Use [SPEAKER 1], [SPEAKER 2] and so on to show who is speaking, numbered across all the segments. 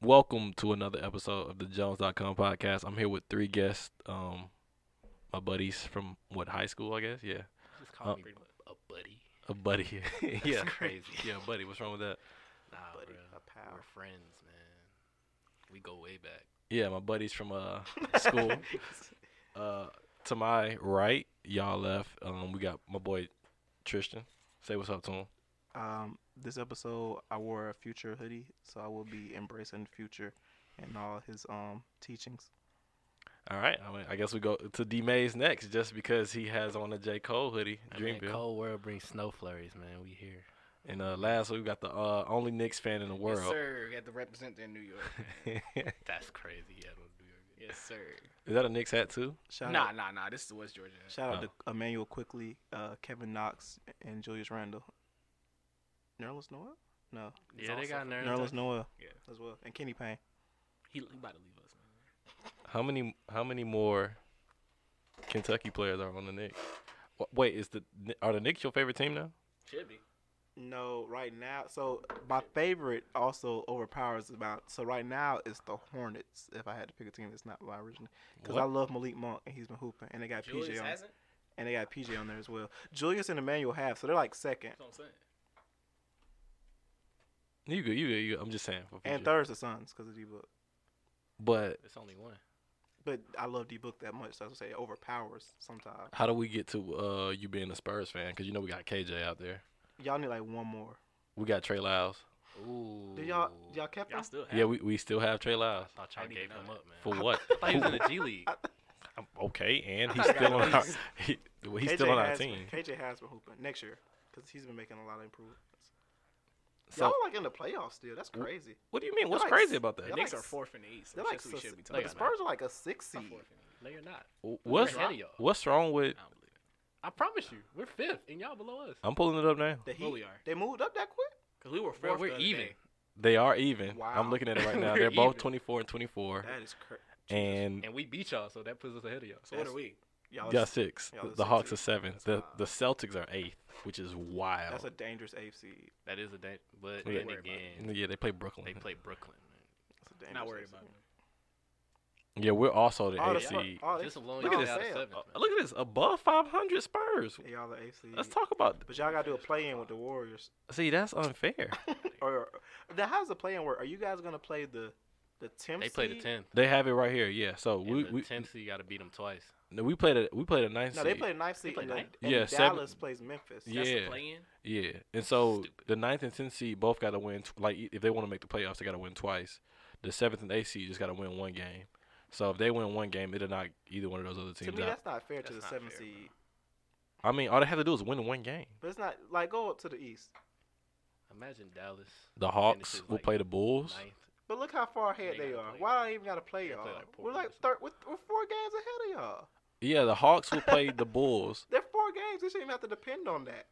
[SPEAKER 1] Welcome to another episode of the Jones.com podcast. I'm here with three guests, um, my buddies from what high school, I guess. Yeah,
[SPEAKER 2] Just call
[SPEAKER 1] Uh,
[SPEAKER 2] me a buddy.
[SPEAKER 1] a buddy. yeah,
[SPEAKER 2] That's crazy.
[SPEAKER 1] yeah, buddy. What's wrong with that?
[SPEAKER 2] Nah,
[SPEAKER 3] Oh, buddy,
[SPEAKER 2] bruh.
[SPEAKER 3] a pal.
[SPEAKER 2] We're friends, man. We go way back.
[SPEAKER 1] Yeah, my buddies from uh school. Uh, to my right, y'all left. Um, we got my boy Tristan. Say what's up to him.
[SPEAKER 3] Um, this episode, I wore a future hoodie, so I will be embracing future and all his um teachings.
[SPEAKER 1] All right, I, mean, I guess we go to D Mays next, just because he has on a J Cole hoodie,
[SPEAKER 2] I mean,
[SPEAKER 1] Dreamville.
[SPEAKER 2] cold world brings snow flurries, man. We here.
[SPEAKER 1] And uh, last we got the uh, only Knicks fan in the world.
[SPEAKER 4] Yes, sir. We had to represent in New York.
[SPEAKER 2] That's crazy. Yeah, don't do it.
[SPEAKER 4] Yes, sir.
[SPEAKER 1] Is that a Knicks hat too?
[SPEAKER 3] Shout
[SPEAKER 4] nah,
[SPEAKER 3] out,
[SPEAKER 4] nah, nah. This is West Georgia.
[SPEAKER 3] shout out
[SPEAKER 1] Oh.
[SPEAKER 3] to Emmanuel quickly, uh, Kevin Knox, and Julius Randle. Nerlens Noel? No,
[SPEAKER 2] Yeah, they got nerds.
[SPEAKER 3] Nerlens Noel.
[SPEAKER 4] Yeah.
[SPEAKER 3] as well, and Kenny Payne.
[SPEAKER 4] He, he about to leave us, man.
[SPEAKER 1] How many how many more Kentucky players are on the Knicks? Wh- Wait, is the Kn- are the Knicks your favorite team now?
[SPEAKER 4] Should be.
[SPEAKER 3] No, right now. So my favorite also overpowers about. So right now it's the Hornets. If I had to pick a team, that's not my original. Because I
[SPEAKER 1] What?
[SPEAKER 3] love Malik Monk and he's been hooping, and they got
[SPEAKER 4] Julius
[SPEAKER 3] PJ on,
[SPEAKER 4] hasn't.
[SPEAKER 3] and they got PJ on there as well. Julius and Emmanuel have, so they're like second,
[SPEAKER 4] That's what I'm saying.
[SPEAKER 1] You good, you good, you good. I'm just saying. For
[SPEAKER 3] and
[SPEAKER 1] future.
[SPEAKER 3] third's the Suns because of D Book.
[SPEAKER 1] but
[SPEAKER 2] It's only one.
[SPEAKER 3] But I love D Book that much. So I would say it overpowers sometimes.
[SPEAKER 1] how do we get to uh, you being a Spurs fan? Because you know we got KJ out there.
[SPEAKER 3] Y'all need like one more.
[SPEAKER 1] We got Trey Lyles.
[SPEAKER 2] Ooh.
[SPEAKER 3] Did y'all y'all kept
[SPEAKER 4] Y'all
[SPEAKER 3] him?
[SPEAKER 4] still have.
[SPEAKER 1] Yeah, we, we still have Trey
[SPEAKER 2] I
[SPEAKER 1] Lyles.
[SPEAKER 2] thought y'all
[SPEAKER 4] I didn't
[SPEAKER 2] gave
[SPEAKER 4] even
[SPEAKER 2] him
[SPEAKER 4] know
[SPEAKER 2] up, man.
[SPEAKER 1] For what?
[SPEAKER 2] I thought he was in the G League.
[SPEAKER 1] okay, and
[SPEAKER 2] I
[SPEAKER 1] he's
[SPEAKER 2] thought
[SPEAKER 1] still
[SPEAKER 2] I
[SPEAKER 1] on
[SPEAKER 2] got
[SPEAKER 1] our
[SPEAKER 2] released.
[SPEAKER 1] he, well, he's still on our
[SPEAKER 3] has,
[SPEAKER 1] team.
[SPEAKER 3] KJ has been hooping next year because he's been making a lot of improvements.
[SPEAKER 1] So
[SPEAKER 3] y'all like in the playoffs still. That's
[SPEAKER 1] W-
[SPEAKER 3] crazy.
[SPEAKER 1] what do you mean? What's
[SPEAKER 3] y'all like-
[SPEAKER 1] crazy about
[SPEAKER 4] The
[SPEAKER 1] that?
[SPEAKER 3] y'all
[SPEAKER 4] Knicks
[SPEAKER 3] like
[SPEAKER 4] are fourth in the East.
[SPEAKER 3] They're
[SPEAKER 4] Which
[SPEAKER 3] like
[SPEAKER 4] is
[SPEAKER 3] so,
[SPEAKER 4] what we should be
[SPEAKER 3] like
[SPEAKER 4] talking
[SPEAKER 3] the
[SPEAKER 2] about.
[SPEAKER 3] Spurs are like a six
[SPEAKER 4] about.
[SPEAKER 3] seed.
[SPEAKER 4] We're fourth in the East.
[SPEAKER 2] No, you're not.
[SPEAKER 1] What's
[SPEAKER 2] We're ahead of y'all.
[SPEAKER 1] what's wrong with?
[SPEAKER 4] I don't believe it.
[SPEAKER 2] I promise you, we're fifth, and y'all below us.
[SPEAKER 1] I'm pulling it up now.
[SPEAKER 3] The
[SPEAKER 4] Well,
[SPEAKER 3] Heat,
[SPEAKER 4] we are.
[SPEAKER 3] they moved up that quick.
[SPEAKER 4] Cause we were
[SPEAKER 2] Bro,
[SPEAKER 4] fourth.
[SPEAKER 2] we're
[SPEAKER 4] the other
[SPEAKER 2] even.
[SPEAKER 4] day.
[SPEAKER 1] They are even. I'm
[SPEAKER 3] Wow.
[SPEAKER 1] looking at it right now.
[SPEAKER 2] We're
[SPEAKER 1] They're both
[SPEAKER 2] even.
[SPEAKER 1] 24 and 24,
[SPEAKER 3] That is crazy.
[SPEAKER 1] and
[SPEAKER 2] And we beat y'all, so that puts us ahead of y'all.
[SPEAKER 4] So what are we?
[SPEAKER 3] Y'all,
[SPEAKER 1] Yeah, six.
[SPEAKER 3] yeah,
[SPEAKER 1] The-
[SPEAKER 3] that's
[SPEAKER 1] the
[SPEAKER 3] six
[SPEAKER 1] Hawks
[SPEAKER 3] seed.
[SPEAKER 1] are seven.
[SPEAKER 3] That's
[SPEAKER 1] The
[SPEAKER 3] wild.
[SPEAKER 1] the Celtics are eighth, which is wild.
[SPEAKER 3] that's a dangerous eighth seed.
[SPEAKER 2] That is a dang. But
[SPEAKER 1] Yeah.
[SPEAKER 2] then again,
[SPEAKER 1] yeah, they play Brooklyn.
[SPEAKER 2] they play Brooklyn.
[SPEAKER 3] That's a dangerous
[SPEAKER 4] Not worried
[SPEAKER 3] eighth
[SPEAKER 4] about
[SPEAKER 3] seed.
[SPEAKER 4] it.
[SPEAKER 1] yeah, we're also the
[SPEAKER 3] All
[SPEAKER 1] eighth
[SPEAKER 3] the Spurs-
[SPEAKER 1] seed.
[SPEAKER 3] all
[SPEAKER 2] Man.
[SPEAKER 3] they-
[SPEAKER 2] Just as long as
[SPEAKER 3] look at
[SPEAKER 2] y'all
[SPEAKER 3] this
[SPEAKER 2] out of
[SPEAKER 3] sale.
[SPEAKER 2] seventh.
[SPEAKER 1] Uh,
[SPEAKER 2] man.
[SPEAKER 1] look at this, above 500 Spurs.
[SPEAKER 3] yeah, y'all the eighth seed.
[SPEAKER 1] Let's talk about.
[SPEAKER 3] But y'all gotta do a play in with the Warriors.
[SPEAKER 1] See, that's unfair.
[SPEAKER 3] Or the how's the play in work? Are you guys gonna play the the tenth?
[SPEAKER 2] They play the
[SPEAKER 3] seed?
[SPEAKER 2] tenth.
[SPEAKER 1] they have it right here. Yeah, so
[SPEAKER 2] We,
[SPEAKER 1] we
[SPEAKER 2] the
[SPEAKER 1] we
[SPEAKER 2] tenth seed got to beat them twice.
[SPEAKER 1] no, we played a we played a ninth
[SPEAKER 3] No, they
[SPEAKER 1] seed.
[SPEAKER 3] play the ninth seed.
[SPEAKER 2] play
[SPEAKER 3] and the-
[SPEAKER 2] ninth?
[SPEAKER 3] and
[SPEAKER 1] Yeah, seven-
[SPEAKER 3] Dallas plays Memphis.
[SPEAKER 1] Yeah.
[SPEAKER 4] That's the play-in.
[SPEAKER 1] yeah, and so
[SPEAKER 2] Stupid.
[SPEAKER 1] the ninth and tenth seed both got to win. Tw- like if they want to make the playoffs, they got to win twice. The seventh and eighth seed just got to win one game. So if they win one game, it'll knock either one of those other
[SPEAKER 3] To
[SPEAKER 1] teams
[SPEAKER 3] me,
[SPEAKER 1] out.
[SPEAKER 3] that's not fair to
[SPEAKER 4] That's
[SPEAKER 3] the
[SPEAKER 4] not
[SPEAKER 3] seventh
[SPEAKER 4] fair,
[SPEAKER 3] seed.
[SPEAKER 1] I mean, all they have to do is win one game.
[SPEAKER 3] But it's not like go up to the east.
[SPEAKER 2] Imagine Dallas.
[SPEAKER 1] The Hawks
[SPEAKER 2] Finishes,
[SPEAKER 1] will
[SPEAKER 2] like,
[SPEAKER 1] play the Bulls.
[SPEAKER 2] Ninth.
[SPEAKER 3] But look how far ahead
[SPEAKER 2] They
[SPEAKER 3] they,
[SPEAKER 2] gotta
[SPEAKER 3] are.
[SPEAKER 2] play
[SPEAKER 3] Why
[SPEAKER 2] y'all.
[SPEAKER 3] do I even gotta play
[SPEAKER 2] They
[SPEAKER 3] y'all?
[SPEAKER 2] play like
[SPEAKER 3] we're
[SPEAKER 2] Portland or
[SPEAKER 3] like third. We're, we're four games ahead of y'all.
[SPEAKER 1] Yeah, the Hawks will play the Bulls.
[SPEAKER 3] They're four games. They shouldn't even have to depend on that.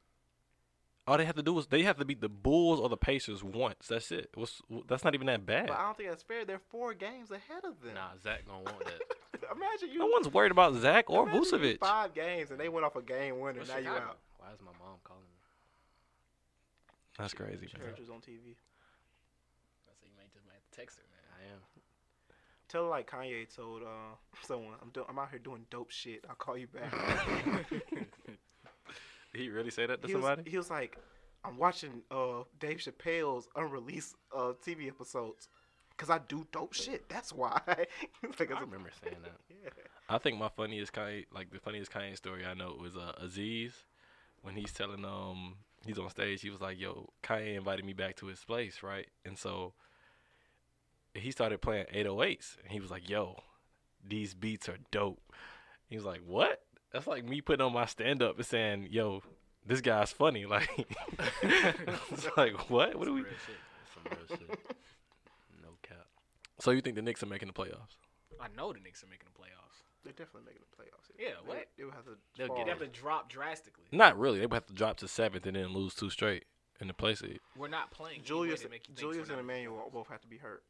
[SPEAKER 1] All they have to do is they have to beat the Bulls or the Pacers once. That's it. What's, that's not even that bad.
[SPEAKER 3] But I don't think that's fair. They're four games ahead of them.
[SPEAKER 2] Nah, Zach gonna want that.
[SPEAKER 3] Imagine you.
[SPEAKER 1] No one's worried about Zach or
[SPEAKER 3] imagine you
[SPEAKER 1] Vucevic.
[SPEAKER 3] Five games and they went off a game winner.
[SPEAKER 2] What's
[SPEAKER 3] now you
[SPEAKER 2] Chicago?
[SPEAKER 3] out.
[SPEAKER 2] Why is my mom calling me?
[SPEAKER 1] That's crazy, man.
[SPEAKER 3] Church was on TV.
[SPEAKER 4] I said you might just might have to text her, man.
[SPEAKER 2] I am.
[SPEAKER 3] Tell her like Kanye told uh, someone, I'm do- I'm out here doing dope shit. I'll call you back.
[SPEAKER 1] Did he really say that to
[SPEAKER 3] he, was,
[SPEAKER 1] somebody?
[SPEAKER 3] he was like, I'm watching uh, Dave Chappelle's unreleased uh, TV episodes because I do dope shit. That's why. It's like,
[SPEAKER 2] I
[SPEAKER 3] it's-
[SPEAKER 2] remember saying that.
[SPEAKER 3] yeah.
[SPEAKER 1] I think my funniest Kanye, like the funniest Kanye story I know was uh, Aziz when he's telling um he's on stage. He was like, "Yo, Kanye invited me back to his place, right?" And so he started playing 808s, and he was like, "Yo, these beats are dope." He was like, "What?" That's like me putting on my stand up and saying, "Yo, this guy's funny." Like, it's like what? What do
[SPEAKER 2] Some
[SPEAKER 1] we?
[SPEAKER 2] real shit. Some real shit. No cap.
[SPEAKER 1] So you think the Knicks are making the playoffs?
[SPEAKER 4] I know the Knicks are making the playoffs.
[SPEAKER 3] They're definitely making the playoffs.
[SPEAKER 4] Yeah,
[SPEAKER 3] They-
[SPEAKER 4] what?
[SPEAKER 3] They would have to.
[SPEAKER 2] They'll
[SPEAKER 3] fall.
[SPEAKER 2] get
[SPEAKER 4] They
[SPEAKER 2] Yeah.
[SPEAKER 4] have to drop drastically.
[SPEAKER 1] Not really. They would have to drop to seventh and then lose two straight in the play seed.
[SPEAKER 4] We're not playing. Any way
[SPEAKER 3] Julius,
[SPEAKER 4] to make you think
[SPEAKER 3] Julius
[SPEAKER 4] we're
[SPEAKER 3] and
[SPEAKER 4] not-
[SPEAKER 3] Emmanuel both have to be hurt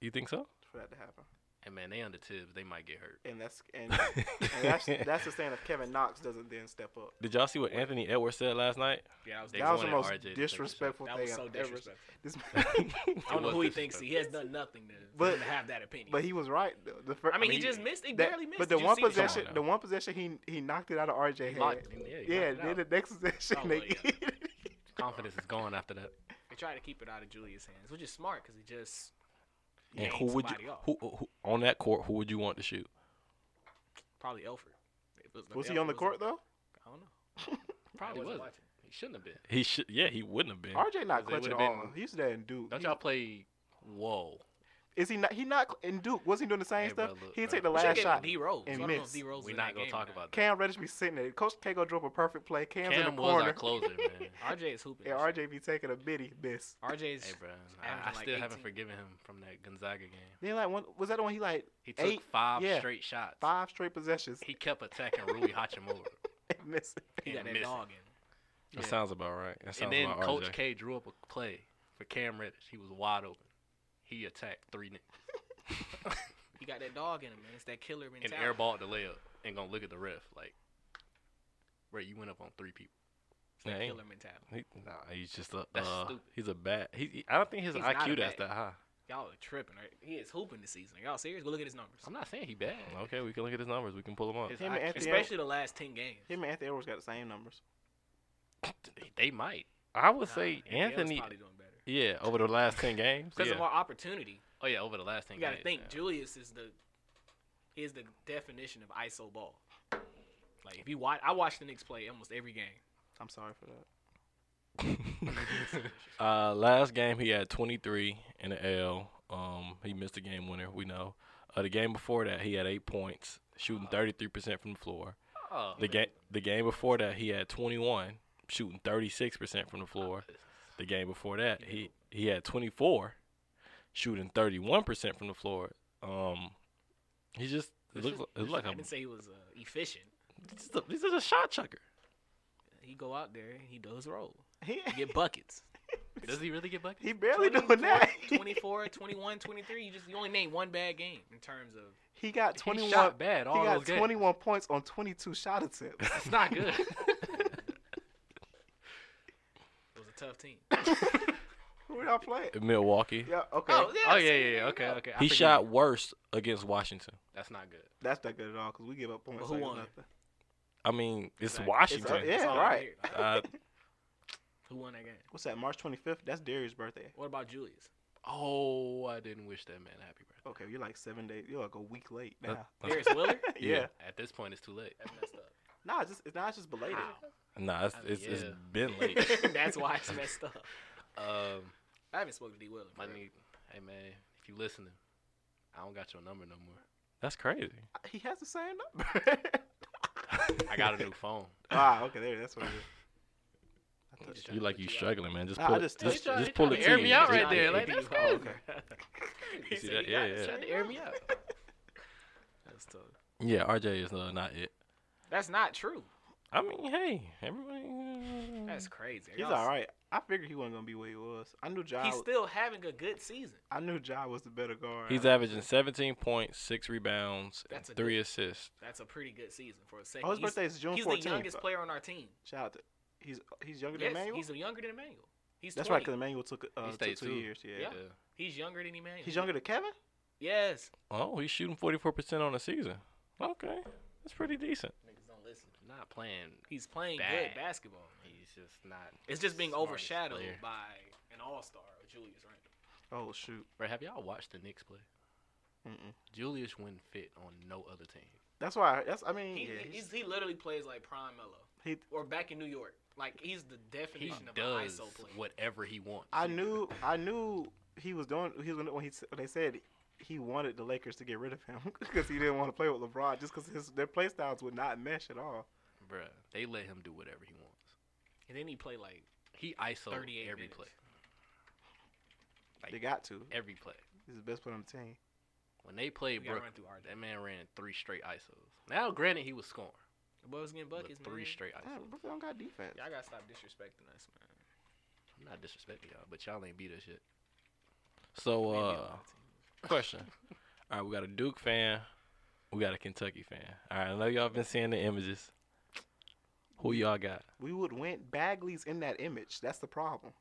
[SPEAKER 1] You think so?
[SPEAKER 3] for that to happen.
[SPEAKER 2] Hey man, they under Tibbs, they might get hurt.
[SPEAKER 3] and that's and, and that's that's the saying if Kevin Knox doesn't then step up.
[SPEAKER 1] Did y'all see what Anthony Edwards said last night?
[SPEAKER 4] Yeah, that was,
[SPEAKER 2] They
[SPEAKER 3] that was the
[SPEAKER 2] wanted RJ
[SPEAKER 3] most
[SPEAKER 2] to take the shot.
[SPEAKER 3] disrespectful
[SPEAKER 4] that
[SPEAKER 3] thing
[SPEAKER 4] was so
[SPEAKER 3] I've ever.
[SPEAKER 4] disrespectful.
[SPEAKER 3] This,
[SPEAKER 4] I don't know
[SPEAKER 2] was
[SPEAKER 4] who he thinks he, he has
[SPEAKER 2] disrespectful.
[SPEAKER 4] done nothing to, for
[SPEAKER 3] But-
[SPEAKER 4] him to have that opinion.
[SPEAKER 3] but he was right though. The fir-
[SPEAKER 4] I mean, he just missed. He
[SPEAKER 3] that-
[SPEAKER 4] barely missed.
[SPEAKER 3] But
[SPEAKER 4] Did
[SPEAKER 3] the
[SPEAKER 4] you
[SPEAKER 3] one
[SPEAKER 4] see that?
[SPEAKER 3] possession,
[SPEAKER 1] Come on
[SPEAKER 3] the
[SPEAKER 1] now.
[SPEAKER 3] one possession he he knocked it out of RJ. Hand.
[SPEAKER 2] Locked him, yeah, he
[SPEAKER 3] yeah,
[SPEAKER 2] knocked it
[SPEAKER 3] then
[SPEAKER 2] out.
[SPEAKER 3] the next possession
[SPEAKER 4] Oh,
[SPEAKER 3] they
[SPEAKER 4] well, yeah.
[SPEAKER 3] get it.
[SPEAKER 2] Confidence is gone after that.
[SPEAKER 4] They tried to keep it out of Julius' hands, which is smart because he just
[SPEAKER 1] And
[SPEAKER 4] yanked
[SPEAKER 1] who would
[SPEAKER 4] somebody
[SPEAKER 1] you
[SPEAKER 4] off.
[SPEAKER 1] who, who on that court? Who would you want to shoot?
[SPEAKER 4] probably Elford. If it
[SPEAKER 3] Was he on the court though?
[SPEAKER 4] I don't know.
[SPEAKER 2] He
[SPEAKER 4] Probably wasn't.
[SPEAKER 2] wasn't. He shouldn't have been.
[SPEAKER 1] He should. Yeah, he wouldn't have been.
[SPEAKER 3] RJ not
[SPEAKER 2] They
[SPEAKER 3] clutching
[SPEAKER 2] would've been-
[SPEAKER 3] on. He's there in Duke.
[SPEAKER 2] Don't
[SPEAKER 3] He-
[SPEAKER 2] y'all play? Whoa.
[SPEAKER 3] Is he not? He not cl- in Duke? Was he doing the same
[SPEAKER 2] Hey,
[SPEAKER 3] stuff?
[SPEAKER 2] bro, look,
[SPEAKER 3] he
[SPEAKER 2] bro.
[SPEAKER 3] take the
[SPEAKER 2] But
[SPEAKER 4] But you
[SPEAKER 3] last
[SPEAKER 4] gave
[SPEAKER 3] shot.
[SPEAKER 4] D Rose. So I
[SPEAKER 3] and
[SPEAKER 4] don't know if
[SPEAKER 3] missed.
[SPEAKER 4] D Rose.
[SPEAKER 2] We're not gonna talk about that.
[SPEAKER 3] Cam Reddish be sitting there. Coach Tego drove a perfect play. Cam's in
[SPEAKER 2] Cam
[SPEAKER 3] the
[SPEAKER 2] was
[SPEAKER 3] corner.
[SPEAKER 2] our closer, man.
[SPEAKER 4] RJ is hooping.
[SPEAKER 3] And RJ be taking a bitty miss.
[SPEAKER 4] RJ's.
[SPEAKER 2] Hey, bro, I, I
[SPEAKER 4] averaging like
[SPEAKER 2] still haven't
[SPEAKER 4] 18.
[SPEAKER 2] forgiven him from that Gonzaga game.
[SPEAKER 3] Then like one was that the one he like
[SPEAKER 2] He took
[SPEAKER 3] Eight,
[SPEAKER 2] five
[SPEAKER 3] yeah.
[SPEAKER 2] straight shots.
[SPEAKER 3] five straight possessions
[SPEAKER 2] He kept attacking Rui Hachimura.
[SPEAKER 3] and missed.
[SPEAKER 4] he got
[SPEAKER 2] and
[SPEAKER 4] that
[SPEAKER 2] missing.
[SPEAKER 4] dog in.
[SPEAKER 1] That
[SPEAKER 2] Yeah.
[SPEAKER 1] sounds about right. That
[SPEAKER 2] and
[SPEAKER 1] sounds
[SPEAKER 2] then
[SPEAKER 1] about
[SPEAKER 2] Coach
[SPEAKER 1] RJ.
[SPEAKER 2] K drew up a play for Cam Reddish. He was wide open. He attacked three niggas
[SPEAKER 4] He got that dog in him, man. It's that killer
[SPEAKER 2] and
[SPEAKER 4] mentality.
[SPEAKER 2] airballed the layup and gonna look at the ref like, bro, you went up on three people.
[SPEAKER 4] It's that
[SPEAKER 1] Dang.
[SPEAKER 4] killer mentality.
[SPEAKER 1] He, nah, he's just a.
[SPEAKER 2] That's
[SPEAKER 1] uh,
[SPEAKER 2] stupid.
[SPEAKER 1] He's a bad. He, he- I don't think his
[SPEAKER 4] He's not a
[SPEAKER 1] IQ that's
[SPEAKER 4] bad-
[SPEAKER 1] that high.
[SPEAKER 4] Y'all are tripping. Right? He is hooping this season. Are y'all serious? Go look at his numbers.
[SPEAKER 2] I'm not saying he bad.
[SPEAKER 1] Okay, we can look at his numbers. We can pull him up.
[SPEAKER 2] His
[SPEAKER 3] Him and
[SPEAKER 2] IQ
[SPEAKER 3] Anthony-
[SPEAKER 4] Especially the last ten games.
[SPEAKER 3] Him and Anthony Edwards got the same numbers.
[SPEAKER 2] they might.
[SPEAKER 1] I would
[SPEAKER 4] Nah,
[SPEAKER 1] say
[SPEAKER 4] Anthony Edwards
[SPEAKER 1] Anthony.
[SPEAKER 4] probably doing better
[SPEAKER 1] Yeah, over the last ten games.
[SPEAKER 4] because
[SPEAKER 1] yeah.
[SPEAKER 4] of more opportunity.
[SPEAKER 2] Oh yeah, over the last ten.
[SPEAKER 4] You got to
[SPEAKER 2] games,
[SPEAKER 4] think
[SPEAKER 2] yeah.
[SPEAKER 4] Julius is the is the definition of ISO ball. Like if you watch, I watch the Knicks play almost every game.
[SPEAKER 3] I'm sorry for that.
[SPEAKER 1] Uh, last game he had 23 in the L. Um, he missed the game winner. We know. Uh, the game before that he had eight points, shooting 33% from the floor.
[SPEAKER 2] Oh,
[SPEAKER 1] The game the game before that he had 21, shooting 36% from the floor. The game before that he he had 24, shooting 31% from the floor. Um, he just it looks like, it looks like
[SPEAKER 4] I
[SPEAKER 1] a,
[SPEAKER 4] didn't say he was uh, efficient.
[SPEAKER 1] this is a this is a shot chucker.
[SPEAKER 4] He go out there, he does his role,
[SPEAKER 3] He
[SPEAKER 4] He get buckets.
[SPEAKER 2] does he really get buckets?
[SPEAKER 3] he barely
[SPEAKER 4] 20,
[SPEAKER 3] doing that.
[SPEAKER 4] 24, 21, 23. You just you only name one bad game in terms of
[SPEAKER 3] he got
[SPEAKER 2] He
[SPEAKER 3] 21.
[SPEAKER 2] shot bad. All
[SPEAKER 3] he got
[SPEAKER 2] those games.
[SPEAKER 3] 21 points on 22 shot attempts.
[SPEAKER 2] It's not good.
[SPEAKER 4] it was a tough team.
[SPEAKER 3] Who y'all playing?
[SPEAKER 1] Milwaukee.
[SPEAKER 3] Yeah, okay.
[SPEAKER 2] oh yeah, yeah, yeah. Okay, okay. I
[SPEAKER 1] He
[SPEAKER 2] forget.
[SPEAKER 1] shot worse against Washington.
[SPEAKER 2] That's not good.
[SPEAKER 3] That's not good at all because we give up points.
[SPEAKER 4] But who
[SPEAKER 3] like
[SPEAKER 4] won?
[SPEAKER 3] nothing.
[SPEAKER 1] I mean, it's
[SPEAKER 4] Exactly.
[SPEAKER 3] It's,
[SPEAKER 1] Washington.
[SPEAKER 3] uh,
[SPEAKER 4] That's
[SPEAKER 3] yeah,
[SPEAKER 4] all I
[SPEAKER 3] right.
[SPEAKER 4] hear. Like,
[SPEAKER 1] Uh,
[SPEAKER 4] Who won that game?
[SPEAKER 3] What's that? March 25th. That's Darius' birthday.
[SPEAKER 4] What about Julius?
[SPEAKER 2] Oh, I didn't wish that man happy birthday.
[SPEAKER 3] Okay, you're like seven days. You're like a week late
[SPEAKER 1] that-
[SPEAKER 3] now.
[SPEAKER 1] that's-
[SPEAKER 4] Darius Willard?
[SPEAKER 3] yeah.
[SPEAKER 1] yeah.
[SPEAKER 2] At this point, it's too late.
[SPEAKER 4] That's messed up.
[SPEAKER 3] Nah, it's just it's not just belated.
[SPEAKER 2] How?
[SPEAKER 1] Nah, it's,
[SPEAKER 2] I mean,
[SPEAKER 1] it's, it's
[SPEAKER 2] yeah.
[SPEAKER 1] been late.
[SPEAKER 4] That's why it's messed up.
[SPEAKER 2] Um,
[SPEAKER 4] I haven't spoken to D. Willard.
[SPEAKER 2] my
[SPEAKER 4] forever.
[SPEAKER 2] nigga, hey man, if you listening, I don't got your number no more.
[SPEAKER 1] That's crazy.
[SPEAKER 3] He has the same number.
[SPEAKER 2] I got a new phone.
[SPEAKER 3] ah, okay, there. That's what it is. I thought-
[SPEAKER 4] Just
[SPEAKER 1] You
[SPEAKER 4] trying to
[SPEAKER 1] like
[SPEAKER 4] put
[SPEAKER 1] you
[SPEAKER 4] out.
[SPEAKER 1] struggling, man. Just
[SPEAKER 3] Nah, I
[SPEAKER 1] pull,
[SPEAKER 3] just
[SPEAKER 1] it, just,
[SPEAKER 3] touched it.
[SPEAKER 1] just
[SPEAKER 2] He
[SPEAKER 1] pull
[SPEAKER 2] tried
[SPEAKER 1] it
[SPEAKER 2] to
[SPEAKER 1] to
[SPEAKER 2] air
[SPEAKER 1] you.
[SPEAKER 2] me out
[SPEAKER 1] Just-
[SPEAKER 2] right there, like,
[SPEAKER 4] He
[SPEAKER 2] that's
[SPEAKER 4] tried to
[SPEAKER 2] crazy.
[SPEAKER 1] Oh, You
[SPEAKER 4] He
[SPEAKER 1] see
[SPEAKER 4] said
[SPEAKER 1] that?
[SPEAKER 4] he
[SPEAKER 1] Yeah,
[SPEAKER 4] got
[SPEAKER 1] yeah.
[SPEAKER 4] it.
[SPEAKER 2] Trying to air me out.
[SPEAKER 4] That's tough.
[SPEAKER 1] Yeah, RJ is uh, not it.
[SPEAKER 4] That's not true.
[SPEAKER 1] I mean, hey, everybody. uh,
[SPEAKER 4] That's crazy.
[SPEAKER 3] He's all right. I figured he wasn't gonna be where he was. I knew Ja.
[SPEAKER 4] He's
[SPEAKER 3] was-
[SPEAKER 4] still having a good season.
[SPEAKER 3] I knew Ja was the better guard.
[SPEAKER 1] He's averaging 17 points, six rebounds, and
[SPEAKER 4] That's a
[SPEAKER 1] three assists.
[SPEAKER 4] That's a pretty good season for a second.
[SPEAKER 3] Oh, his
[SPEAKER 4] he's,
[SPEAKER 3] birthday is June
[SPEAKER 4] He's
[SPEAKER 3] 14th.
[SPEAKER 4] the youngest player on our team.
[SPEAKER 3] Shout out to. He's he's younger
[SPEAKER 4] Yes,
[SPEAKER 3] than Emmanuel.
[SPEAKER 4] he's younger than Emmanuel. He's
[SPEAKER 3] That's right,
[SPEAKER 4] 20.
[SPEAKER 3] because Emmanuel took uh,
[SPEAKER 2] He
[SPEAKER 3] took
[SPEAKER 2] stayed
[SPEAKER 3] two
[SPEAKER 2] too.
[SPEAKER 3] years. Yeah.
[SPEAKER 4] Yeah. He's younger than Emmanuel.
[SPEAKER 3] He's younger than Kevin.
[SPEAKER 4] Yes.
[SPEAKER 1] Oh, he's shooting 44% on the season. Okay. That's pretty decent.
[SPEAKER 4] Niggas don't listen.
[SPEAKER 2] Not playing.
[SPEAKER 4] He's playing
[SPEAKER 2] Bad.
[SPEAKER 4] good basketball.
[SPEAKER 2] He's just not.
[SPEAKER 4] It's just being
[SPEAKER 2] Smartest
[SPEAKER 4] overshadowed
[SPEAKER 2] player.
[SPEAKER 4] by an all-star, Julius Randle.
[SPEAKER 3] Oh shoot.
[SPEAKER 2] Bro, have y'all watched the Knicks play?
[SPEAKER 3] Mm-mm.
[SPEAKER 2] Julius wouldn't fit on no other team.
[SPEAKER 3] That's why. That's. I mean.
[SPEAKER 4] He,
[SPEAKER 3] yeah,
[SPEAKER 4] he-
[SPEAKER 3] he's,
[SPEAKER 4] he's, he literally plays like prime Mello.
[SPEAKER 3] he.
[SPEAKER 4] Or back in New York. Like, he's the
[SPEAKER 2] He
[SPEAKER 4] definition of an
[SPEAKER 2] does
[SPEAKER 4] ISO player.
[SPEAKER 2] whatever he wants.
[SPEAKER 3] I knew. I knew he was doing. He was gonna- when he s- when they said he wanted the Lakers to get rid of him because he didn't want to play with LeBron just because his their play styles would not mesh at all.
[SPEAKER 2] Bruh, they let him do whatever he wants.
[SPEAKER 4] And then he played like
[SPEAKER 2] He ISO
[SPEAKER 4] 38
[SPEAKER 2] every
[SPEAKER 4] minutes.
[SPEAKER 2] play.
[SPEAKER 3] They got to.
[SPEAKER 2] Every play.
[SPEAKER 3] He's the best player on the team.
[SPEAKER 2] When they
[SPEAKER 4] we
[SPEAKER 2] played
[SPEAKER 4] gotta run
[SPEAKER 2] Brooklyn,
[SPEAKER 4] through RJ.
[SPEAKER 2] that man ran three straight ISOs. Now, granted, he was scoring,
[SPEAKER 4] The boy was getting
[SPEAKER 2] but
[SPEAKER 4] buckets,
[SPEAKER 2] three
[SPEAKER 4] man.
[SPEAKER 2] straight
[SPEAKER 3] Man,
[SPEAKER 2] ISOs.
[SPEAKER 3] Brooklyn don't got defense.
[SPEAKER 4] Y'all gotta stop disrespecting us, man.
[SPEAKER 2] I'm not disrespecting y'all, but y'all ain't beat us yet.
[SPEAKER 1] So,
[SPEAKER 4] Man, we
[SPEAKER 1] uh,
[SPEAKER 4] on the team.
[SPEAKER 1] question. All right, we got a Duke fan. We got a Kentucky fan. All right, I know y'all been seeing the images. Who y'all got?
[SPEAKER 3] We would went Bagley's in that image. That's the problem.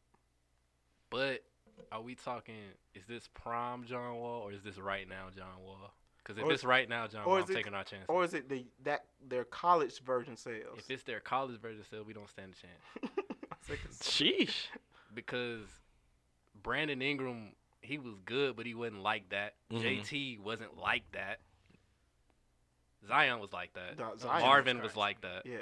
[SPEAKER 2] But are we talking? Is this prime John Wall or is this right now John Wall? Because if
[SPEAKER 3] Or-
[SPEAKER 2] it's right now John
[SPEAKER 3] or
[SPEAKER 2] Wall,
[SPEAKER 3] is
[SPEAKER 2] I'm
[SPEAKER 3] it-
[SPEAKER 2] taking our chances.
[SPEAKER 3] Or is it the that their college version sales?
[SPEAKER 2] if it's their college version still, we don't stand a chance.
[SPEAKER 3] I think it's-
[SPEAKER 1] Sheesh.
[SPEAKER 2] because Brandon Ingram, he was good, but he wasn't like that.
[SPEAKER 1] Mhm.
[SPEAKER 2] JT wasn't like that. Zion was like that. Uh,
[SPEAKER 3] Nah, Zion was
[SPEAKER 2] Marvin was,
[SPEAKER 4] crazy.
[SPEAKER 2] like that.
[SPEAKER 3] yeah.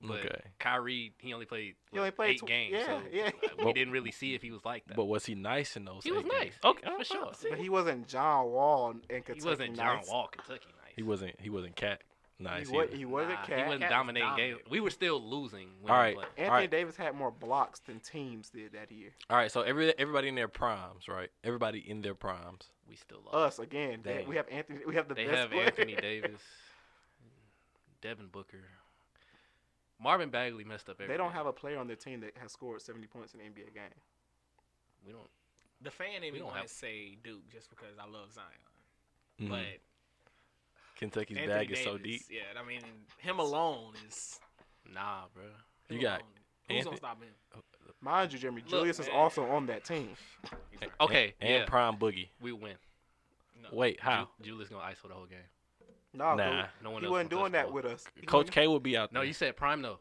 [SPEAKER 2] But
[SPEAKER 1] okay.
[SPEAKER 2] Kyrie, he only played, what,
[SPEAKER 3] He only played
[SPEAKER 2] eight
[SPEAKER 3] tw-
[SPEAKER 2] games.
[SPEAKER 3] yeah,
[SPEAKER 2] so uh,
[SPEAKER 3] yeah.
[SPEAKER 2] we
[SPEAKER 1] But-
[SPEAKER 2] didn't really see if he was like that.
[SPEAKER 1] But was he nice in those?
[SPEAKER 2] he was
[SPEAKER 1] eight
[SPEAKER 2] nice.
[SPEAKER 1] games? Okay,
[SPEAKER 2] for sure.
[SPEAKER 3] But he wasn't John Wall in Kentucky.
[SPEAKER 2] He wasn't John
[SPEAKER 3] nice.
[SPEAKER 2] Wall, Kentucky nice.
[SPEAKER 1] He wasn't. He wasn't cat nice.
[SPEAKER 3] He, wa-
[SPEAKER 1] either.
[SPEAKER 3] he wasn't
[SPEAKER 2] Nah,
[SPEAKER 3] cat.
[SPEAKER 2] He wasn't
[SPEAKER 4] Cat was
[SPEAKER 2] dominating games.
[SPEAKER 4] dominant.
[SPEAKER 2] We were still losing. When
[SPEAKER 1] All
[SPEAKER 2] we
[SPEAKER 1] right.
[SPEAKER 2] played.
[SPEAKER 3] Anthony
[SPEAKER 1] Alright.
[SPEAKER 3] Davis had more blocks than teams did that year.
[SPEAKER 1] All right, so every everybody in their primes, right? Everybody in their primes.
[SPEAKER 2] we still lost.
[SPEAKER 3] Us again. they-
[SPEAKER 1] Dang.
[SPEAKER 3] we have Anthony. We have the
[SPEAKER 2] they
[SPEAKER 3] best
[SPEAKER 2] have
[SPEAKER 3] player.
[SPEAKER 2] Anthony Davis, Devin Booker, Marvin Bagley messed up. Everything.
[SPEAKER 3] They don't have a player on their team that has scored 70 points in an NBA game.
[SPEAKER 2] We don't.
[SPEAKER 4] The fan in
[SPEAKER 2] We
[SPEAKER 4] me
[SPEAKER 2] don't
[SPEAKER 4] want
[SPEAKER 2] have- Mm-hmm.
[SPEAKER 4] to say Duke just because I love Zion,
[SPEAKER 1] Mhm.
[SPEAKER 4] but
[SPEAKER 1] Kentucky's
[SPEAKER 4] Anthony
[SPEAKER 1] bag
[SPEAKER 4] Davis,
[SPEAKER 1] is so deep.
[SPEAKER 4] Yeah, I mean him alone is.
[SPEAKER 2] Nah, bro.
[SPEAKER 4] him
[SPEAKER 1] You got
[SPEAKER 4] alone. who's
[SPEAKER 1] Anthony-
[SPEAKER 4] gonna stop him?
[SPEAKER 3] Mind you, Jeremy
[SPEAKER 2] Look,
[SPEAKER 3] Julius is
[SPEAKER 4] man.
[SPEAKER 3] also on that team.
[SPEAKER 4] He's not.
[SPEAKER 2] Okay,
[SPEAKER 1] And, and
[SPEAKER 2] yeah.
[SPEAKER 1] prime boogie.
[SPEAKER 2] We win.
[SPEAKER 4] No.
[SPEAKER 1] Wait, how?
[SPEAKER 2] Ju- Julius gonna ISO the whole game.
[SPEAKER 1] Nah.
[SPEAKER 3] No, dude,
[SPEAKER 2] No one
[SPEAKER 3] he
[SPEAKER 2] else
[SPEAKER 3] wasn't
[SPEAKER 2] gonna
[SPEAKER 3] doing
[SPEAKER 2] touch the
[SPEAKER 3] that
[SPEAKER 2] ball.
[SPEAKER 3] with us. He
[SPEAKER 1] Coach
[SPEAKER 3] wasn't-
[SPEAKER 1] K will be out
[SPEAKER 2] No,
[SPEAKER 1] there.
[SPEAKER 2] you said prime though.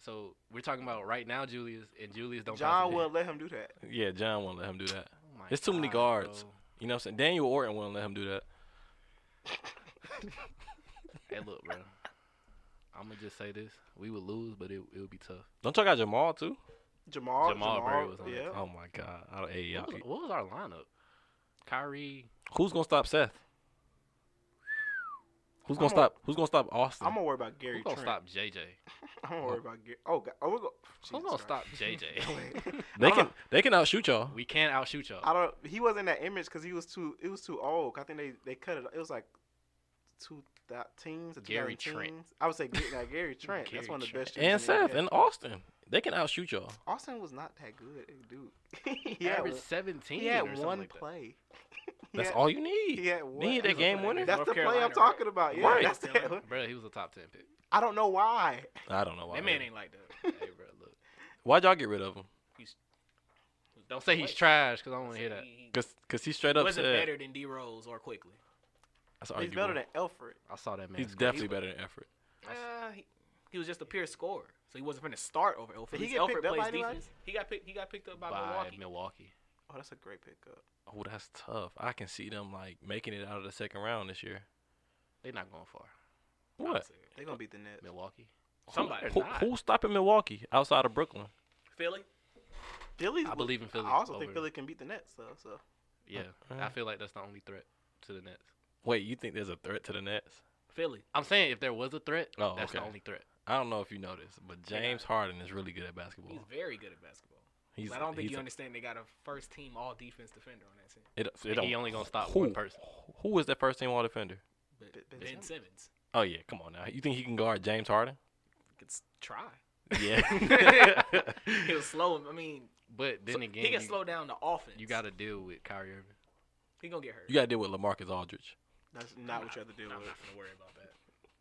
[SPEAKER 2] So we're talking about right now, Julius, and Julius don't.
[SPEAKER 3] John
[SPEAKER 2] concentrate.
[SPEAKER 3] wouldn't let him do that.
[SPEAKER 1] yeah, John won't let him do that.
[SPEAKER 2] Oh my
[SPEAKER 1] There's too many
[SPEAKER 2] God,
[SPEAKER 1] guards.
[SPEAKER 2] bro.
[SPEAKER 1] You know what I'm saying? Daniel Orton won't let him do that.
[SPEAKER 2] Hey, look, bro. I'm gonna just say this: we would lose, but it it would be tough.
[SPEAKER 1] Don't talk about Jamal too.
[SPEAKER 3] Jamal.
[SPEAKER 2] Jamal Murray was on that
[SPEAKER 3] yeah.
[SPEAKER 1] Oh my God. I don't, hey, y'all,
[SPEAKER 2] What was, what was our lineup? Kyrie.
[SPEAKER 1] who's gonna stop Seth? Who's gonna
[SPEAKER 3] I'm a-
[SPEAKER 1] stop? Who's gonna stop Austin?
[SPEAKER 3] I'm gonna worry about Gary
[SPEAKER 2] Who's gonna
[SPEAKER 3] Trent.
[SPEAKER 2] stop JJ?
[SPEAKER 3] I'm gonna worry about Gary. Oh, God. oh we're go-
[SPEAKER 2] Who's
[SPEAKER 3] Jesus
[SPEAKER 2] gonna stop
[SPEAKER 3] Christ.
[SPEAKER 2] JJ?
[SPEAKER 1] they
[SPEAKER 3] I'm
[SPEAKER 1] can
[SPEAKER 3] not-
[SPEAKER 1] they can outshoot y'all.
[SPEAKER 2] we can't outshoot y'all.
[SPEAKER 3] I don't. He wasn't in that image because he was too. It was too old. I think they they cut it. It was like two that teams.
[SPEAKER 2] Gary Trent.
[SPEAKER 3] I would say Ga- now Gary Trent.
[SPEAKER 2] Gary
[SPEAKER 3] That's one of the
[SPEAKER 2] Trent.
[SPEAKER 3] best. shooters
[SPEAKER 1] And
[SPEAKER 3] in the
[SPEAKER 1] Seth
[SPEAKER 3] NBA.
[SPEAKER 1] and Austin. They can outshoot y'all.
[SPEAKER 3] Austin was not that good, at Duke. yeah,
[SPEAKER 2] average 17
[SPEAKER 3] he had
[SPEAKER 2] or something
[SPEAKER 3] one
[SPEAKER 2] like that.
[SPEAKER 3] play. He
[SPEAKER 1] That's
[SPEAKER 3] had-
[SPEAKER 1] all you need.
[SPEAKER 3] He had one.
[SPEAKER 1] They need that game winner.
[SPEAKER 3] That's
[SPEAKER 4] North
[SPEAKER 3] the play I'm
[SPEAKER 4] Carolina,
[SPEAKER 3] talking
[SPEAKER 4] right?
[SPEAKER 3] about. Yeah,
[SPEAKER 1] Right.
[SPEAKER 3] that's the,
[SPEAKER 2] Bro, he was a top 10 pick.
[SPEAKER 3] I don't know why.
[SPEAKER 1] I don't know why.
[SPEAKER 4] That man ain't like that.
[SPEAKER 2] hey, bro, look.
[SPEAKER 1] Why'd y'all get rid of him?
[SPEAKER 2] Don't say he's trash because I don't want to hear that.
[SPEAKER 4] He,
[SPEAKER 1] Cause, cause he straight
[SPEAKER 4] he
[SPEAKER 1] up
[SPEAKER 4] wasn't
[SPEAKER 1] said
[SPEAKER 4] better than D Rose or quickly.
[SPEAKER 1] that's
[SPEAKER 3] He's
[SPEAKER 1] arguable.
[SPEAKER 3] better than Alfred.
[SPEAKER 2] I saw that man.
[SPEAKER 1] He's
[SPEAKER 2] score.
[SPEAKER 1] definitely better than effort.
[SPEAKER 4] Uh, he, he was just a pure scorer, so he wasn't going to start over Elfrid.
[SPEAKER 3] Did he
[SPEAKER 4] He
[SPEAKER 3] get
[SPEAKER 4] Elfrid
[SPEAKER 3] picked up
[SPEAKER 4] plays
[SPEAKER 3] by anybody?
[SPEAKER 4] defense. He got picked. He got picked up by,
[SPEAKER 2] by Milwaukee.
[SPEAKER 4] Milwaukee.
[SPEAKER 3] Oh, that's a great pickup.
[SPEAKER 1] Oh, that's tough. I can see them like making it out of the second round this year.
[SPEAKER 2] They're not going far.
[SPEAKER 1] What?
[SPEAKER 3] They're gonna beat the Nets.
[SPEAKER 2] Milwaukee.
[SPEAKER 1] Who-
[SPEAKER 4] Somebody.
[SPEAKER 1] Who,
[SPEAKER 2] not.
[SPEAKER 1] who's stopping Milwaukee outside of Brooklyn?
[SPEAKER 4] Philly.
[SPEAKER 3] Philly's.
[SPEAKER 2] I believe in Philly.
[SPEAKER 3] I also
[SPEAKER 2] over-
[SPEAKER 3] think Philly can beat the Nets though. So
[SPEAKER 2] Yeah,
[SPEAKER 1] Uh,
[SPEAKER 2] I feel like that's the only threat to the Nets.
[SPEAKER 1] Wait, you think there's a threat to the Nets?
[SPEAKER 4] Philly.
[SPEAKER 2] I'm saying if there was a threat,
[SPEAKER 1] Oh,
[SPEAKER 2] that's the
[SPEAKER 1] okay.
[SPEAKER 2] only threat.
[SPEAKER 1] I don't know if you know this, but
[SPEAKER 4] got-
[SPEAKER 1] James Harden is really good at basketball.
[SPEAKER 4] He's very good at basketball.
[SPEAKER 1] He's,
[SPEAKER 4] But I don't think
[SPEAKER 1] he's a-
[SPEAKER 4] you understand. They got a first team all defense defender on that team.
[SPEAKER 1] It, it
[SPEAKER 2] he
[SPEAKER 1] don't-
[SPEAKER 2] only gonna stop
[SPEAKER 1] who,
[SPEAKER 2] one person.
[SPEAKER 1] Who is that first team all defender?
[SPEAKER 4] But
[SPEAKER 3] Ben- Ben
[SPEAKER 4] Ben, Simmons
[SPEAKER 1] Oh yeah, come on now. You think he can guard James Harden?
[SPEAKER 4] could s- try.
[SPEAKER 1] Yeah.
[SPEAKER 4] He'll slow him. I mean,
[SPEAKER 2] But then
[SPEAKER 4] so-
[SPEAKER 2] again,
[SPEAKER 4] he can
[SPEAKER 2] you,
[SPEAKER 4] slow down the offense.
[SPEAKER 2] you got to deal with Kyrie Irving.
[SPEAKER 4] He gonna get hurt.
[SPEAKER 1] you gotta deal with LaMarcus Aldridge.
[SPEAKER 3] that's not what you have to deal
[SPEAKER 4] I'm
[SPEAKER 3] with.
[SPEAKER 4] not gonna worry about that.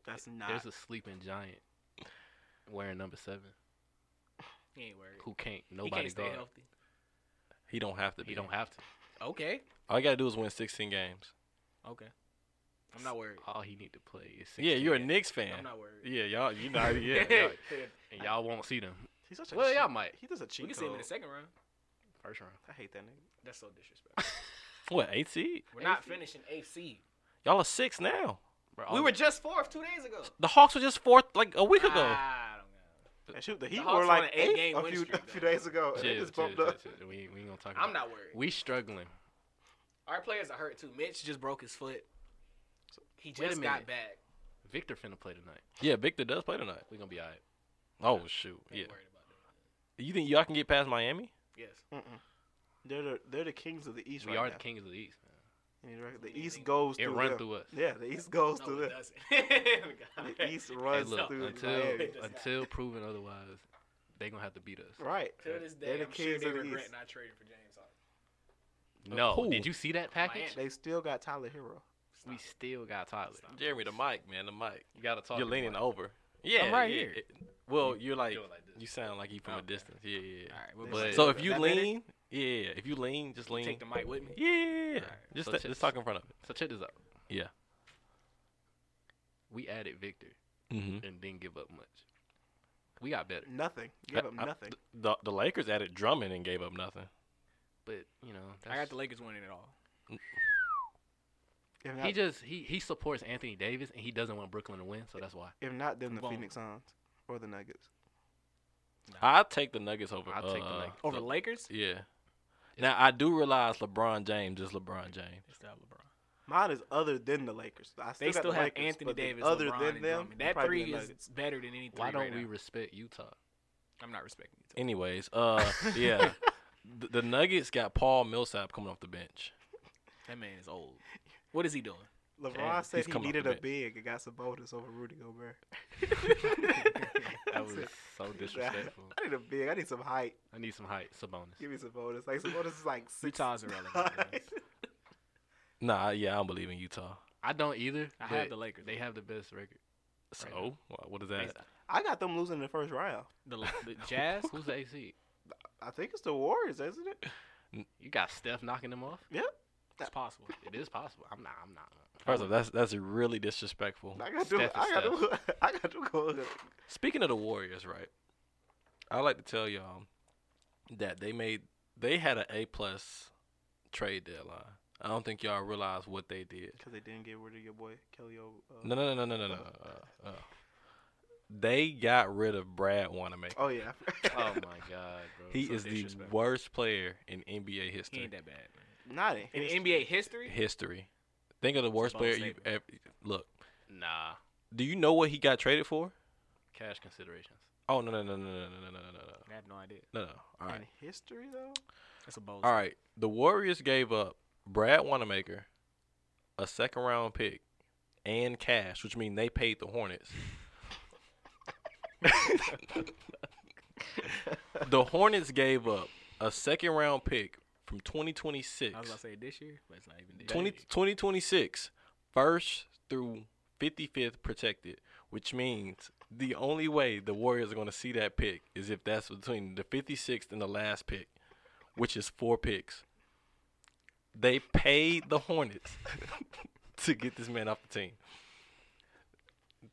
[SPEAKER 3] That's not.
[SPEAKER 2] There's a sleeping giant wearing number seven
[SPEAKER 4] He ain't worried.
[SPEAKER 2] who can't
[SPEAKER 4] He
[SPEAKER 2] nobody
[SPEAKER 4] can't stay
[SPEAKER 2] guard.
[SPEAKER 4] healthy.
[SPEAKER 1] He don't have to be.
[SPEAKER 2] He don't have to.
[SPEAKER 4] Okay.
[SPEAKER 1] All you gotta do is win 16 games.
[SPEAKER 4] Okay. I'm not worried.
[SPEAKER 2] All he need to play is
[SPEAKER 1] yeah,
[SPEAKER 2] 16.
[SPEAKER 1] you're a Knicks fan.
[SPEAKER 4] I'm not worried.
[SPEAKER 1] Yeah, y'all, you know, yeah. y'all-
[SPEAKER 2] and y'all won't see them
[SPEAKER 3] He's such a
[SPEAKER 2] Well,
[SPEAKER 3] cheat-
[SPEAKER 2] y'all might.
[SPEAKER 3] He does a cheat
[SPEAKER 4] we can see him in
[SPEAKER 3] code.
[SPEAKER 4] the second round.
[SPEAKER 2] first round.
[SPEAKER 3] I hate that nigga.
[SPEAKER 4] That's so disrespectful.
[SPEAKER 1] What eight seed?
[SPEAKER 4] We're not
[SPEAKER 2] AC.
[SPEAKER 4] finishing eighth seed.
[SPEAKER 1] Y'all are six now.
[SPEAKER 2] Bro,
[SPEAKER 4] We
[SPEAKER 2] all
[SPEAKER 4] were
[SPEAKER 2] the-
[SPEAKER 4] just fourth two days ago.
[SPEAKER 1] The Hawks were just fourth like a week ago.
[SPEAKER 2] Ah.
[SPEAKER 4] I don't know.
[SPEAKER 3] And shoot, the Heat
[SPEAKER 4] Hawks
[SPEAKER 3] were
[SPEAKER 4] were on
[SPEAKER 3] like
[SPEAKER 4] an eight
[SPEAKER 3] eighth
[SPEAKER 4] game
[SPEAKER 3] a
[SPEAKER 4] win
[SPEAKER 3] few,
[SPEAKER 4] streak,
[SPEAKER 3] a few
[SPEAKER 4] though.
[SPEAKER 3] days ago.
[SPEAKER 2] Chill,
[SPEAKER 3] they just
[SPEAKER 2] chill,
[SPEAKER 3] bumped
[SPEAKER 2] chill,
[SPEAKER 3] up.
[SPEAKER 2] chill. We ain't, we ain't gonna talk.
[SPEAKER 4] I'm
[SPEAKER 2] about
[SPEAKER 4] not worried.
[SPEAKER 2] it. We struggling.
[SPEAKER 4] Our players are hurt too. Mitch just broke his foot. He
[SPEAKER 2] Wait a
[SPEAKER 4] just got
[SPEAKER 2] minute.
[SPEAKER 4] back.
[SPEAKER 2] Victor finna play tonight.
[SPEAKER 1] Yeah, Victor does play tonight.
[SPEAKER 2] We gonna be alright.
[SPEAKER 1] Oh shoot.
[SPEAKER 4] Ain't
[SPEAKER 1] Yeah.
[SPEAKER 4] worried about that.
[SPEAKER 1] You think y'all can get past Miami?
[SPEAKER 4] Yes.
[SPEAKER 3] Mm-mm. They're the, they're the kings of the East
[SPEAKER 2] We
[SPEAKER 3] right
[SPEAKER 2] are
[SPEAKER 3] now.
[SPEAKER 2] the kings of the East. Man.
[SPEAKER 3] And you're right, The
[SPEAKER 4] What do you
[SPEAKER 3] East
[SPEAKER 4] mean?
[SPEAKER 3] goes
[SPEAKER 2] It
[SPEAKER 3] through
[SPEAKER 2] run
[SPEAKER 3] them.
[SPEAKER 2] through us.
[SPEAKER 3] Yeah, the East goes
[SPEAKER 4] No, Oh
[SPEAKER 3] through
[SPEAKER 4] it
[SPEAKER 3] them.
[SPEAKER 4] doesn't.
[SPEAKER 3] The East
[SPEAKER 2] Hey,
[SPEAKER 3] runs
[SPEAKER 2] look,
[SPEAKER 3] through
[SPEAKER 2] until
[SPEAKER 3] Miami.
[SPEAKER 4] Just-
[SPEAKER 2] until proven otherwise, they gonna have to beat us.
[SPEAKER 3] Right.
[SPEAKER 4] To this
[SPEAKER 3] They're
[SPEAKER 4] day,
[SPEAKER 3] the
[SPEAKER 4] I'm sure
[SPEAKER 3] kings
[SPEAKER 4] they
[SPEAKER 3] of the
[SPEAKER 4] regret
[SPEAKER 3] East.
[SPEAKER 4] not trading for James Harden.
[SPEAKER 2] No,
[SPEAKER 1] Who?
[SPEAKER 2] did you see that package?
[SPEAKER 4] Miami.
[SPEAKER 3] They still got Tyler Hero.
[SPEAKER 2] We still got Tyler.
[SPEAKER 4] Stop.
[SPEAKER 1] Jeremy, the mic, man, the mic.
[SPEAKER 2] You gotta talk.
[SPEAKER 1] you're
[SPEAKER 2] to
[SPEAKER 1] leaning
[SPEAKER 2] Mike.
[SPEAKER 1] over. Yeah,
[SPEAKER 2] right
[SPEAKER 1] yeah.
[SPEAKER 2] here.
[SPEAKER 1] It- well, you're like,
[SPEAKER 2] Do it like this.
[SPEAKER 1] you sound like you from a
[SPEAKER 2] Okay.
[SPEAKER 1] distance. Yeah, yeah. yeah.
[SPEAKER 2] All right,
[SPEAKER 3] They
[SPEAKER 2] we're
[SPEAKER 3] might
[SPEAKER 2] but
[SPEAKER 3] do
[SPEAKER 1] So
[SPEAKER 3] Yeah.
[SPEAKER 1] if you
[SPEAKER 3] That minute?
[SPEAKER 1] lean, yeah, yeah, if you lean, just lean.
[SPEAKER 4] Take the mic with me.
[SPEAKER 1] yeah, yeah, yeah.
[SPEAKER 2] Alright,
[SPEAKER 1] just
[SPEAKER 2] so
[SPEAKER 1] ta-
[SPEAKER 2] check-
[SPEAKER 1] just talk in front of it.
[SPEAKER 2] so check this out.
[SPEAKER 1] Yeah.
[SPEAKER 2] We added Victor
[SPEAKER 1] Mm-hmm.
[SPEAKER 2] and didn't give up much. We got better,
[SPEAKER 3] Nothing. Give up nothing.
[SPEAKER 1] the the Lakers added Drummond and gave up nothing.
[SPEAKER 2] but you know
[SPEAKER 4] I got
[SPEAKER 2] that's-
[SPEAKER 4] the Lakers winning it all.
[SPEAKER 3] If
[SPEAKER 2] He
[SPEAKER 3] not,
[SPEAKER 2] just he he supports Anthony Davis and he doesn't want Brooklyn to win, so that's why.
[SPEAKER 3] if not then the
[SPEAKER 4] Boom.
[SPEAKER 3] Phoenix Suns or the Nuggets.
[SPEAKER 1] I take the Nuggets over.
[SPEAKER 2] I'll take the
[SPEAKER 1] uh,
[SPEAKER 2] Nuggets.
[SPEAKER 4] Over Lakers?
[SPEAKER 1] Yeah. Now I do realize LeBron James is LeBron James.
[SPEAKER 4] It's still LeBron.
[SPEAKER 3] Mine is other than the Lakers. I
[SPEAKER 4] They
[SPEAKER 3] got
[SPEAKER 4] still
[SPEAKER 3] the
[SPEAKER 4] have
[SPEAKER 3] Lakers,
[SPEAKER 4] Anthony
[SPEAKER 3] but then
[SPEAKER 4] Davis,
[SPEAKER 3] Other
[SPEAKER 4] LeBron,
[SPEAKER 3] than
[SPEAKER 4] and
[SPEAKER 3] them,
[SPEAKER 4] Drummond. that
[SPEAKER 3] probably the
[SPEAKER 4] three is
[SPEAKER 3] Nuggets.
[SPEAKER 4] better than any three.
[SPEAKER 2] Why don't
[SPEAKER 4] right
[SPEAKER 2] we
[SPEAKER 4] now.
[SPEAKER 2] respect Utah?
[SPEAKER 4] I'm not respecting you.
[SPEAKER 1] Anyways, uh, yeah, the, the Nuggets got Paul Millsap coming off the bench.
[SPEAKER 4] That man is old. What is he doing?
[SPEAKER 3] LeBron
[SPEAKER 1] Yeah, he's
[SPEAKER 3] said he
[SPEAKER 1] come off
[SPEAKER 3] needed
[SPEAKER 1] the
[SPEAKER 3] a
[SPEAKER 1] bench.
[SPEAKER 3] big and got Sabonis over Rudy Gobert.
[SPEAKER 2] That was so disrespectful.
[SPEAKER 3] I need a big. I need some height.
[SPEAKER 2] I need some height, Sabonis.
[SPEAKER 3] Give me Sabonis. Like Sabonis is like six.
[SPEAKER 4] Utah's irrelevant. man.
[SPEAKER 1] Nah, yeah, I don't believe in Utah.
[SPEAKER 2] I don't either.
[SPEAKER 4] I
[SPEAKER 2] but
[SPEAKER 4] have the Lakers.
[SPEAKER 2] They have the best record.
[SPEAKER 1] So
[SPEAKER 2] Right now.
[SPEAKER 1] wha- what is that?
[SPEAKER 3] I got them losing in the first round.
[SPEAKER 4] The, the Jazz.
[SPEAKER 2] Who's the AC?
[SPEAKER 3] I think it's the Warriors, isn't it?
[SPEAKER 2] You got Steph knocking them off.
[SPEAKER 4] It's possible.
[SPEAKER 2] It is possible. I'm not. I'm not.
[SPEAKER 1] First off, that's that's really disrespectful.
[SPEAKER 3] I got to.
[SPEAKER 2] Steph is
[SPEAKER 3] I got to. I got to go.
[SPEAKER 1] Speaking of the Warriors, right? I like to tell y'all that they made they had an A plus trade deadline. I don't think y'all realize what they did.
[SPEAKER 3] Because they didn't get rid of your boy Kelly. O, uh,
[SPEAKER 1] No, no, no, no, no, no, no. Uh, uh, they got rid of Brad Wanamaker.
[SPEAKER 3] Oh yeah.
[SPEAKER 2] oh my god, bro.
[SPEAKER 1] He
[SPEAKER 2] So
[SPEAKER 1] is the
[SPEAKER 2] disrespectful.
[SPEAKER 1] worst player in NBA
[SPEAKER 4] He
[SPEAKER 1] history.
[SPEAKER 4] ain't that bad. Man.
[SPEAKER 3] Not in,
[SPEAKER 4] In
[SPEAKER 3] history.
[SPEAKER 4] NBA history,
[SPEAKER 1] History. Think of the worst
[SPEAKER 4] bold
[SPEAKER 1] player you've
[SPEAKER 4] statement.
[SPEAKER 1] ever. Look,
[SPEAKER 2] nah
[SPEAKER 1] do you know what he got traded for?
[SPEAKER 2] cash considerations.
[SPEAKER 1] Oh no no no no no no no no no no
[SPEAKER 4] I have no idea.
[SPEAKER 1] no no. All right,
[SPEAKER 3] In history though.
[SPEAKER 4] That's a bold.
[SPEAKER 1] all right. The Warriors gave up Brad Wanamaker, a second round pick, and cash, which means they paid the Hornets. the Hornets gave up a second round pick from 2026.
[SPEAKER 4] I was about to say this year, but it's not even this
[SPEAKER 1] 20,
[SPEAKER 4] year.
[SPEAKER 1] 2026, first through 55th protected, which means the only way the Warriors are going to see that pick is if that's between the 56th and the last pick, which is four picks. They paid the Hornets to get this man off the team.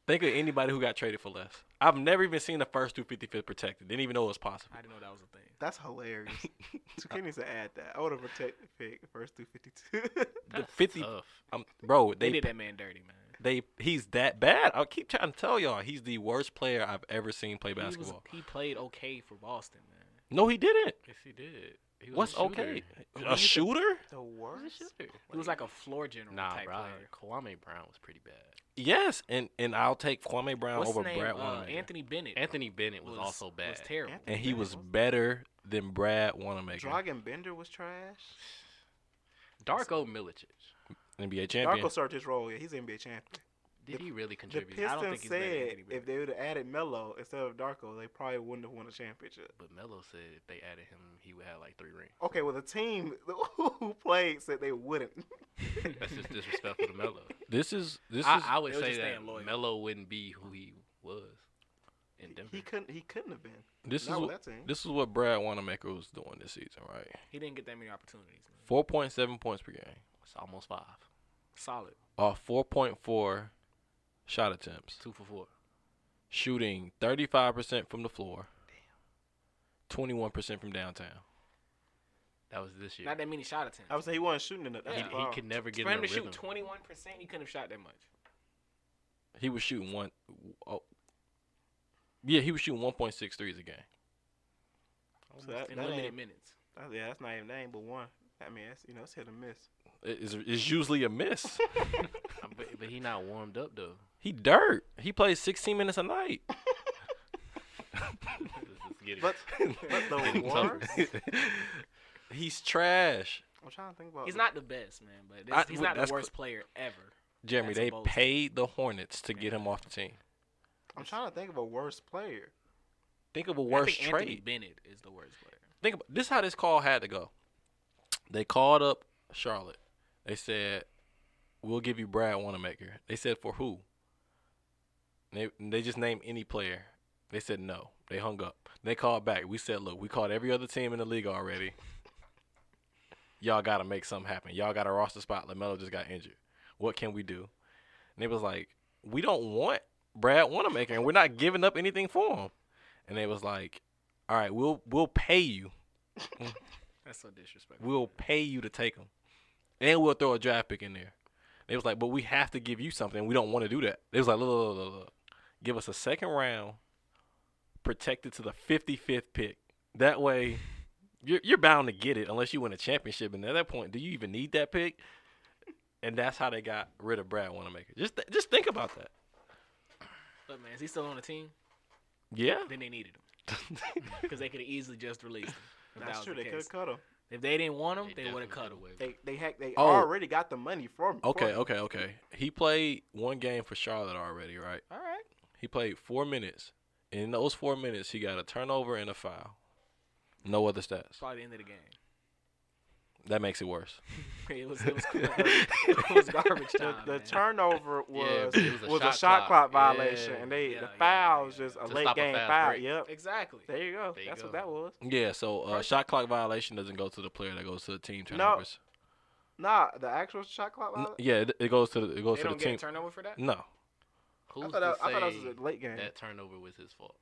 [SPEAKER 1] Think of anybody who got traded for less. I've never even seen the first through 55th protected. Didn't even know it was possible.
[SPEAKER 4] I didn't know that was a thing.
[SPEAKER 3] That's hilarious. so Kenny needs to add that. I want to protect the pick first through fifty-two.
[SPEAKER 1] The
[SPEAKER 2] That's
[SPEAKER 1] 50,
[SPEAKER 2] tough.
[SPEAKER 1] um, bro,
[SPEAKER 4] They,
[SPEAKER 1] they
[SPEAKER 4] did that man dirty, man.
[SPEAKER 1] they he's that bad. I keep trying to tell y'all he's the worst player I've ever seen play
[SPEAKER 4] He, was-
[SPEAKER 1] basketball.
[SPEAKER 4] he played okay for Boston, man.
[SPEAKER 1] No, he didn't.
[SPEAKER 2] Yes, he did. He was a
[SPEAKER 1] What's
[SPEAKER 2] shooter.
[SPEAKER 1] okay?
[SPEAKER 2] He
[SPEAKER 1] A
[SPEAKER 2] was
[SPEAKER 1] shooter?
[SPEAKER 2] He
[SPEAKER 3] the
[SPEAKER 2] was a
[SPEAKER 3] worst.
[SPEAKER 2] shooter.
[SPEAKER 4] He was like a floor general
[SPEAKER 2] nah,
[SPEAKER 4] type
[SPEAKER 2] bro.
[SPEAKER 4] player.
[SPEAKER 2] Kwame Brown was pretty bad.
[SPEAKER 1] Yes, and and I'll take Kwame Brown
[SPEAKER 4] What's
[SPEAKER 1] over
[SPEAKER 4] his name?
[SPEAKER 1] Brad
[SPEAKER 4] Uh,
[SPEAKER 1] Wanamaker,
[SPEAKER 4] Anthony Bennett.
[SPEAKER 2] Anthony Bennett was, also bad.
[SPEAKER 4] Was terrible.
[SPEAKER 3] Anthony
[SPEAKER 1] and he
[SPEAKER 3] Bennett
[SPEAKER 1] was better than Brad Wanamaker,
[SPEAKER 3] Dragon Bender was trash.
[SPEAKER 2] Darko Milicic.
[SPEAKER 1] NBA
[SPEAKER 3] Darko
[SPEAKER 1] champion.
[SPEAKER 3] started his role. Yeah, he's NBA champion.
[SPEAKER 2] Did
[SPEAKER 3] The-
[SPEAKER 2] he really
[SPEAKER 3] The
[SPEAKER 2] contribute? I don't
[SPEAKER 3] Pistons
[SPEAKER 2] think he's better than
[SPEAKER 3] said
[SPEAKER 2] Anthony
[SPEAKER 3] if
[SPEAKER 2] Bennett.
[SPEAKER 3] they would have added Melo instead of Darko, they probably wouldn't have won a championship.
[SPEAKER 2] But Melo said if they added him, he would have like three rings.
[SPEAKER 3] Okay, well the team who played said they wouldn't.
[SPEAKER 2] That's just disrespectful to Melo.
[SPEAKER 1] This is this
[SPEAKER 2] I,
[SPEAKER 1] is
[SPEAKER 2] I would
[SPEAKER 4] They was
[SPEAKER 2] say
[SPEAKER 4] just
[SPEAKER 2] that
[SPEAKER 4] staying loyal.
[SPEAKER 2] Melo wouldn't be who he was in Denver.
[SPEAKER 3] He couldn't. He couldn't have been.
[SPEAKER 1] this is
[SPEAKER 3] Not with
[SPEAKER 1] what,
[SPEAKER 3] that team.
[SPEAKER 1] this is what Brad Wanamaker was doing this season, right?
[SPEAKER 4] He didn't get that many opportunities. Man.
[SPEAKER 1] Four point seven points per game,
[SPEAKER 2] It's almost five.
[SPEAKER 4] Solid.
[SPEAKER 1] off four point four shot attempts.
[SPEAKER 2] Two for four.
[SPEAKER 1] shooting 35% from the floor, 21% from downtown.
[SPEAKER 2] That was this year.
[SPEAKER 4] Not that many shot attempts.
[SPEAKER 3] I would say he wasn't shooting enough.
[SPEAKER 2] he,
[SPEAKER 3] That's
[SPEAKER 4] Yeah.
[SPEAKER 3] the
[SPEAKER 2] he
[SPEAKER 3] problem.
[SPEAKER 2] could never get
[SPEAKER 4] for
[SPEAKER 2] in
[SPEAKER 4] him
[SPEAKER 2] a
[SPEAKER 4] to
[SPEAKER 2] rhythm.
[SPEAKER 4] shoot 21 percent, he couldn't have shot that much.
[SPEAKER 1] He was shooting one oh Yeah, he was shooting 1.6 threes a game.
[SPEAKER 3] So that,
[SPEAKER 4] in
[SPEAKER 3] that
[SPEAKER 4] limited
[SPEAKER 3] ain't-
[SPEAKER 4] minutes.
[SPEAKER 3] that- yeah, that's not even that ain't but one. I mean, that's, you know, it's hit or miss.
[SPEAKER 1] It- It's, it's usually a miss.
[SPEAKER 2] Uh, but, but he not warmed up though.
[SPEAKER 1] he dirt. He plays 16 minutes a night.
[SPEAKER 2] This is getting-
[SPEAKER 3] But, but the
[SPEAKER 2] Getting tougher.
[SPEAKER 3] worst.
[SPEAKER 1] He's trash.
[SPEAKER 3] I'm trying to think about.
[SPEAKER 4] He's
[SPEAKER 3] the-
[SPEAKER 4] not the best, man, but
[SPEAKER 1] I-
[SPEAKER 4] this, he's
[SPEAKER 1] well,
[SPEAKER 4] not
[SPEAKER 1] that's
[SPEAKER 4] the
[SPEAKER 1] cl-
[SPEAKER 4] worst player ever.
[SPEAKER 1] Jeremy,
[SPEAKER 4] That's a
[SPEAKER 1] they
[SPEAKER 4] bold
[SPEAKER 1] paid the Hornets to get him off the team.
[SPEAKER 3] I'm trying to think of a worse player.
[SPEAKER 1] Think of a
[SPEAKER 4] I
[SPEAKER 1] worse
[SPEAKER 4] think Anthony
[SPEAKER 1] trade.
[SPEAKER 4] Bennett is the worst player.
[SPEAKER 1] think about this is how this call had to go. They called up Charlotte. They said, we'll give you Brad Wanamaker. They said for who? They they just named any player. They said no. They hung up. They called back. We said, look, we called every other team in the league already. Y'all gotta make something happen. Y'all got a roster spot. Lamelo just got injured. What can we do? And they was like, we don't want Brad Wanamaker, and we're not giving up anything for him. And they was like, all right, we'll we'll pay you.
[SPEAKER 4] That's so disrespectful.
[SPEAKER 1] We'll pay you to take him, and we'll throw a draft pick in there. They was like, but we have to give you something. We don't want to do that. They was like, look, look, look, look, look. give us a second round, protected to the fifty fifth pick. That way, you're you're bound to get it unless you win a championship. And at that point, do you even need that pick? And that's how they got rid of Brad Wanamaker. Just th- just think about that.
[SPEAKER 4] Look, man, is he still on the team?
[SPEAKER 1] Yeah.
[SPEAKER 4] Then they needed him because they could have easily just released him. if that
[SPEAKER 3] That's
[SPEAKER 4] was
[SPEAKER 3] true.
[SPEAKER 4] the
[SPEAKER 3] They
[SPEAKER 4] case.
[SPEAKER 3] could cut him.
[SPEAKER 4] If they didn't want him, they,
[SPEAKER 2] definitely
[SPEAKER 4] would have cut him.
[SPEAKER 2] could've waived
[SPEAKER 3] They they hack. They
[SPEAKER 1] Oh.
[SPEAKER 3] already got the money from. for
[SPEAKER 1] Okay,
[SPEAKER 3] him.
[SPEAKER 1] okay, okay. He played one game for Charlotte already, right?
[SPEAKER 4] All right.
[SPEAKER 1] He played four minutes. And in those four minutes, he got a turnover and a foul. No other
[SPEAKER 4] It's
[SPEAKER 1] stats.
[SPEAKER 4] probably the end of the game.
[SPEAKER 1] That makes it worse.
[SPEAKER 4] It was it was, it was garbage
[SPEAKER 3] The,
[SPEAKER 4] time.
[SPEAKER 3] the
[SPEAKER 4] man.
[SPEAKER 3] turnover
[SPEAKER 2] Oh, Yeah,
[SPEAKER 3] was
[SPEAKER 2] but it was a
[SPEAKER 3] was a
[SPEAKER 2] shot
[SPEAKER 3] shot clock,
[SPEAKER 2] clock.
[SPEAKER 3] violation,
[SPEAKER 2] Yeah.
[SPEAKER 3] and they
[SPEAKER 4] Yeah,
[SPEAKER 3] the
[SPEAKER 4] yeah,
[SPEAKER 3] foul was
[SPEAKER 4] yeah.
[SPEAKER 3] just a
[SPEAKER 2] To
[SPEAKER 3] late
[SPEAKER 2] stop a
[SPEAKER 3] game
[SPEAKER 2] fast
[SPEAKER 3] foul.
[SPEAKER 2] break.
[SPEAKER 3] Yep.
[SPEAKER 4] exactly.
[SPEAKER 3] There you go.
[SPEAKER 2] There you
[SPEAKER 3] That's what
[SPEAKER 2] go.
[SPEAKER 3] that was.
[SPEAKER 1] Yeah, so uh, shot clock violation doesn't go to the player. That goes to the team turnovers.
[SPEAKER 3] Nah, the actual shot clock.
[SPEAKER 1] N-
[SPEAKER 3] violation?
[SPEAKER 1] yeah, it, it goes to the, it goes
[SPEAKER 4] They
[SPEAKER 1] to the
[SPEAKER 4] don't get
[SPEAKER 1] team.
[SPEAKER 4] a turnover for that.
[SPEAKER 1] no.
[SPEAKER 2] Who's
[SPEAKER 3] I thought
[SPEAKER 2] to
[SPEAKER 3] that, I thought that
[SPEAKER 2] say
[SPEAKER 3] was a late game.
[SPEAKER 2] that turnover was his fault?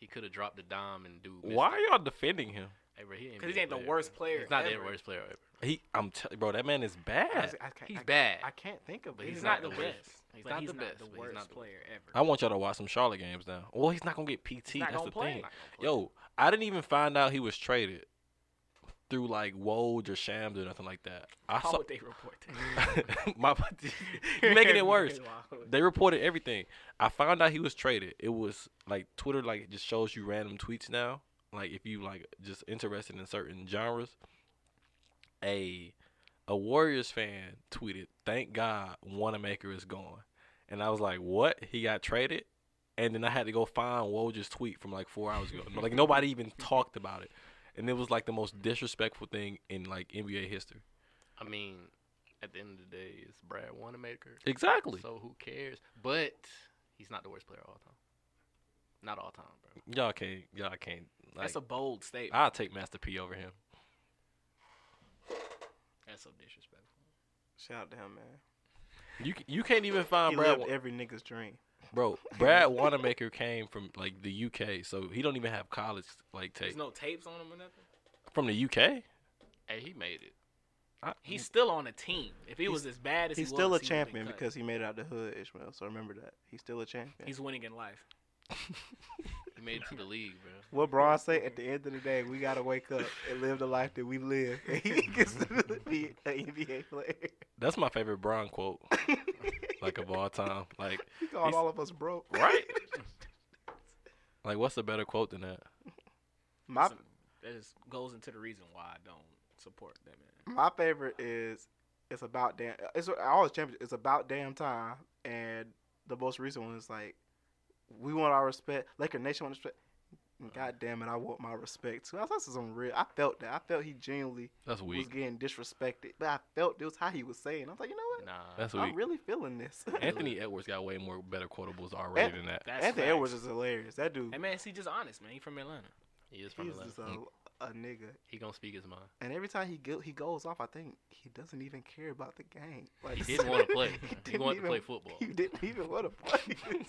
[SPEAKER 2] He could have dropped the dime and do.
[SPEAKER 1] Why are y'all defending him?
[SPEAKER 2] Hey, bro, he ain't,
[SPEAKER 4] Because
[SPEAKER 2] be
[SPEAKER 4] he
[SPEAKER 2] a
[SPEAKER 4] ain't the
[SPEAKER 2] player,
[SPEAKER 4] worst
[SPEAKER 2] bro.
[SPEAKER 4] player.
[SPEAKER 2] He's not
[SPEAKER 4] ever.
[SPEAKER 2] the worst player ever.
[SPEAKER 1] He, I'm telling bro, that man is bad.
[SPEAKER 3] Honestly, I can't-
[SPEAKER 2] He's
[SPEAKER 3] I-
[SPEAKER 2] bad.
[SPEAKER 3] I can't think of
[SPEAKER 2] But
[SPEAKER 3] it.
[SPEAKER 4] He's,
[SPEAKER 2] He's
[SPEAKER 4] not,
[SPEAKER 2] not
[SPEAKER 4] the
[SPEAKER 2] the
[SPEAKER 4] best.
[SPEAKER 2] worst.
[SPEAKER 4] He's
[SPEAKER 2] But
[SPEAKER 4] not
[SPEAKER 2] he's
[SPEAKER 4] the
[SPEAKER 2] not
[SPEAKER 4] best.
[SPEAKER 2] the
[SPEAKER 4] the
[SPEAKER 2] worst. He's not
[SPEAKER 4] worst
[SPEAKER 2] the
[SPEAKER 4] player
[SPEAKER 1] I
[SPEAKER 4] ever.
[SPEAKER 1] want y'all to watch some Charlotte games now. Well, he's not gonna get PT.
[SPEAKER 4] He's not
[SPEAKER 1] That's
[SPEAKER 4] gonna
[SPEAKER 1] the
[SPEAKER 4] play.
[SPEAKER 1] thing. Yo, I didn't even find out he was traded through like Woj or Shams or nothing like that. I
[SPEAKER 4] How
[SPEAKER 1] saw
[SPEAKER 4] would they report that?
[SPEAKER 1] my you're making it worse.
[SPEAKER 4] Wow.
[SPEAKER 1] They reported everything. I found out he was traded. It was like Twitter like just shows you random tweets now. Like if you like just interested in certain genres. A a Warriors fan tweeted, Thank God Wanamaker is gone. And I was like, What? He got traded? And then I had to go find Woj's tweet from like four hours ago. like nobody even talked about it. And it was like the most disrespectful thing in like NBA history.
[SPEAKER 2] I mean, at the end of the day, it's Brad Wanamaker.
[SPEAKER 1] Exactly.
[SPEAKER 2] So who cares? But he's not the worst player of all time. Not all time, bro.
[SPEAKER 1] Y'all can't y'all can't like
[SPEAKER 4] That's a bold statement.
[SPEAKER 1] I'll take Master P over him.
[SPEAKER 4] That's so disrespectful.
[SPEAKER 3] Shout out to him, man.
[SPEAKER 1] You c- you can't even find
[SPEAKER 3] He
[SPEAKER 1] Brad,
[SPEAKER 3] lived
[SPEAKER 1] Wa-
[SPEAKER 3] every nigga's dream.
[SPEAKER 1] bro. Brad Wanamaker came from like the UK, so he don't even have college like tape
[SPEAKER 4] There's no tapes on him or nothing.
[SPEAKER 1] from the UK.
[SPEAKER 2] Hey, he made it.
[SPEAKER 1] I,
[SPEAKER 4] He's still on the team. If he was as bad as
[SPEAKER 3] He's
[SPEAKER 4] he
[SPEAKER 3] still
[SPEAKER 4] was,
[SPEAKER 3] a
[SPEAKER 4] he would've
[SPEAKER 3] champion
[SPEAKER 4] been cut.
[SPEAKER 3] because he made it out the hood, Ishmael. So remember that. He's still a champion.
[SPEAKER 4] he's winning in life.
[SPEAKER 2] He made it to the league, bro.
[SPEAKER 3] what Braun say at the end of the day, we gotta wake up and live the life that we live. And he gets to be an NBA player.
[SPEAKER 1] that's my favorite Bron quote, like of all time. Like
[SPEAKER 3] he called
[SPEAKER 1] He's-
[SPEAKER 3] all of us broke.
[SPEAKER 1] right? like what's a better quote than that?
[SPEAKER 3] My
[SPEAKER 4] So that just goes into the reason why I don't support that man.
[SPEAKER 3] my favorite is it's about damn. It's all his championships. It's about damn time. And the most recent one is like, we want our respect. Laker Nation want respect. God damn it, I want my respect too. I thought this was unreal. I felt that. I felt he genuinely
[SPEAKER 1] That's
[SPEAKER 3] was
[SPEAKER 1] weak.
[SPEAKER 3] getting disrespected, but I felt it was how he was saying. I was like, you know what?
[SPEAKER 2] Nah.
[SPEAKER 1] That's
[SPEAKER 3] I'm
[SPEAKER 1] weak.
[SPEAKER 3] really feeling this.
[SPEAKER 1] Anthony Edwards got way more better quotables already than that.
[SPEAKER 4] That's
[SPEAKER 3] Anthony
[SPEAKER 4] facts.
[SPEAKER 3] Edwards is hilarious. That dude,
[SPEAKER 4] That man, see, just honest man. He from Atlanta.
[SPEAKER 2] he is from
[SPEAKER 3] he's
[SPEAKER 2] Atlanta.
[SPEAKER 3] just a, a nigga.
[SPEAKER 2] He gonna speak his mind.
[SPEAKER 3] And every time he go, he goes off, I think he doesn't even care about the game. Like
[SPEAKER 2] He didn't want to play.
[SPEAKER 3] He
[SPEAKER 2] he
[SPEAKER 3] didn't
[SPEAKER 2] wanted
[SPEAKER 3] even-
[SPEAKER 2] to play football.
[SPEAKER 3] He didn't even want to play.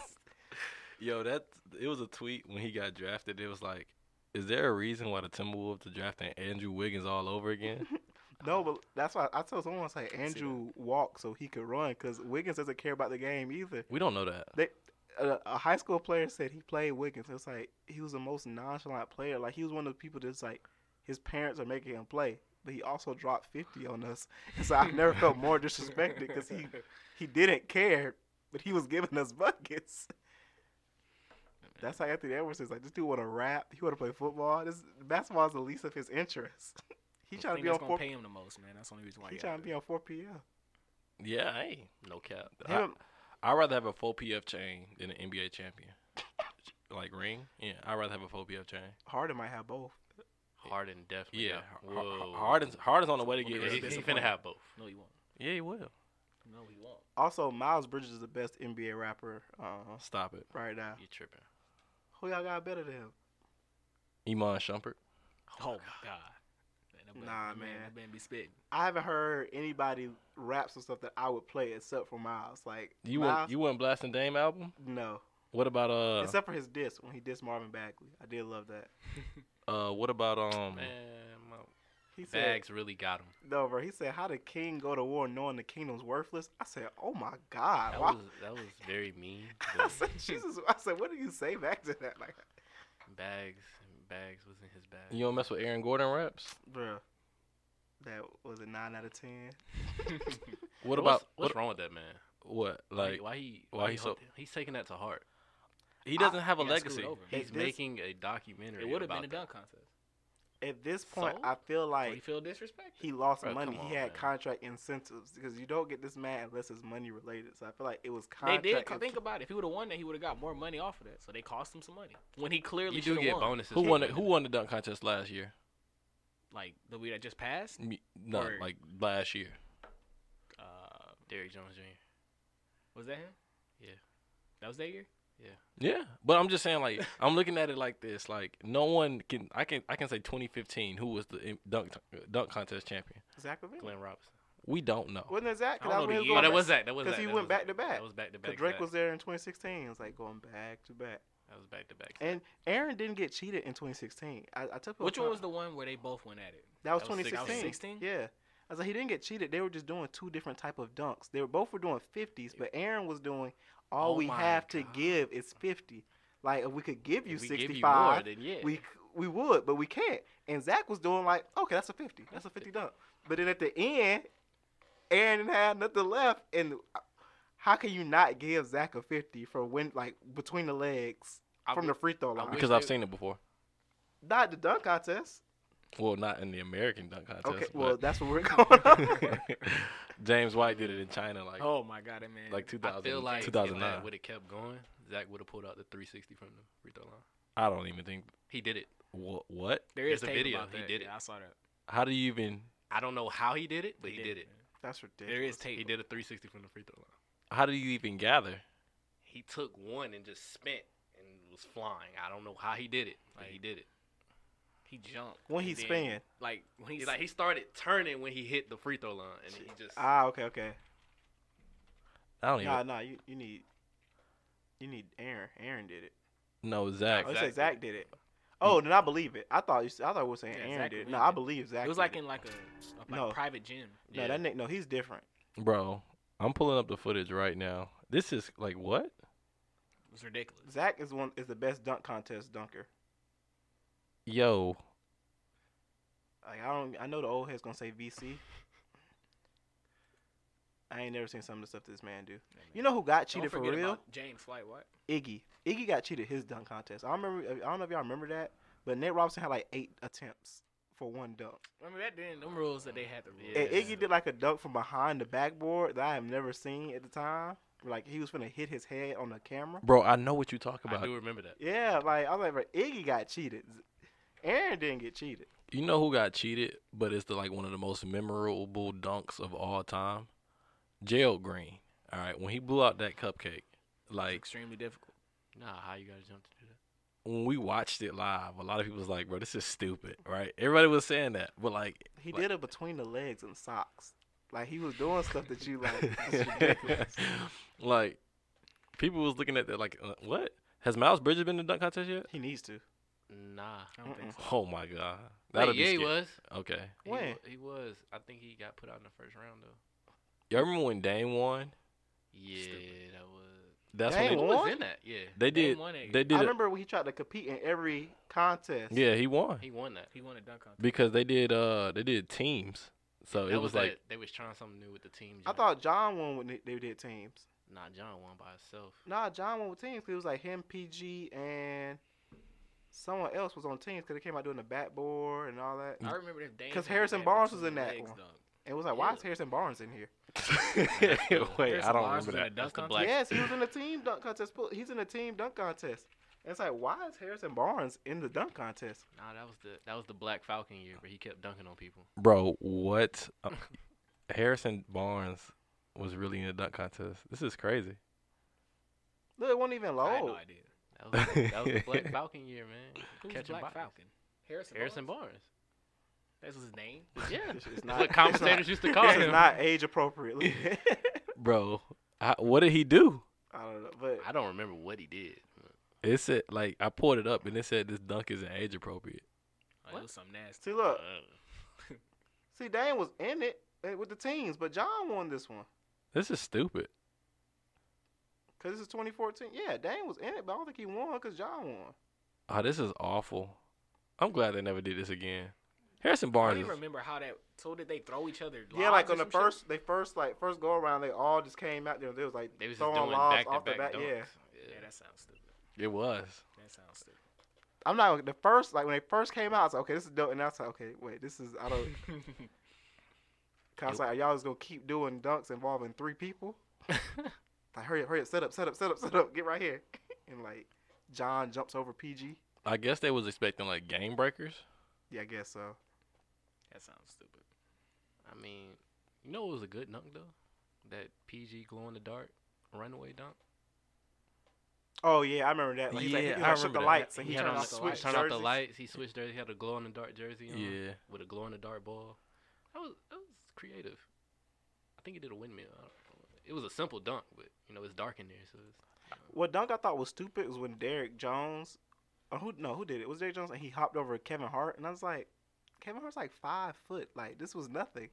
[SPEAKER 1] Yo, that it was a tweet when he got drafted. It was like, is there a reason why the Timberwolves are drafting Andrew Wiggins all over again?
[SPEAKER 3] no, but that's why I told someone say Andrew walked so he could run because Wiggins doesn't care about the game either.
[SPEAKER 1] we don't know that.
[SPEAKER 3] a, a high school player said he played Wiggins. It's like he was the most nonchalant player. Like he was one of the people that's like his parents are making him play, but he also dropped fifty on us. And so I've never felt more disrespected because he he didn't care, but he was giving us buckets. That's how Anthony Edwards is. Like this dude want to rap. He want to play football. This basketball is the least of his interest. he
[SPEAKER 4] The
[SPEAKER 3] trying to
[SPEAKER 4] thing
[SPEAKER 3] be
[SPEAKER 4] that's
[SPEAKER 3] on
[SPEAKER 4] gonna
[SPEAKER 3] four.
[SPEAKER 4] pay him the most, man. That's the only reason why
[SPEAKER 3] He
[SPEAKER 4] he
[SPEAKER 3] trying to be on four PL.
[SPEAKER 1] Yeah, hey.
[SPEAKER 2] No cap.
[SPEAKER 1] I,
[SPEAKER 3] Him-
[SPEAKER 1] I'd rather have a full PF chain than an NBA champion. like ring? Yeah, I'd rather have a full PF chain.
[SPEAKER 3] Harden might have both.
[SPEAKER 2] Harden definitely.
[SPEAKER 1] Yeah.
[SPEAKER 2] got-
[SPEAKER 1] Har- Har-
[SPEAKER 2] Whoa.
[SPEAKER 1] Harden's Harden's on the way to
[SPEAKER 2] He,
[SPEAKER 1] get
[SPEAKER 4] Well,
[SPEAKER 2] he,
[SPEAKER 1] his.
[SPEAKER 4] it's
[SPEAKER 2] he
[SPEAKER 4] disappointing.
[SPEAKER 2] finna have both.
[SPEAKER 4] No, you won't.
[SPEAKER 1] Yeah, he will.
[SPEAKER 4] No, he won't.
[SPEAKER 3] Also, Miles Bridges is the best NBA rapper uh,
[SPEAKER 1] Stop it.
[SPEAKER 3] right now.
[SPEAKER 2] You tripping?
[SPEAKER 3] Who y'all got better than him?
[SPEAKER 1] Iman Shumpert.
[SPEAKER 4] Oh, my God. Man, that
[SPEAKER 3] Nah,
[SPEAKER 4] that
[SPEAKER 3] man.
[SPEAKER 4] That man be spitting.
[SPEAKER 3] I haven't heard anybody rap some stuff that I would play except for Miles. Like
[SPEAKER 1] You
[SPEAKER 3] Miles,
[SPEAKER 1] went you went blasting Dame album.
[SPEAKER 3] no,
[SPEAKER 1] What about uh
[SPEAKER 3] except for his diss when he dissed Marvin Bagley. I did love that.
[SPEAKER 1] uh what about um
[SPEAKER 2] Man, my
[SPEAKER 3] He said,
[SPEAKER 2] bags really got him.
[SPEAKER 3] "No, bro." He said, "How did King go to war knowing the kingdom's worthless?" I said, "Oh my God!"
[SPEAKER 2] That
[SPEAKER 3] why-
[SPEAKER 2] was that was very mean.
[SPEAKER 3] I
[SPEAKER 2] but
[SPEAKER 3] said, "Jesus!" I said, "What do you say back to that?" Like,
[SPEAKER 2] bags, bags was in his bag.
[SPEAKER 1] you don't mess with Aaron Gordon raps?
[SPEAKER 3] bro, that was a nine out of ten.
[SPEAKER 1] What
[SPEAKER 2] What's-
[SPEAKER 1] about
[SPEAKER 2] what's
[SPEAKER 1] what,
[SPEAKER 2] wrong with that man?
[SPEAKER 1] what
[SPEAKER 2] Like
[SPEAKER 1] like
[SPEAKER 2] why he
[SPEAKER 1] why he
[SPEAKER 2] he
[SPEAKER 1] so-
[SPEAKER 2] hooked it? he's taking that to heart.
[SPEAKER 1] he doesn't have a
[SPEAKER 4] He got screwed
[SPEAKER 1] legacy.
[SPEAKER 4] over.
[SPEAKER 3] At
[SPEAKER 2] He's
[SPEAKER 3] this-
[SPEAKER 2] making a documentary.
[SPEAKER 4] It would have been a
[SPEAKER 2] about that.
[SPEAKER 4] dunk contest.
[SPEAKER 3] At this point,
[SPEAKER 2] So?
[SPEAKER 3] I feel
[SPEAKER 4] Like,
[SPEAKER 3] like
[SPEAKER 4] you feel disrespect?
[SPEAKER 3] he lost
[SPEAKER 2] Bro,
[SPEAKER 3] money.
[SPEAKER 2] come
[SPEAKER 3] he
[SPEAKER 2] on,
[SPEAKER 3] had
[SPEAKER 2] man.
[SPEAKER 3] contract incentives because you don't get this mad unless it's money related. So I feel like it was
[SPEAKER 4] They
[SPEAKER 3] contract.
[SPEAKER 4] did.
[SPEAKER 3] in-
[SPEAKER 4] Think about it. If he would have won that, he would have got more money off of that. So they cost him some money when he clearly
[SPEAKER 2] You do
[SPEAKER 4] should
[SPEAKER 2] get
[SPEAKER 4] have won.
[SPEAKER 2] bonuses.
[SPEAKER 1] Who
[SPEAKER 2] for Uh,
[SPEAKER 1] won it?
[SPEAKER 2] winning
[SPEAKER 1] Who won the dunk contest last year?
[SPEAKER 4] Like the week that just passed.
[SPEAKER 1] Me- No,
[SPEAKER 4] Or-
[SPEAKER 1] like last year.
[SPEAKER 4] Uh,
[SPEAKER 2] Derrick Jones Jr.
[SPEAKER 4] was that him?
[SPEAKER 2] Yeah.
[SPEAKER 4] That was that year.
[SPEAKER 1] Yeah, but I'm just saying, like, I'm looking at it like this: like, no one can, I can, I can say 2015, who was the im- dunk eh, dunk contest champion?
[SPEAKER 3] Zach Levine.
[SPEAKER 2] Glenn Robinson.
[SPEAKER 1] We don't know.
[SPEAKER 3] Wasn't it Zach? 'Cause
[SPEAKER 4] I
[SPEAKER 3] that
[SPEAKER 4] don't
[SPEAKER 3] was
[SPEAKER 4] know the
[SPEAKER 3] his
[SPEAKER 4] year.
[SPEAKER 2] Oh,
[SPEAKER 3] going
[SPEAKER 2] that
[SPEAKER 3] back-
[SPEAKER 2] was that. That was
[SPEAKER 3] 'Cause
[SPEAKER 2] that.
[SPEAKER 3] he
[SPEAKER 2] that
[SPEAKER 3] went
[SPEAKER 2] was
[SPEAKER 3] back
[SPEAKER 2] that.
[SPEAKER 3] to back.
[SPEAKER 2] That was back to back.
[SPEAKER 3] Cause Drake
[SPEAKER 2] Zach.
[SPEAKER 3] was there in 2016. It's like going back to back.
[SPEAKER 2] That was back to back. Zach.
[SPEAKER 3] And Aaron didn't get cheated in 2016. I, I took
[SPEAKER 4] Which one was the one where they both went at it?
[SPEAKER 3] that was
[SPEAKER 2] that was
[SPEAKER 3] 2016.
[SPEAKER 4] 16?
[SPEAKER 3] Yeah. I was like, he didn't get cheated. They were just doing two different type of dunks. They were both were doing 50s, but Aaron was doing all
[SPEAKER 2] Oh
[SPEAKER 3] we
[SPEAKER 2] my
[SPEAKER 3] have to
[SPEAKER 2] God.
[SPEAKER 3] give is 50. Like if we could give you
[SPEAKER 2] If we give you more,
[SPEAKER 3] 65,
[SPEAKER 2] then yeah.
[SPEAKER 3] we c- we would, but we can't. And Zach was doing like, okay, that's a 50. That's a 50 dunk. But then at the end, Aaron didn't have nothing left. And how can you not give Zach a 50 from when, like, between the legs
[SPEAKER 2] I
[SPEAKER 3] from
[SPEAKER 2] would-
[SPEAKER 3] the free throw
[SPEAKER 2] I
[SPEAKER 3] line?
[SPEAKER 2] would-
[SPEAKER 1] because I've seen it before.
[SPEAKER 3] Not the dunk contest.
[SPEAKER 1] Well, not in the American dunk contest.
[SPEAKER 3] Okay, well,
[SPEAKER 1] but-
[SPEAKER 3] that's what we're going on.
[SPEAKER 1] James White did it in China, like
[SPEAKER 4] Oh my god, that man.
[SPEAKER 1] like
[SPEAKER 2] I
[SPEAKER 1] 2000,
[SPEAKER 2] feel like if that
[SPEAKER 1] 2009.
[SPEAKER 2] would have kept going, Zach would have pulled out the 360 from the free throw line.
[SPEAKER 1] I don't even think
[SPEAKER 2] He did it.
[SPEAKER 1] what, what.
[SPEAKER 4] there is
[SPEAKER 2] there's a
[SPEAKER 4] tape
[SPEAKER 2] video.
[SPEAKER 4] About
[SPEAKER 2] He
[SPEAKER 4] that.
[SPEAKER 2] did it.
[SPEAKER 4] Yeah, I saw that.
[SPEAKER 1] How do you even?
[SPEAKER 2] I don't know how he did it, but he, did, it.
[SPEAKER 4] man.
[SPEAKER 3] that's
[SPEAKER 4] There
[SPEAKER 3] ridiculous.
[SPEAKER 4] is tape.
[SPEAKER 2] He did a 360 from the free throw line.
[SPEAKER 1] How do you even gather?
[SPEAKER 2] He took one and just spent and was flying. I don't know how he did it, but he
[SPEAKER 4] Like,
[SPEAKER 2] did it.
[SPEAKER 4] He jumped
[SPEAKER 3] When he
[SPEAKER 4] and then,
[SPEAKER 3] spin.
[SPEAKER 4] Like when he
[SPEAKER 2] He's like he started turning when he hit the free throw line, and he just
[SPEAKER 3] Ah, okay, okay.
[SPEAKER 1] I don't
[SPEAKER 3] Nah,
[SPEAKER 1] even
[SPEAKER 3] nah, you, you need you need Aaron. Aaron did it.
[SPEAKER 1] know Zach.
[SPEAKER 3] Oh, you said
[SPEAKER 2] Zach
[SPEAKER 3] Zach did it. Oh, then I believe it. I thought you. s- I thought we were saying
[SPEAKER 4] Yeah,
[SPEAKER 3] Aaron
[SPEAKER 4] Zach
[SPEAKER 3] did it.
[SPEAKER 4] believed
[SPEAKER 3] No, I
[SPEAKER 4] it.
[SPEAKER 3] believe Zach.
[SPEAKER 4] it was
[SPEAKER 3] did
[SPEAKER 4] like in like a, a like
[SPEAKER 3] No.
[SPEAKER 4] private gym.
[SPEAKER 3] No, that Nick. No, he's different.
[SPEAKER 1] Bro, I'm pulling up the footage right now. This is like what?
[SPEAKER 4] It was ridiculous.
[SPEAKER 3] Zach is one is the best dunk contest dunker.
[SPEAKER 1] Yo,
[SPEAKER 3] Like I don't. I know the old head's gonna say VC. I ain't never seen some of the stuff this man do. You know who got cheated
[SPEAKER 4] Don't
[SPEAKER 3] for
[SPEAKER 4] forget
[SPEAKER 3] real?
[SPEAKER 4] about James Flight. What?
[SPEAKER 3] Iggy. Iggy got cheated his dunk contest. I remember. I don't know if y'all remember that, but Nate Robinson had like eight attempts for one dunk.
[SPEAKER 4] I mean, that then them rules that they had to rule.
[SPEAKER 2] Yeah,
[SPEAKER 3] And
[SPEAKER 2] that's
[SPEAKER 3] Iggy did like a dunk from behind the backboard that I have never seen at the time. Like he was finna hit his head on the camera.
[SPEAKER 1] bro, I know what you talk
[SPEAKER 2] I
[SPEAKER 1] about.
[SPEAKER 2] do remember that.
[SPEAKER 3] Yeah, like I was like, bro, Iggy got cheated. Aaron didn't get cheated.
[SPEAKER 1] You know who got cheated, but it's the like one of the most memorable dunks of all time. Gerald Green. All right, when he blew out that cupcake,
[SPEAKER 4] It's
[SPEAKER 1] like
[SPEAKER 4] extremely difficult.
[SPEAKER 2] Nah, how you gotta jump to do that?
[SPEAKER 1] when we watched it live, a lot of people was like, "Bro, this is stupid," right? Everybody was saying that, but like,
[SPEAKER 3] He
[SPEAKER 1] like-
[SPEAKER 3] did it between the legs and socks. Like he was doing stuff that you like. "This is ridiculous."
[SPEAKER 1] like people was looking at that like, uh, "What has Miles Bridges been in the dunk contest yet?"
[SPEAKER 3] he needs to.
[SPEAKER 2] Nah.
[SPEAKER 4] I don't think so.
[SPEAKER 1] Oh my god,
[SPEAKER 2] Wait,
[SPEAKER 1] that'll
[SPEAKER 2] yeah,
[SPEAKER 1] be
[SPEAKER 2] he
[SPEAKER 1] scary.
[SPEAKER 2] was.
[SPEAKER 1] Okay,
[SPEAKER 2] He
[SPEAKER 3] When?
[SPEAKER 2] wa- He, was. I think he got put out in the first round though.
[SPEAKER 1] y'all remember when Dame won?
[SPEAKER 2] Yeah,
[SPEAKER 4] Stupid.
[SPEAKER 2] that was.
[SPEAKER 1] That's
[SPEAKER 3] Dame
[SPEAKER 1] when
[SPEAKER 2] Who
[SPEAKER 1] they,
[SPEAKER 3] won?
[SPEAKER 2] was in that? Yeah,
[SPEAKER 1] they
[SPEAKER 4] Dame
[SPEAKER 1] did.
[SPEAKER 4] won that
[SPEAKER 1] They
[SPEAKER 4] year.
[SPEAKER 1] did.
[SPEAKER 3] I
[SPEAKER 1] it-
[SPEAKER 3] remember when he tried to compete in every contest.
[SPEAKER 1] yeah, he won
[SPEAKER 2] he won that.
[SPEAKER 4] He won a dunk contest.
[SPEAKER 1] because they did. Uh, they did teams. So
[SPEAKER 2] That
[SPEAKER 1] it was like
[SPEAKER 2] that- they was trying something new with the team.
[SPEAKER 3] I
[SPEAKER 2] jump.
[SPEAKER 3] thought John won when they- they did teams.
[SPEAKER 2] Nah, John won by himself.
[SPEAKER 3] Nah, John won with teams. 'cause It was like him, PG, and someone else was on teams because they came out doing the backboard and all that.
[SPEAKER 4] I remember that Dame.
[SPEAKER 3] 'Cause
[SPEAKER 4] had
[SPEAKER 3] Harrison
[SPEAKER 4] that
[SPEAKER 3] Barnes
[SPEAKER 4] between
[SPEAKER 3] was in
[SPEAKER 4] the
[SPEAKER 3] that
[SPEAKER 4] legs
[SPEAKER 3] one.
[SPEAKER 4] dunk.
[SPEAKER 3] And it was like, why
[SPEAKER 2] Yeah.
[SPEAKER 3] is Harrison Barnes in here?
[SPEAKER 1] Wait, I
[SPEAKER 4] Harrison
[SPEAKER 1] don't
[SPEAKER 4] Barnes
[SPEAKER 1] remember
[SPEAKER 4] was in a
[SPEAKER 1] that.
[SPEAKER 4] dunk
[SPEAKER 2] the
[SPEAKER 4] contest.
[SPEAKER 2] black- Like-
[SPEAKER 3] yes, he was in the team dunk contest. Pu- He's in the team dunk contest. And it's like, why is Harrison Barnes in the dunk contest?
[SPEAKER 2] Nah, that was the that was the Black Falcon year, but he kept dunking on people.
[SPEAKER 1] Bro, what? Uh, Harrison Barnes was really in the dunk contest. This is crazy.
[SPEAKER 3] Look, it wasn't even
[SPEAKER 4] I had
[SPEAKER 3] low.
[SPEAKER 4] no idea.
[SPEAKER 2] That was, that was the Black Falcon year, man.
[SPEAKER 4] Who's
[SPEAKER 2] Catching bodies.
[SPEAKER 4] Black Falcon? Harrison.
[SPEAKER 2] Harrison
[SPEAKER 4] Barnes?
[SPEAKER 2] Barnes.
[SPEAKER 4] That's his name.
[SPEAKER 2] Yeah,
[SPEAKER 3] It's- it's
[SPEAKER 2] that's
[SPEAKER 3] not-
[SPEAKER 2] what
[SPEAKER 3] it's
[SPEAKER 2] commentators
[SPEAKER 3] not-
[SPEAKER 2] used to call
[SPEAKER 3] This is
[SPEAKER 2] him.
[SPEAKER 3] not age appropriately.
[SPEAKER 1] Bro, I, what did he do?
[SPEAKER 3] I don't know, but
[SPEAKER 2] I don't remember what he did.
[SPEAKER 1] It said like I pulled it up and it said this dunk isn't age appropriate.
[SPEAKER 4] Oh, it was something nasty.
[SPEAKER 3] see, look,
[SPEAKER 2] Uh,
[SPEAKER 3] see, Dane was in it eh, with the teams, but John won this one
[SPEAKER 1] This is stupid.
[SPEAKER 3] because this is 2014. Yeah, Dane was in it, but I don't think he won because John won.
[SPEAKER 1] Oh, this is awful. I'm glad they never did this again. Harrison
[SPEAKER 4] I don't
[SPEAKER 1] Barnes.
[SPEAKER 4] even
[SPEAKER 1] Is,
[SPEAKER 4] remember how that. So did they throw each other?
[SPEAKER 3] yeah, like
[SPEAKER 4] lobs
[SPEAKER 3] on
[SPEAKER 4] or
[SPEAKER 3] the
[SPEAKER 4] some shit?
[SPEAKER 3] first, they first like first go around, they all just came out there. They was like
[SPEAKER 2] they was just
[SPEAKER 3] throwing
[SPEAKER 2] doing
[SPEAKER 3] lobs
[SPEAKER 2] back
[SPEAKER 3] off
[SPEAKER 2] to
[SPEAKER 3] the
[SPEAKER 2] back
[SPEAKER 3] bat. Yeah,
[SPEAKER 2] dunks.
[SPEAKER 4] Yeah, that sounds stupid.
[SPEAKER 1] it was.
[SPEAKER 4] That sounds stupid.
[SPEAKER 3] I'm not the first. Like when they first came out, I was like, okay, this is dope, and I was like, okay, wait, this is I don't. Cause I was like, y'all just gonna keep doing dunks involving three people? Like, hurry up, hurry up, set up, set up, set up, set up, get right here. And like, John jumps over PG.
[SPEAKER 1] I guess they was expecting like game breakers.
[SPEAKER 3] Yeah, I guess so.
[SPEAKER 4] that sounds stupid.
[SPEAKER 2] I mean, you know, it was a good dunk though. That PG glow in the dark runaway dunk.
[SPEAKER 3] Oh yeah, I remember that. Like, he's like,
[SPEAKER 1] Yeah,
[SPEAKER 3] he, he
[SPEAKER 1] I
[SPEAKER 3] like, shook
[SPEAKER 1] remember
[SPEAKER 3] the
[SPEAKER 1] that.
[SPEAKER 3] lights and
[SPEAKER 4] He
[SPEAKER 3] he,
[SPEAKER 4] had
[SPEAKER 3] turned
[SPEAKER 4] on
[SPEAKER 3] off
[SPEAKER 4] the
[SPEAKER 3] switch
[SPEAKER 4] lights.
[SPEAKER 2] Turned off the
[SPEAKER 3] jerseys.
[SPEAKER 2] lights. He switched jerseys. He had a glow in the dark jersey on
[SPEAKER 1] Yeah.
[SPEAKER 2] with a glow in the dark ball. That was that was creative. I think he did a windmill. I don't it was a simple dunk, but you know it's dark in there, so it's,
[SPEAKER 3] What dunk I thought was stupid was when Derrick Jones, or who no, who did it? It was Derrick Jones, and he hopped over Kevin Hart, and I was like, Kevin Hart's like five foot. Like this was nothing.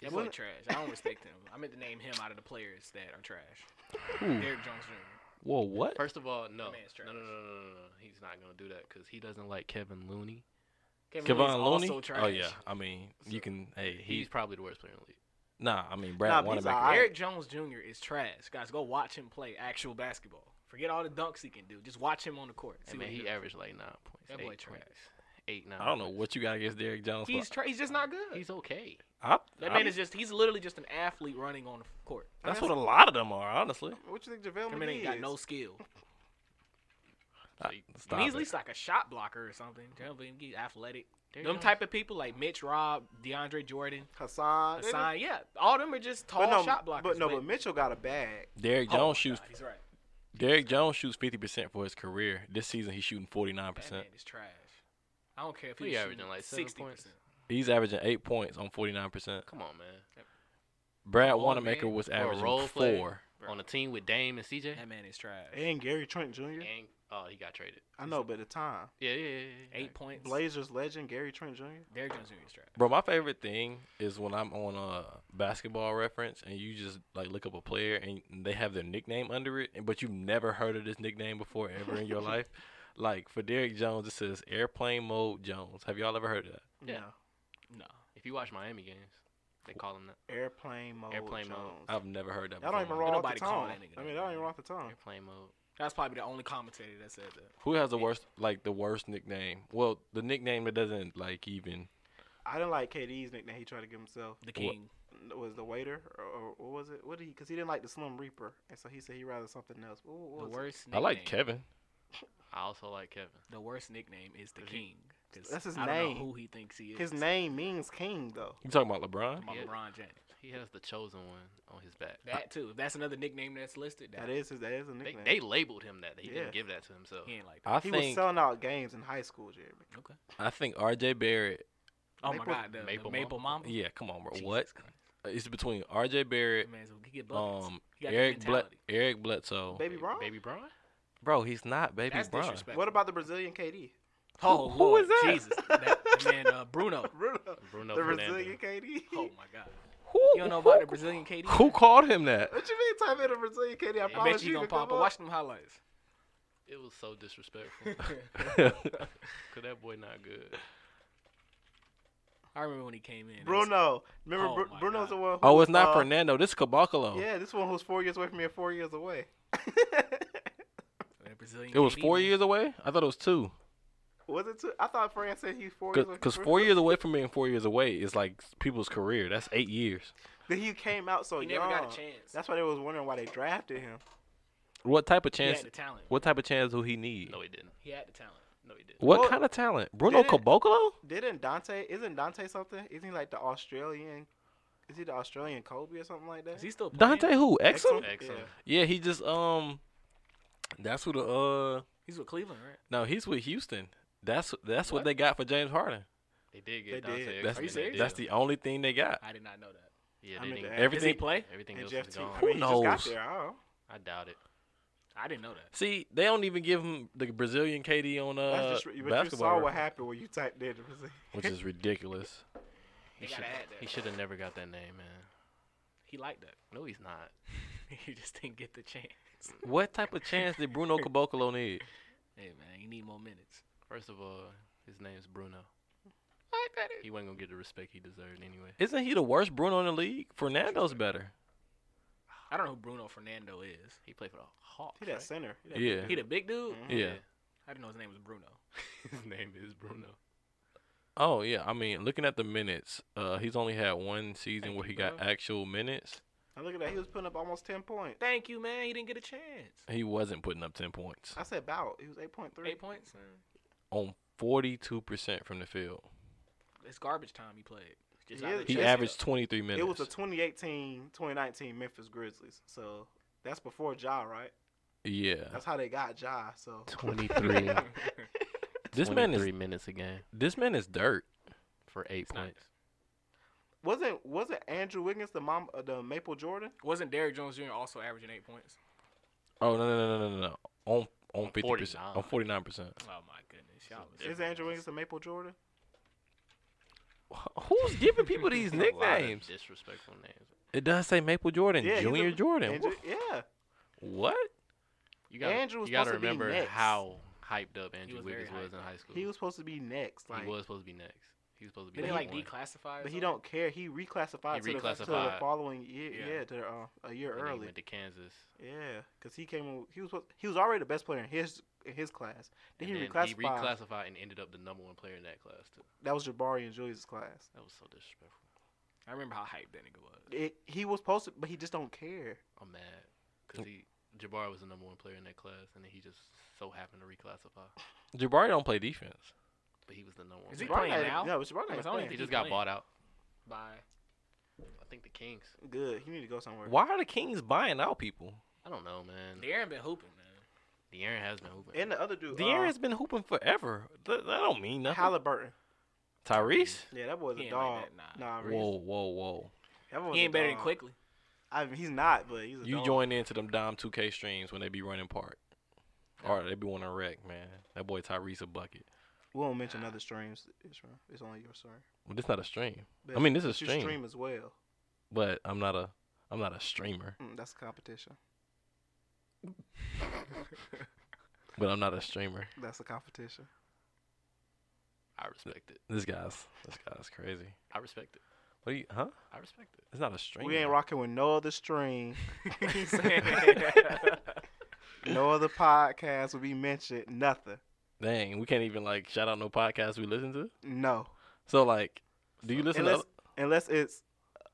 [SPEAKER 4] That boy
[SPEAKER 3] wasn't-
[SPEAKER 4] trash. I don't respect him. I meant to name him out of the players that are trash.
[SPEAKER 1] Who?
[SPEAKER 4] Derrick Jones Jr.
[SPEAKER 1] Whoa, what?
[SPEAKER 2] First of all, no,
[SPEAKER 4] man's
[SPEAKER 2] no, no, no, no,
[SPEAKER 4] trash.
[SPEAKER 2] no, no, no. He's not gonna do that because he doesn't like Kevin Looney.
[SPEAKER 4] Looney's
[SPEAKER 1] Kevon Looney.
[SPEAKER 4] Also trash.
[SPEAKER 1] Oh yeah. I mean, you
[SPEAKER 2] So-
[SPEAKER 1] can. Hey,
[SPEAKER 2] He's,
[SPEAKER 1] he.
[SPEAKER 2] probably the worst player in the league.
[SPEAKER 1] Nah, I mean Brad
[SPEAKER 3] Nah, but he's
[SPEAKER 1] Wanamaker.
[SPEAKER 3] alright.
[SPEAKER 4] Derrick Jones Jr. is trash. Guys, go watch him play actual basketball. Forget all the dunks he can do. Just watch him on the court. See
[SPEAKER 2] And
[SPEAKER 4] what
[SPEAKER 2] man,
[SPEAKER 4] he
[SPEAKER 2] he
[SPEAKER 4] does.
[SPEAKER 2] averaged like nine points.
[SPEAKER 4] That
[SPEAKER 2] eight
[SPEAKER 4] boy trash.
[SPEAKER 2] points, Eight nine.
[SPEAKER 1] I don't know
[SPEAKER 2] points.
[SPEAKER 1] what you got against Derrick Jones. but
[SPEAKER 4] He's tra- he's just not good.
[SPEAKER 2] He's okay.
[SPEAKER 1] I,
[SPEAKER 4] that
[SPEAKER 1] I-
[SPEAKER 4] man is just he's literally just an athlete running on the court.
[SPEAKER 1] That's what a lot of them are, honestly.
[SPEAKER 3] What you think JaVale
[SPEAKER 4] That man ain't
[SPEAKER 3] McGee
[SPEAKER 4] got
[SPEAKER 3] is?
[SPEAKER 4] no skill.
[SPEAKER 1] I-
[SPEAKER 2] you-
[SPEAKER 4] I
[SPEAKER 1] Ah, Stop
[SPEAKER 4] mean, he's
[SPEAKER 1] it.
[SPEAKER 4] at least like a shot blocker or something. Tell him he's athletic.
[SPEAKER 2] Derrick
[SPEAKER 4] Them
[SPEAKER 2] Jones-
[SPEAKER 4] type of people like Mitch Rob, DeAndre Jordan,
[SPEAKER 3] Hassan. Uh, they-
[SPEAKER 4] Hassan, yeah, all them are just tall
[SPEAKER 3] but no,
[SPEAKER 4] shot blockers.
[SPEAKER 3] But no, but Mitchell got a bag.
[SPEAKER 1] Derrick
[SPEAKER 4] Oh my
[SPEAKER 1] Jones shoots.
[SPEAKER 4] God, He's right.
[SPEAKER 1] Derrick Jones shoots fifty percent for his career. This season, he's shooting forty nine
[SPEAKER 4] That man
[SPEAKER 1] percent.
[SPEAKER 4] is trash. I don't care if
[SPEAKER 2] What
[SPEAKER 4] he's
[SPEAKER 2] he
[SPEAKER 4] averaging like sixty
[SPEAKER 2] seven points?
[SPEAKER 4] percent.
[SPEAKER 1] He's averaging eight points on forty nine percent.
[SPEAKER 2] Come on, man.
[SPEAKER 1] Brad
[SPEAKER 4] Come on,
[SPEAKER 1] Wanamaker
[SPEAKER 4] man.
[SPEAKER 1] was
[SPEAKER 2] a
[SPEAKER 1] averaging
[SPEAKER 2] role
[SPEAKER 1] four.
[SPEAKER 2] player.
[SPEAKER 4] Bro.
[SPEAKER 2] On a team with Dame and CJ.
[SPEAKER 4] That man is trash.
[SPEAKER 3] And Gary Trent Jr.
[SPEAKER 2] And oh, he got traded.
[SPEAKER 3] I know, but at the time,
[SPEAKER 2] Yeah, yeah, yeah. yeah, yeah.
[SPEAKER 4] Eight points.
[SPEAKER 3] Blazers legend Gary Trent Jr.
[SPEAKER 4] Derrick Jones Jr. is trash.
[SPEAKER 1] Bro, my favorite thing is when I'm on a basketball reference and you just like look up a player and they have their nickname under it, and- but you've never heard of this nickname before ever in your life. Like for Derrick Jones, it says Airplane Mode Jones. Have y'all ever heard of that?
[SPEAKER 3] Yeah.
[SPEAKER 2] Yeah.
[SPEAKER 4] No.
[SPEAKER 2] If you watch Miami games, they call him that.
[SPEAKER 3] Airplane mode.
[SPEAKER 2] Airplane
[SPEAKER 3] Airplane
[SPEAKER 2] mode.
[SPEAKER 3] mode.
[SPEAKER 1] I've never heard that. before.
[SPEAKER 3] That don't even
[SPEAKER 1] in my
[SPEAKER 3] roll off
[SPEAKER 4] nobody
[SPEAKER 3] the
[SPEAKER 4] call
[SPEAKER 3] tongue. I
[SPEAKER 4] that nigga
[SPEAKER 3] mean,
[SPEAKER 4] that,
[SPEAKER 3] that don't
[SPEAKER 4] man.
[SPEAKER 3] even roll off the tongue.
[SPEAKER 2] Airplane mode.
[SPEAKER 4] That's probably the only commentator that said that.
[SPEAKER 1] Who has the worst, like the worst nickname? Well, the nickname that doesn't like even.
[SPEAKER 3] I didn't like KD's nickname he tried to give himself.
[SPEAKER 4] The king.
[SPEAKER 3] Was the waiter or, or what was it? What did he? Because he didn't like the Slim Reaper, and so he said he rather something else. What, what was
[SPEAKER 4] The
[SPEAKER 3] it?
[SPEAKER 4] worst.
[SPEAKER 1] I like
[SPEAKER 4] nickname-
[SPEAKER 1] Kevin.
[SPEAKER 2] I also like Kevin.
[SPEAKER 4] The worst nickname is the
[SPEAKER 2] Is he-
[SPEAKER 4] king. 'cause
[SPEAKER 3] That's his
[SPEAKER 4] I don't
[SPEAKER 3] name.
[SPEAKER 4] know who he thinks he is.
[SPEAKER 3] His name means king, though.
[SPEAKER 1] You talking about LeBron?
[SPEAKER 4] Talking about
[SPEAKER 2] Yeah.
[SPEAKER 4] LeBron James.
[SPEAKER 2] He has the chosen one on his back.
[SPEAKER 4] That too. If that's another nickname that's listed, that,
[SPEAKER 3] That is his. That is a
[SPEAKER 2] They,
[SPEAKER 3] nickname.
[SPEAKER 2] they labeled him that. They
[SPEAKER 3] Yeah.
[SPEAKER 2] didn't give that to himself.
[SPEAKER 4] he ain't like that.
[SPEAKER 1] I
[SPEAKER 3] he was
[SPEAKER 1] think
[SPEAKER 3] selling out games in high school, Jeremy.
[SPEAKER 4] okay.
[SPEAKER 1] I think R.J. Barrett.
[SPEAKER 4] Oh
[SPEAKER 3] Maple-
[SPEAKER 4] my God, the the Maple,
[SPEAKER 2] Maple
[SPEAKER 4] Mamba.
[SPEAKER 1] Yeah, come on, bro.
[SPEAKER 4] Jesus
[SPEAKER 1] what?
[SPEAKER 4] Christ.
[SPEAKER 1] It's between R.J. Barrett,
[SPEAKER 4] That man's- he get buckets.
[SPEAKER 1] um,
[SPEAKER 4] He got that
[SPEAKER 1] Eric Ble-
[SPEAKER 4] mentality.
[SPEAKER 1] Eric Bledsoe.
[SPEAKER 3] Baby Ron.
[SPEAKER 2] Baby Braun?
[SPEAKER 1] Bro, he's not Baby
[SPEAKER 4] That's
[SPEAKER 1] Bron.
[SPEAKER 4] disrespectful.
[SPEAKER 3] What about the Brazilian KD?
[SPEAKER 1] Who-
[SPEAKER 4] Oh,
[SPEAKER 1] who
[SPEAKER 4] Lord,
[SPEAKER 1] is that?
[SPEAKER 4] Jesus, that that man uh, Bruno.
[SPEAKER 3] Bruno.
[SPEAKER 2] Bruno
[SPEAKER 3] The Brazilian
[SPEAKER 2] Fernandez.
[SPEAKER 3] KD.
[SPEAKER 4] Oh my God.
[SPEAKER 1] Who,
[SPEAKER 4] You don't know about the Brazilian KD?
[SPEAKER 1] Who called him that?
[SPEAKER 3] What you mean? Type in a Brazilian KD. I,
[SPEAKER 4] I bet
[SPEAKER 3] promise
[SPEAKER 4] you he
[SPEAKER 3] you,
[SPEAKER 4] gonna
[SPEAKER 3] to come
[SPEAKER 4] pop. But
[SPEAKER 3] up.
[SPEAKER 4] watch them highlights.
[SPEAKER 2] It was so disrespectful. Cause that boy not good.
[SPEAKER 4] I remember when he came in. it was-
[SPEAKER 3] Bruno. Remember,
[SPEAKER 4] Oh
[SPEAKER 3] Bru-
[SPEAKER 4] my
[SPEAKER 3] Bruno's
[SPEAKER 4] God.
[SPEAKER 3] the one. Who
[SPEAKER 1] oh,
[SPEAKER 3] was,
[SPEAKER 1] it's not
[SPEAKER 3] uh,
[SPEAKER 1] Fernando. This is Caboclo.
[SPEAKER 3] Yeah, this one was four years away from me and four years away.
[SPEAKER 4] that Brazilian
[SPEAKER 1] It was
[SPEAKER 4] KD
[SPEAKER 1] four
[SPEAKER 4] man.
[SPEAKER 1] years away? I thought it was two.
[SPEAKER 3] was it two? I thought Fran said he's four years away.
[SPEAKER 1] Because
[SPEAKER 3] from-
[SPEAKER 1] four years away from being four years away is like people's career. That's eight years.
[SPEAKER 3] Then he came out so
[SPEAKER 4] He
[SPEAKER 3] young.
[SPEAKER 4] never got a chance.
[SPEAKER 3] That's why they was wondering why they drafted him.
[SPEAKER 1] What type of
[SPEAKER 4] he
[SPEAKER 1] chance?
[SPEAKER 4] had the talent.
[SPEAKER 1] What type of chance do he need?
[SPEAKER 2] No, he didn't.
[SPEAKER 4] He had the talent.
[SPEAKER 2] No, he didn't.
[SPEAKER 1] What
[SPEAKER 3] Well,
[SPEAKER 1] kind of talent? Bruno
[SPEAKER 3] didn't-
[SPEAKER 1] Caboclo?
[SPEAKER 3] Didn't Dante? Isn't Dante something? Isn't he like the Australian Is he the Australian Kobe or something like that?
[SPEAKER 4] Is he still playing?
[SPEAKER 1] Dante who? Exum?
[SPEAKER 3] Exum?
[SPEAKER 2] Excellent.
[SPEAKER 1] Yeah, he just um that's who the uh
[SPEAKER 4] He's with Cleveland, right?
[SPEAKER 1] no, he's with Houston. That's that's what,
[SPEAKER 4] What?
[SPEAKER 1] they got for James Harden.
[SPEAKER 2] They did
[SPEAKER 3] They
[SPEAKER 2] get Dante.
[SPEAKER 3] did.
[SPEAKER 2] Exum
[SPEAKER 1] That's,
[SPEAKER 4] Are
[SPEAKER 2] in
[SPEAKER 4] you
[SPEAKER 2] that
[SPEAKER 4] serious?
[SPEAKER 2] deal.
[SPEAKER 1] that's the only thing they got.
[SPEAKER 4] I did not know that.
[SPEAKER 2] yeah.
[SPEAKER 3] I
[SPEAKER 2] They didn't,
[SPEAKER 3] mean, the-
[SPEAKER 2] get-
[SPEAKER 4] Does he
[SPEAKER 1] Everything
[SPEAKER 4] play?
[SPEAKER 2] everything
[SPEAKER 3] And
[SPEAKER 2] else
[SPEAKER 3] Jeff
[SPEAKER 2] is
[SPEAKER 3] T.
[SPEAKER 2] gone.
[SPEAKER 3] I mean, he just got
[SPEAKER 1] knows?
[SPEAKER 3] there. I don't know.
[SPEAKER 2] I doubt it.
[SPEAKER 4] I didn't know that.
[SPEAKER 1] See, they don't even give him the Brazilian KD on uh
[SPEAKER 3] That's just, but
[SPEAKER 1] basketball,
[SPEAKER 3] you saw what
[SPEAKER 1] reference,
[SPEAKER 3] happened when you typed in.
[SPEAKER 1] which is ridiculous.
[SPEAKER 2] He
[SPEAKER 4] They gotta
[SPEAKER 2] should.
[SPEAKER 4] add that.
[SPEAKER 2] He should have never got that name, man.
[SPEAKER 4] He liked that.
[SPEAKER 2] No, he's not.
[SPEAKER 4] he just didn't get the chance.
[SPEAKER 1] What type of chance did Bruno Caboclo need?
[SPEAKER 4] Hey man, you need more minutes.
[SPEAKER 2] First of all, his name's Bruno. He wasn't gonna get the respect he deserved anyway.
[SPEAKER 1] Isn't he the worst Bruno in the league? Fernando's better.
[SPEAKER 4] I don't know who Bruno Fernando is.
[SPEAKER 2] He played for the Hawks.
[SPEAKER 3] He that
[SPEAKER 2] right?
[SPEAKER 3] center. He that
[SPEAKER 1] Yeah.
[SPEAKER 4] He the big dude.
[SPEAKER 3] Mhm.
[SPEAKER 1] Yeah.
[SPEAKER 4] I didn't know his name was Bruno.
[SPEAKER 2] his name is Bruno.
[SPEAKER 1] Oh yeah, I mean, looking at the minutes, uh, he's only had one season
[SPEAKER 4] Thank
[SPEAKER 1] where
[SPEAKER 4] you,
[SPEAKER 1] he got
[SPEAKER 3] Uh-huh.
[SPEAKER 4] bro.
[SPEAKER 1] actual minutes.
[SPEAKER 3] And look at that. He was putting up almost 10 points.
[SPEAKER 4] Thank you, man. He didn't get a chance.
[SPEAKER 1] He wasn't putting up ten points
[SPEAKER 3] I said about. He was 8.3.
[SPEAKER 4] Eight points. man.
[SPEAKER 3] Mm-hmm.
[SPEAKER 1] on forty-two percent from the field.
[SPEAKER 4] It's garbage time he played. Just
[SPEAKER 3] He
[SPEAKER 4] out
[SPEAKER 3] is-
[SPEAKER 4] of the
[SPEAKER 1] He
[SPEAKER 3] Chase
[SPEAKER 4] chest.
[SPEAKER 1] averaged twenty-three minutes.
[SPEAKER 3] It was the 2018 2019 Memphis Grizzlies. So that's before Ja, right?
[SPEAKER 1] yeah,
[SPEAKER 3] That's how they got Ja. So
[SPEAKER 2] 23.
[SPEAKER 1] this man is
[SPEAKER 2] three minutes a game
[SPEAKER 1] this man is dirt.
[SPEAKER 2] for eight
[SPEAKER 4] not
[SPEAKER 2] points.
[SPEAKER 3] wasn't wasn't Andrew Wiggins the mom uh, the Maple Jordan?
[SPEAKER 4] Wasn't Derrick Jones Jr. also averaging eight points?
[SPEAKER 1] Oh no no no no no no on on
[SPEAKER 2] On
[SPEAKER 1] fifty percent
[SPEAKER 2] 49.
[SPEAKER 1] on forty-nine percent.
[SPEAKER 4] Oh my goodness, y'all. was-
[SPEAKER 3] Is Andrew Wiggins the Maple Jordan?
[SPEAKER 1] Who's giving people these
[SPEAKER 2] A lot of
[SPEAKER 1] nicknames?
[SPEAKER 2] disrespectful names.
[SPEAKER 1] It does say Maple Jordan,
[SPEAKER 3] Yeah, he's
[SPEAKER 1] Junior
[SPEAKER 3] a-
[SPEAKER 1] Jordan.
[SPEAKER 3] Andrew,
[SPEAKER 1] Wha-
[SPEAKER 3] yeah,
[SPEAKER 1] What?
[SPEAKER 2] You gotta,
[SPEAKER 3] Andrew was
[SPEAKER 2] you gotta
[SPEAKER 3] supposed to be
[SPEAKER 2] remember
[SPEAKER 3] next.
[SPEAKER 2] how hyped up Andrew
[SPEAKER 4] was very
[SPEAKER 2] Wiggins was
[SPEAKER 4] hyped
[SPEAKER 2] in
[SPEAKER 4] up.
[SPEAKER 2] high school.
[SPEAKER 3] he was supposed to be next.
[SPEAKER 2] He
[SPEAKER 3] Like,
[SPEAKER 2] was supposed to be next. He was supposed to be.
[SPEAKER 4] Did they
[SPEAKER 2] number
[SPEAKER 4] like
[SPEAKER 2] one.
[SPEAKER 4] declassify? or
[SPEAKER 3] but he
[SPEAKER 4] something?
[SPEAKER 3] don't care. He reclassified,
[SPEAKER 2] He
[SPEAKER 3] to, the, to the
[SPEAKER 2] reclassified.
[SPEAKER 3] following year.
[SPEAKER 4] Yeah.
[SPEAKER 3] Yeah, to uh, a year
[SPEAKER 2] And then he
[SPEAKER 3] early.
[SPEAKER 2] went to Kansas.
[SPEAKER 3] Yeah, because he came. in- He was supposed- he was already the best player in his in his class. Then
[SPEAKER 2] and
[SPEAKER 3] he
[SPEAKER 2] then he
[SPEAKER 3] reclassified.
[SPEAKER 2] reclassified and ended up the number one player in that class too.
[SPEAKER 3] that was Jabari and Julius' class.
[SPEAKER 2] That was so disrespectful.
[SPEAKER 4] I remember how hyped that nigga was.
[SPEAKER 3] It, he was supposed to, but he just don't care.
[SPEAKER 2] I'm mad because he Jabari was the number one player in that class, and then he just so happened to reclassify.
[SPEAKER 1] Jabari don't play defense.
[SPEAKER 2] But he was the number one.
[SPEAKER 4] Is he
[SPEAKER 2] player.
[SPEAKER 4] playing
[SPEAKER 3] not-
[SPEAKER 4] now?
[SPEAKER 3] No, but Jabari
[SPEAKER 4] It's
[SPEAKER 3] not
[SPEAKER 4] only
[SPEAKER 3] playing.
[SPEAKER 2] He
[SPEAKER 4] He
[SPEAKER 2] just got
[SPEAKER 4] playing.
[SPEAKER 2] bought out.
[SPEAKER 4] By
[SPEAKER 2] I think the Kings.
[SPEAKER 3] Good. He need to go somewhere.
[SPEAKER 1] Why are the Kings buying out people?
[SPEAKER 2] I don't know, man.
[SPEAKER 4] De'Aaron been hooping, man.
[SPEAKER 2] De'Aaron has been hooping.
[SPEAKER 3] And the other dude,
[SPEAKER 1] De'Aaron's been hooping forever. That, that don't mean
[SPEAKER 3] uh,
[SPEAKER 1] nothing.
[SPEAKER 3] Halliburton.
[SPEAKER 1] Tyrese?
[SPEAKER 3] Yeah, that boy's
[SPEAKER 4] He
[SPEAKER 3] a
[SPEAKER 4] ain't like
[SPEAKER 3] dog.
[SPEAKER 4] that, nah.
[SPEAKER 3] nah, Reese.
[SPEAKER 1] Whoa, whoa, whoa.
[SPEAKER 3] That boy's
[SPEAKER 4] He
[SPEAKER 3] a
[SPEAKER 4] ain't better than
[SPEAKER 3] dog.
[SPEAKER 4] quickly.
[SPEAKER 3] I mean, he's not, but he's a
[SPEAKER 1] You
[SPEAKER 3] dog.
[SPEAKER 1] join into them Dom 2K streams when they be running part. Or they be wanting to wreck, man. That boy Tyrese a bucket.
[SPEAKER 3] We won't mention other streams. It's, it's only your stream.
[SPEAKER 1] Well, this not a stream,
[SPEAKER 3] But
[SPEAKER 1] mean, this is
[SPEAKER 3] it's your
[SPEAKER 1] stream.
[SPEAKER 3] stream as well.
[SPEAKER 1] but I'm not a I'm not a streamer,
[SPEAKER 3] Mm, that's competition.
[SPEAKER 1] but I'm not a streamer.
[SPEAKER 3] That's a competition.
[SPEAKER 2] I respect it.
[SPEAKER 1] This guy's this guy's crazy.
[SPEAKER 2] I respect it.
[SPEAKER 1] What do you? Huh?
[SPEAKER 2] I respect it.
[SPEAKER 1] It's not a streamer.
[SPEAKER 3] We ain't rocking with no other stream.
[SPEAKER 4] He said that.
[SPEAKER 3] No other podcast will be mentioned. Nothing.
[SPEAKER 1] Dang, we can't even like shout out no podcast we listen to.
[SPEAKER 3] No.
[SPEAKER 1] So like, do you listen? to
[SPEAKER 3] Unless,
[SPEAKER 1] other-
[SPEAKER 3] unless it's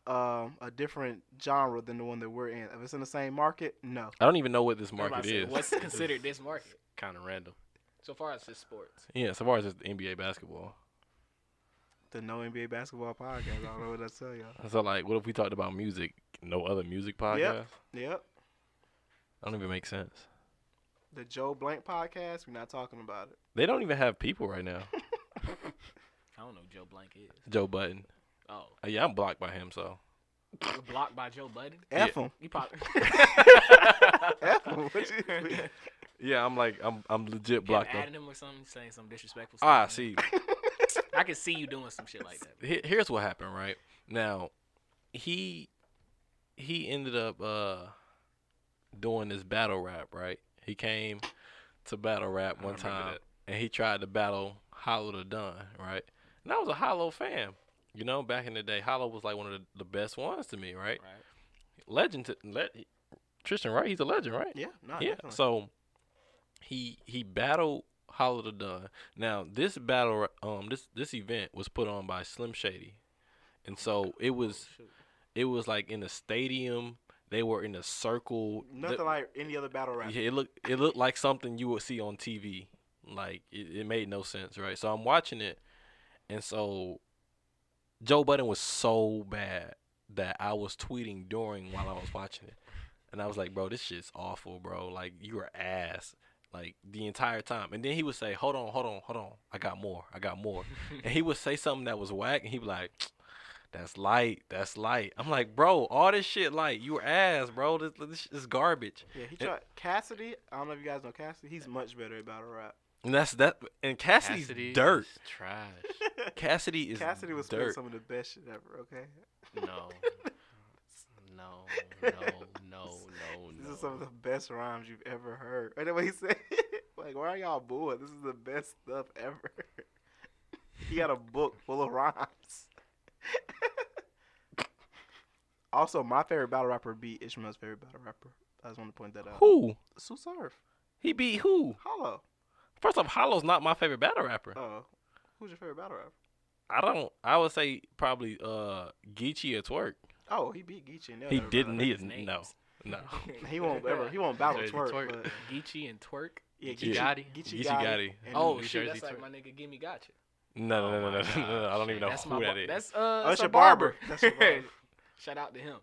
[SPEAKER 3] um, a different genre than the one that we're in. If it's in the same market, no.
[SPEAKER 1] I don't even know what this
[SPEAKER 4] Everybody
[SPEAKER 1] market
[SPEAKER 4] said,
[SPEAKER 1] is.
[SPEAKER 4] What's considered this market?
[SPEAKER 2] Kind of random.
[SPEAKER 4] So far as just sports.
[SPEAKER 1] Yeah, so far as just NBA basketball.
[SPEAKER 3] The No NBA Basketball Podcast. I don't know what I tell y'all.
[SPEAKER 1] So like, what if we talked about music? No other music podcast.
[SPEAKER 3] Yep.
[SPEAKER 1] I don't even make sense.
[SPEAKER 3] The Joe Blank Podcast. We're not talking about it.
[SPEAKER 1] They don't even have people right now.
[SPEAKER 4] I don't know who Joe Blank is.
[SPEAKER 1] Joe Button.
[SPEAKER 4] Oh,
[SPEAKER 1] Uh, yeah, I'm blocked by him. So
[SPEAKER 4] you're blocked by Joe Budden.
[SPEAKER 3] F them.
[SPEAKER 4] You probably
[SPEAKER 3] F them. What you,
[SPEAKER 1] yeah, I'm like, I'm I'm legit blocked.
[SPEAKER 4] adding
[SPEAKER 1] Up.
[SPEAKER 4] him or something, saying some disrespectful. stuff.
[SPEAKER 1] Ah,
[SPEAKER 4] man.
[SPEAKER 1] see,
[SPEAKER 4] I can see you doing some shit like that.
[SPEAKER 1] he- here's what happened. Right now, he he ended up uh doing this battle rap. Right, he came to battle rap
[SPEAKER 2] I
[SPEAKER 1] one
[SPEAKER 2] remember
[SPEAKER 1] time,
[SPEAKER 2] that.
[SPEAKER 1] and he tried to battle Hollow the Don. Right, and I was a Hollow fan. You know, back in the day, Hollow was like one of the, the best ones to me. Right,
[SPEAKER 4] Right.
[SPEAKER 1] legend. To, le- Tristan, right? He's a legend, right?
[SPEAKER 3] yeah.
[SPEAKER 1] yeah.
[SPEAKER 3] No, Ah, definitely.
[SPEAKER 1] So he he battled Hollow the Dunn. Now this battle um this this event was put on by Slim Shady. And so it was
[SPEAKER 4] shoot.
[SPEAKER 1] it was like in a stadium. They were in a circle.
[SPEAKER 3] Nothing
[SPEAKER 1] The-
[SPEAKER 3] like any other battle rap.
[SPEAKER 1] yeah, it looked it looked like something you would see on TV. Like it, it made no sense, right? So I'm watching it, and so Joe Budden was so bad, that I was tweeting during while I was watching it. And I was like, bro, this shit's awful, bro. Like, you're ass. Like, the entire time. And then he would say, hold on, hold on, hold on. I got more. I got more. and he would say something that was whack. And he'd be like, that's light. That's light. I'm like, bro, all this shit, like, you're ass, bro. This, this is garbage.
[SPEAKER 3] Yeah, he tried Cassidy. I don't know if you guys know Cassidy. He's much better about a rap.
[SPEAKER 1] And that's that. And Cassidy's
[SPEAKER 2] Cassidy
[SPEAKER 1] dirt.
[SPEAKER 2] is trash.
[SPEAKER 1] Cassidy is
[SPEAKER 3] Cassidy was spitting
[SPEAKER 1] dirt.
[SPEAKER 3] some of the best shit ever. Okay,
[SPEAKER 2] No. No, no, no,
[SPEAKER 1] Oh,
[SPEAKER 2] no,
[SPEAKER 3] this
[SPEAKER 2] no.
[SPEAKER 3] is some of the best rhymes you've ever heard. And then what he said, like, why are y'all booing? This is the best stuff ever. he got a book full of rhymes. also, my favorite battle rapper beat Ishmael's favorite battle rapper. I just want to point that out.
[SPEAKER 1] Who?
[SPEAKER 3] Sue Surf,
[SPEAKER 1] He beat who?
[SPEAKER 3] Hollow.
[SPEAKER 1] First off, Hollow's not my favorite battle rapper.
[SPEAKER 3] Oh, who's your favorite battle rapper?
[SPEAKER 1] I don't. I would say probably uh Geechee or Twerk.
[SPEAKER 3] Oh, he beat Geechee. and they'll
[SPEAKER 1] he
[SPEAKER 3] never battle
[SPEAKER 1] didn't. He
[SPEAKER 3] rapper.
[SPEAKER 1] is no, no.
[SPEAKER 3] He won't ever. He won't battle
[SPEAKER 2] Jersey
[SPEAKER 3] twerk.
[SPEAKER 2] Twerk.
[SPEAKER 3] but-
[SPEAKER 4] Geechee and Twerk.
[SPEAKER 3] yeah,
[SPEAKER 1] Geechee
[SPEAKER 2] Gotti.
[SPEAKER 1] Geechee Gotti.
[SPEAKER 3] and-
[SPEAKER 4] Oh
[SPEAKER 2] New
[SPEAKER 4] shoot,
[SPEAKER 2] Jersey
[SPEAKER 4] that's like
[SPEAKER 2] Twerk.
[SPEAKER 4] my nigga Gimme Gotcha.
[SPEAKER 1] No,
[SPEAKER 2] Oh
[SPEAKER 1] no, no,
[SPEAKER 2] my
[SPEAKER 1] no, no, no, no. I don't even know
[SPEAKER 4] That's my
[SPEAKER 1] who that
[SPEAKER 4] bar-
[SPEAKER 1] is.
[SPEAKER 4] That's uh
[SPEAKER 3] Oh,
[SPEAKER 4] that's
[SPEAKER 3] it's
[SPEAKER 4] a
[SPEAKER 3] your barber.
[SPEAKER 4] barber.
[SPEAKER 3] That's your barber.
[SPEAKER 4] Shout out to him.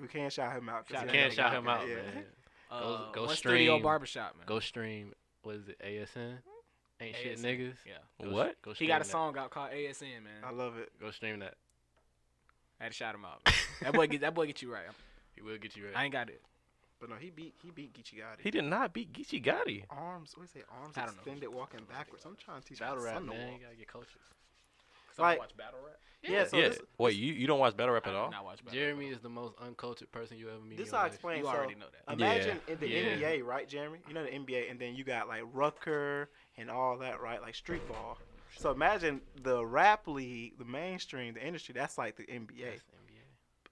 [SPEAKER 3] We can't shout him out. 'cause he
[SPEAKER 4] Shout
[SPEAKER 3] ain't
[SPEAKER 4] out.
[SPEAKER 2] Can't
[SPEAKER 4] Yeah,
[SPEAKER 2] shout
[SPEAKER 3] got
[SPEAKER 2] him
[SPEAKER 3] that.
[SPEAKER 2] out,
[SPEAKER 3] Yeah.
[SPEAKER 2] man.
[SPEAKER 4] Uh,
[SPEAKER 2] go
[SPEAKER 4] one
[SPEAKER 2] stream.
[SPEAKER 4] studio barbershop, man.
[SPEAKER 2] Go stream. What is it? ASN. Ain't shit,
[SPEAKER 4] ASN,
[SPEAKER 2] niggas.
[SPEAKER 4] Yeah.
[SPEAKER 2] Go,
[SPEAKER 1] What?
[SPEAKER 2] Go
[SPEAKER 4] He
[SPEAKER 2] stream
[SPEAKER 4] got a
[SPEAKER 2] that.
[SPEAKER 4] song out called ASN, man.
[SPEAKER 3] I love it.
[SPEAKER 2] Go stream that.
[SPEAKER 4] I had to shout him out. man. that boy get that boy get you right.
[SPEAKER 2] He will get you
[SPEAKER 4] I
[SPEAKER 2] right.
[SPEAKER 4] ain't got it.
[SPEAKER 3] But no, he beat he beat Geechee Gotti.
[SPEAKER 1] He did not beat Geechee Gotti.
[SPEAKER 3] arms. What do you say? Arms
[SPEAKER 4] I don't know.
[SPEAKER 3] extended, walking backwards. I'm trying to teach
[SPEAKER 2] Battle
[SPEAKER 3] my
[SPEAKER 2] rap,
[SPEAKER 3] son to
[SPEAKER 2] man.
[SPEAKER 3] walk.
[SPEAKER 2] You gotta get coaches.
[SPEAKER 4] Cause I
[SPEAKER 3] Like-
[SPEAKER 4] don't watch battle rap.
[SPEAKER 3] Yeah, so
[SPEAKER 1] yeah.
[SPEAKER 3] this,
[SPEAKER 1] Wait, you you don't watch battle rap
[SPEAKER 4] I
[SPEAKER 1] at
[SPEAKER 4] do
[SPEAKER 1] all?
[SPEAKER 4] not watch battle
[SPEAKER 2] Jeremy
[SPEAKER 4] rap.
[SPEAKER 2] is the most uncultured person you ever meet.
[SPEAKER 3] this
[SPEAKER 2] in your
[SPEAKER 3] I
[SPEAKER 2] life.
[SPEAKER 3] explain.
[SPEAKER 4] You
[SPEAKER 3] so
[SPEAKER 4] already know that.
[SPEAKER 3] imagine in the
[SPEAKER 2] Yeah.
[SPEAKER 3] NBA, right, Jeremy? You know the NBA, and then you got like Rucker and all that, right? Like street ball. So imagine the rap league, the mainstream, the industry. That's like the NBA.
[SPEAKER 2] That's NBA.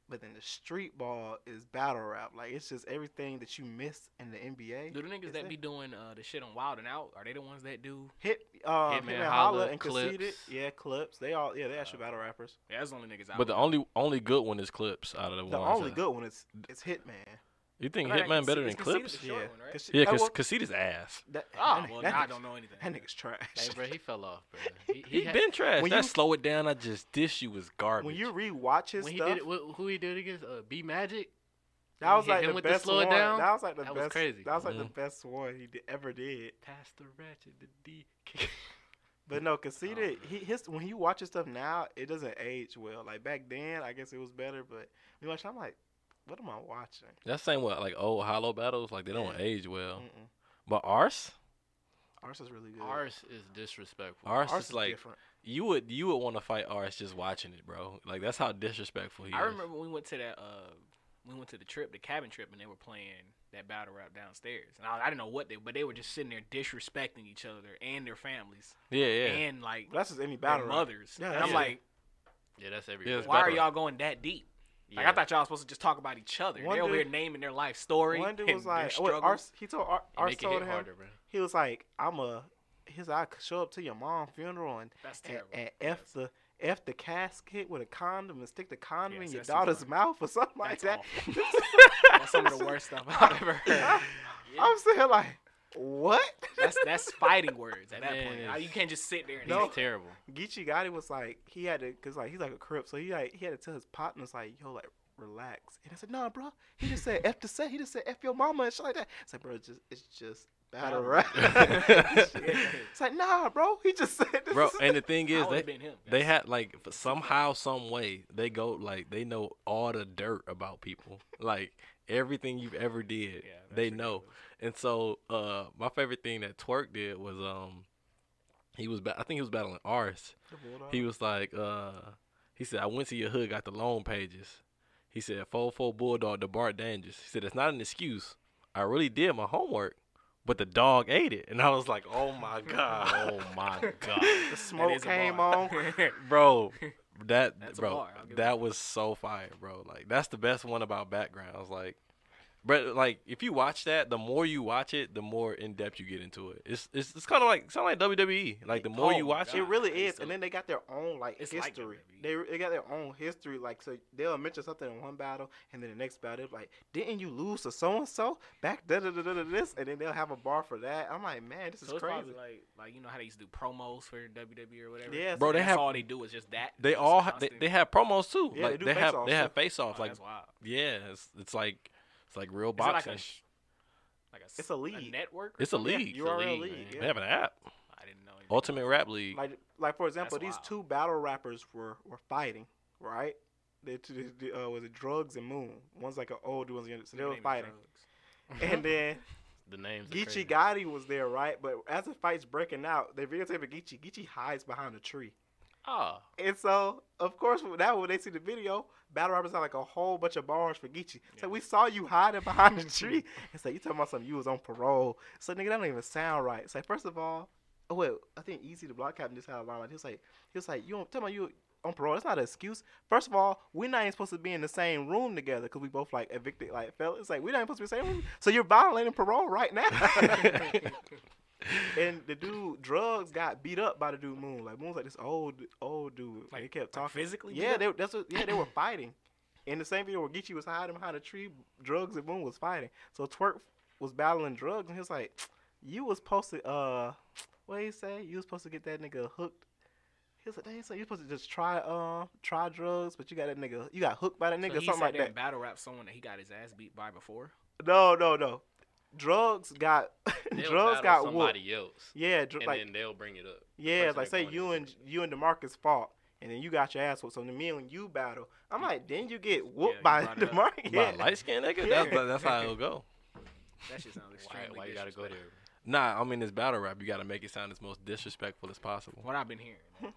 [SPEAKER 3] But then the street ball is battle rap. Like it's just everything that you miss in the NBA.
[SPEAKER 4] Do the niggas
[SPEAKER 3] Is
[SPEAKER 4] that
[SPEAKER 3] that-
[SPEAKER 4] be doing uh, the shit on Wild and Out are they the ones that do?
[SPEAKER 3] Hit, uh,
[SPEAKER 2] Hitman
[SPEAKER 3] Hitman, Holla,
[SPEAKER 2] Holla,
[SPEAKER 3] and Conceited.
[SPEAKER 2] Clips.
[SPEAKER 3] Yeah, Clips. They all, yeah, they're actually battle rappers.
[SPEAKER 4] Yeah, that's the only niggas I.
[SPEAKER 1] But the
[SPEAKER 4] would-
[SPEAKER 1] only only good one is Clips out of the,
[SPEAKER 3] The
[SPEAKER 1] ones.
[SPEAKER 3] only
[SPEAKER 1] that-
[SPEAKER 3] good one is it's Hitman.
[SPEAKER 1] You think
[SPEAKER 4] But I
[SPEAKER 1] Hitman
[SPEAKER 4] can
[SPEAKER 1] better
[SPEAKER 4] see-
[SPEAKER 1] than
[SPEAKER 4] it's conceded
[SPEAKER 1] Clips?
[SPEAKER 4] The short one, right?
[SPEAKER 3] Cause she-
[SPEAKER 1] Yeah,
[SPEAKER 3] oh,
[SPEAKER 1] cause
[SPEAKER 3] well,
[SPEAKER 1] Casita's ass.
[SPEAKER 3] that,
[SPEAKER 4] Oh,
[SPEAKER 3] that,
[SPEAKER 4] well,
[SPEAKER 3] that
[SPEAKER 4] now I
[SPEAKER 3] nigga's-
[SPEAKER 4] don't know anything.
[SPEAKER 3] That nigga's trash.
[SPEAKER 2] Hey, bro, he fell off, bro. He, he
[SPEAKER 1] He
[SPEAKER 2] had-
[SPEAKER 1] been trash.
[SPEAKER 3] when
[SPEAKER 1] That
[SPEAKER 3] you-
[SPEAKER 1] slow it down. I just dish you was garbage.
[SPEAKER 3] when you rewatch his
[SPEAKER 2] when he
[SPEAKER 3] stuff,
[SPEAKER 2] did it. wh- Who he did it against? Uh, B Magic.
[SPEAKER 3] that was
[SPEAKER 2] hit
[SPEAKER 3] like
[SPEAKER 2] him
[SPEAKER 3] the
[SPEAKER 2] with the
[SPEAKER 3] best
[SPEAKER 2] slow it
[SPEAKER 3] one.
[SPEAKER 2] down,
[SPEAKER 3] That was like the
[SPEAKER 2] that was
[SPEAKER 3] best.
[SPEAKER 2] crazy.
[SPEAKER 3] That was like
[SPEAKER 1] Mhm.
[SPEAKER 3] the best one he did, ever did.
[SPEAKER 2] Pass the ratchet, the D. kick.
[SPEAKER 3] But no, conceited.
[SPEAKER 2] man.
[SPEAKER 3] he his when you watch his stuff now, it doesn't age well. Like back then, I guess it was better. But you watch, I'm like, what am I watching?
[SPEAKER 1] That's same with like old hollow battles. Like they don't age
[SPEAKER 4] Oh.
[SPEAKER 1] well.
[SPEAKER 4] Mm.
[SPEAKER 3] Mm-mm.
[SPEAKER 1] But Arse,
[SPEAKER 3] Ours is really good.
[SPEAKER 2] Ours is disrespectful.
[SPEAKER 1] Arse,
[SPEAKER 3] Ours
[SPEAKER 1] is like
[SPEAKER 3] different.
[SPEAKER 1] you would you would want to fight Arse just watching it, bro. Like that's how disrespectful he
[SPEAKER 4] I
[SPEAKER 1] is.
[SPEAKER 4] remember when we went to that. Uh, we went to the trip, the cabin trip, and they were playing that battle rap downstairs. And I, I didn't know what they, but they were just sitting there disrespecting each other and their families
[SPEAKER 1] Yeah, yeah.
[SPEAKER 4] and like
[SPEAKER 3] But that's just any
[SPEAKER 4] their
[SPEAKER 3] battle. rap.
[SPEAKER 4] mothers.
[SPEAKER 3] Yeah,
[SPEAKER 4] and I'm
[SPEAKER 3] yeah.
[SPEAKER 4] like,
[SPEAKER 2] Yeah, that's every.
[SPEAKER 1] Yeah, it's
[SPEAKER 4] why are
[SPEAKER 1] battle rap.
[SPEAKER 4] y'all going that deep? Like I thought y'all was supposed to just talk about each other.
[SPEAKER 3] One
[SPEAKER 4] They're over here
[SPEAKER 3] dude-
[SPEAKER 4] naming their life story.
[SPEAKER 3] One dude
[SPEAKER 4] and
[SPEAKER 3] was
[SPEAKER 4] their
[SPEAKER 3] like, wait,
[SPEAKER 4] struggles.
[SPEAKER 3] Ars, he told Ar,
[SPEAKER 2] It
[SPEAKER 3] Ars
[SPEAKER 2] make it hit
[SPEAKER 3] told him,
[SPEAKER 2] harder, bro.
[SPEAKER 3] he was like, I'm a, his I could show up to your mom funeral and,
[SPEAKER 4] That's
[SPEAKER 3] and,
[SPEAKER 4] terrible.
[SPEAKER 3] and f the f the casket with a condom and stick the condom
[SPEAKER 4] Yeah,
[SPEAKER 3] in
[SPEAKER 4] so
[SPEAKER 3] your
[SPEAKER 4] that's too
[SPEAKER 3] daughter's
[SPEAKER 4] far.
[SPEAKER 3] mouth or something like
[SPEAKER 4] That's
[SPEAKER 3] that.
[SPEAKER 4] awful. That's some of the worst stuff I've ever heard.
[SPEAKER 3] I'm sitting like, what?
[SPEAKER 4] That's that's fighting words at that
[SPEAKER 2] Man,
[SPEAKER 4] point.
[SPEAKER 2] it's-
[SPEAKER 4] Now, You can't just sit there and
[SPEAKER 3] No.
[SPEAKER 2] He's terrible.
[SPEAKER 3] Geechee Gotti was like, he had to, cause like he's like a crip, so he like he had to tell his partners like, yo, like relax. And I said, nah, bro. He just said f to say, he just said f your mama and shit like that. It's like, bro, it's just it's just battle rap. it's like, nah, bro. He just said this.
[SPEAKER 1] bro.
[SPEAKER 3] is-
[SPEAKER 1] And the thing is,
[SPEAKER 4] I
[SPEAKER 1] they
[SPEAKER 4] would've been him.
[SPEAKER 1] they
[SPEAKER 4] That's-
[SPEAKER 1] had like f- somehow, some way, they go like they know all the dirt about people, like everything you've ever did,
[SPEAKER 4] Yeah, that's
[SPEAKER 1] they know. And so, uh, my favorite thing that Twerk did was um, he was ba- I think he was battling Arse.
[SPEAKER 3] The Bulldog.
[SPEAKER 1] He was like, uh, he said, I went to your hood, got the loan pages. He said, 4 4 Bulldog to Bart Dangerous. He said, It's not an excuse. I really did my homework, but the dog ate it. And I was like, Oh my God.
[SPEAKER 2] Oh my god.
[SPEAKER 3] the
[SPEAKER 4] That
[SPEAKER 3] smoke
[SPEAKER 4] is a
[SPEAKER 3] came
[SPEAKER 4] bar.
[SPEAKER 3] on.
[SPEAKER 1] bro, that,
[SPEAKER 4] That's a
[SPEAKER 1] bro,
[SPEAKER 4] bar, I'll give it
[SPEAKER 1] that was so fire, bro. Like, that's the best one about backgrounds. Like, But like, if you watch that, the more you watch it, the more in depth you get into it. It's it's, it's kind of like sound like WWE. Like the more
[SPEAKER 4] Oh
[SPEAKER 1] you
[SPEAKER 4] my
[SPEAKER 1] watch
[SPEAKER 4] God.
[SPEAKER 1] it,
[SPEAKER 3] It really
[SPEAKER 4] I
[SPEAKER 3] is,
[SPEAKER 4] used
[SPEAKER 3] and
[SPEAKER 4] to-
[SPEAKER 3] then they got their own like
[SPEAKER 4] It's like
[SPEAKER 3] history.
[SPEAKER 4] WWE.
[SPEAKER 3] they they got their own history. Like so, they'll mention something in one battle, and then the next battle, they'll be like, "Didn't you lose to so and so back da da da da da this?" And then they'll have a bar for that. I'm like, man, this is
[SPEAKER 4] So it's
[SPEAKER 3] crazy.
[SPEAKER 4] probably like like you know how they used to do promos for WWE or whatever.
[SPEAKER 3] yeah,
[SPEAKER 1] Bro,
[SPEAKER 3] bro,
[SPEAKER 1] they
[SPEAKER 4] that's
[SPEAKER 1] have-
[SPEAKER 4] all they do is just that.
[SPEAKER 1] they
[SPEAKER 4] It's
[SPEAKER 1] all ha- they,
[SPEAKER 4] constant-
[SPEAKER 1] they have promos too.
[SPEAKER 3] Yeah, they
[SPEAKER 1] like
[SPEAKER 3] do
[SPEAKER 1] they, have
[SPEAKER 3] face-offs
[SPEAKER 1] they have
[SPEAKER 3] too.
[SPEAKER 1] face
[SPEAKER 4] oh,
[SPEAKER 1] offs. like
[SPEAKER 4] that's wild.
[SPEAKER 1] yeah, it's, it's like it's like real
[SPEAKER 4] Is it
[SPEAKER 1] boxing.
[SPEAKER 4] Like a, sh- like a, s-
[SPEAKER 3] It's a league.
[SPEAKER 4] network. or
[SPEAKER 1] it's a
[SPEAKER 4] something?
[SPEAKER 3] Yeah,
[SPEAKER 1] league.
[SPEAKER 3] you are- URL league,
[SPEAKER 4] man.
[SPEAKER 3] yeah.
[SPEAKER 1] They have an app,
[SPEAKER 4] I didn't know. anything.
[SPEAKER 1] Ultimate Rap League.
[SPEAKER 3] like like for example, these
[SPEAKER 4] wild.
[SPEAKER 3] two battle rappers were were fighting, right? They, t- they- they, uh, was it drugs and Moon? One's like an old, one's young. So they
[SPEAKER 4] Name
[SPEAKER 3] were
[SPEAKER 4] is
[SPEAKER 3] fighting,
[SPEAKER 4] drugs.
[SPEAKER 3] and then
[SPEAKER 2] The names. are crazy.
[SPEAKER 3] Geechee Gotti was there, right? But as the fight's breaking out, they videotape of Geechee. Geechee hides behind a tree.
[SPEAKER 4] Oh,
[SPEAKER 2] Ah,
[SPEAKER 3] And so, of course, when- now when they see the video, battle rappers have like a whole bunch of bars for Geechee. So
[SPEAKER 4] Yeah.
[SPEAKER 3] we saw you hiding behind the tree. It's like you talking about something you was on parole. So nigga, that don't even sound right. It's like first of all, oh wait, I think Easy the block captain just had a line like he was like he was like you don't tell me you on parole. That's not an excuse. First of all, we're not even supposed to be in the same room together because we both like evicted like fellas. It's like we're not even supposed to be in the same room. So you're violating parole right now. and the dude drugs got beat up by the dude Moon. Like Moon's like this old old dude. Like he kept talking.
[SPEAKER 4] physically.
[SPEAKER 3] Yeah, they that's what, yeah they were fighting. In the same video where Geechee was hiding behind a tree, drugs and Moon was fighting. So Twerk was battling drugs, and he was like, "You was supposed to uh, what he say? You was supposed to get that nigga hooked." He was like, "Dang, so you supposed to just try um try drugs, but you got that nigga, you got hooked by that
[SPEAKER 4] So
[SPEAKER 3] nigga,
[SPEAKER 4] he
[SPEAKER 3] something
[SPEAKER 4] said
[SPEAKER 3] like that."
[SPEAKER 4] Battle rap someone that he got his ass beat by before.
[SPEAKER 3] No, no, no. Drugs got
[SPEAKER 2] they'll
[SPEAKER 3] drugs
[SPEAKER 2] battle
[SPEAKER 3] got whooped.
[SPEAKER 2] somebody else,
[SPEAKER 3] Yeah, dr-
[SPEAKER 2] and
[SPEAKER 3] like
[SPEAKER 2] then they'll bring it up.
[SPEAKER 3] Yeah,
[SPEAKER 2] person
[SPEAKER 3] like
[SPEAKER 2] that
[SPEAKER 3] say
[SPEAKER 2] going
[SPEAKER 3] you and
[SPEAKER 2] against
[SPEAKER 3] you and Demarcus fought, and then you got your ass whooped. So then me and you battle. I'm like, then you get
[SPEAKER 4] you
[SPEAKER 3] whooped by
[SPEAKER 4] brought it up.
[SPEAKER 3] Demarcus.
[SPEAKER 1] Yeah.
[SPEAKER 3] Yeah.
[SPEAKER 1] light skin nigga.
[SPEAKER 3] Yeah.
[SPEAKER 1] That's, that's how it'll go.
[SPEAKER 4] That shit sounds
[SPEAKER 2] Why,
[SPEAKER 4] extremely.
[SPEAKER 2] why you gotta go there?
[SPEAKER 4] disrespectful.
[SPEAKER 1] Nah, I mean it's battle rap. You gotta make it sound as most disrespectful as possible.
[SPEAKER 4] What I've been hearing,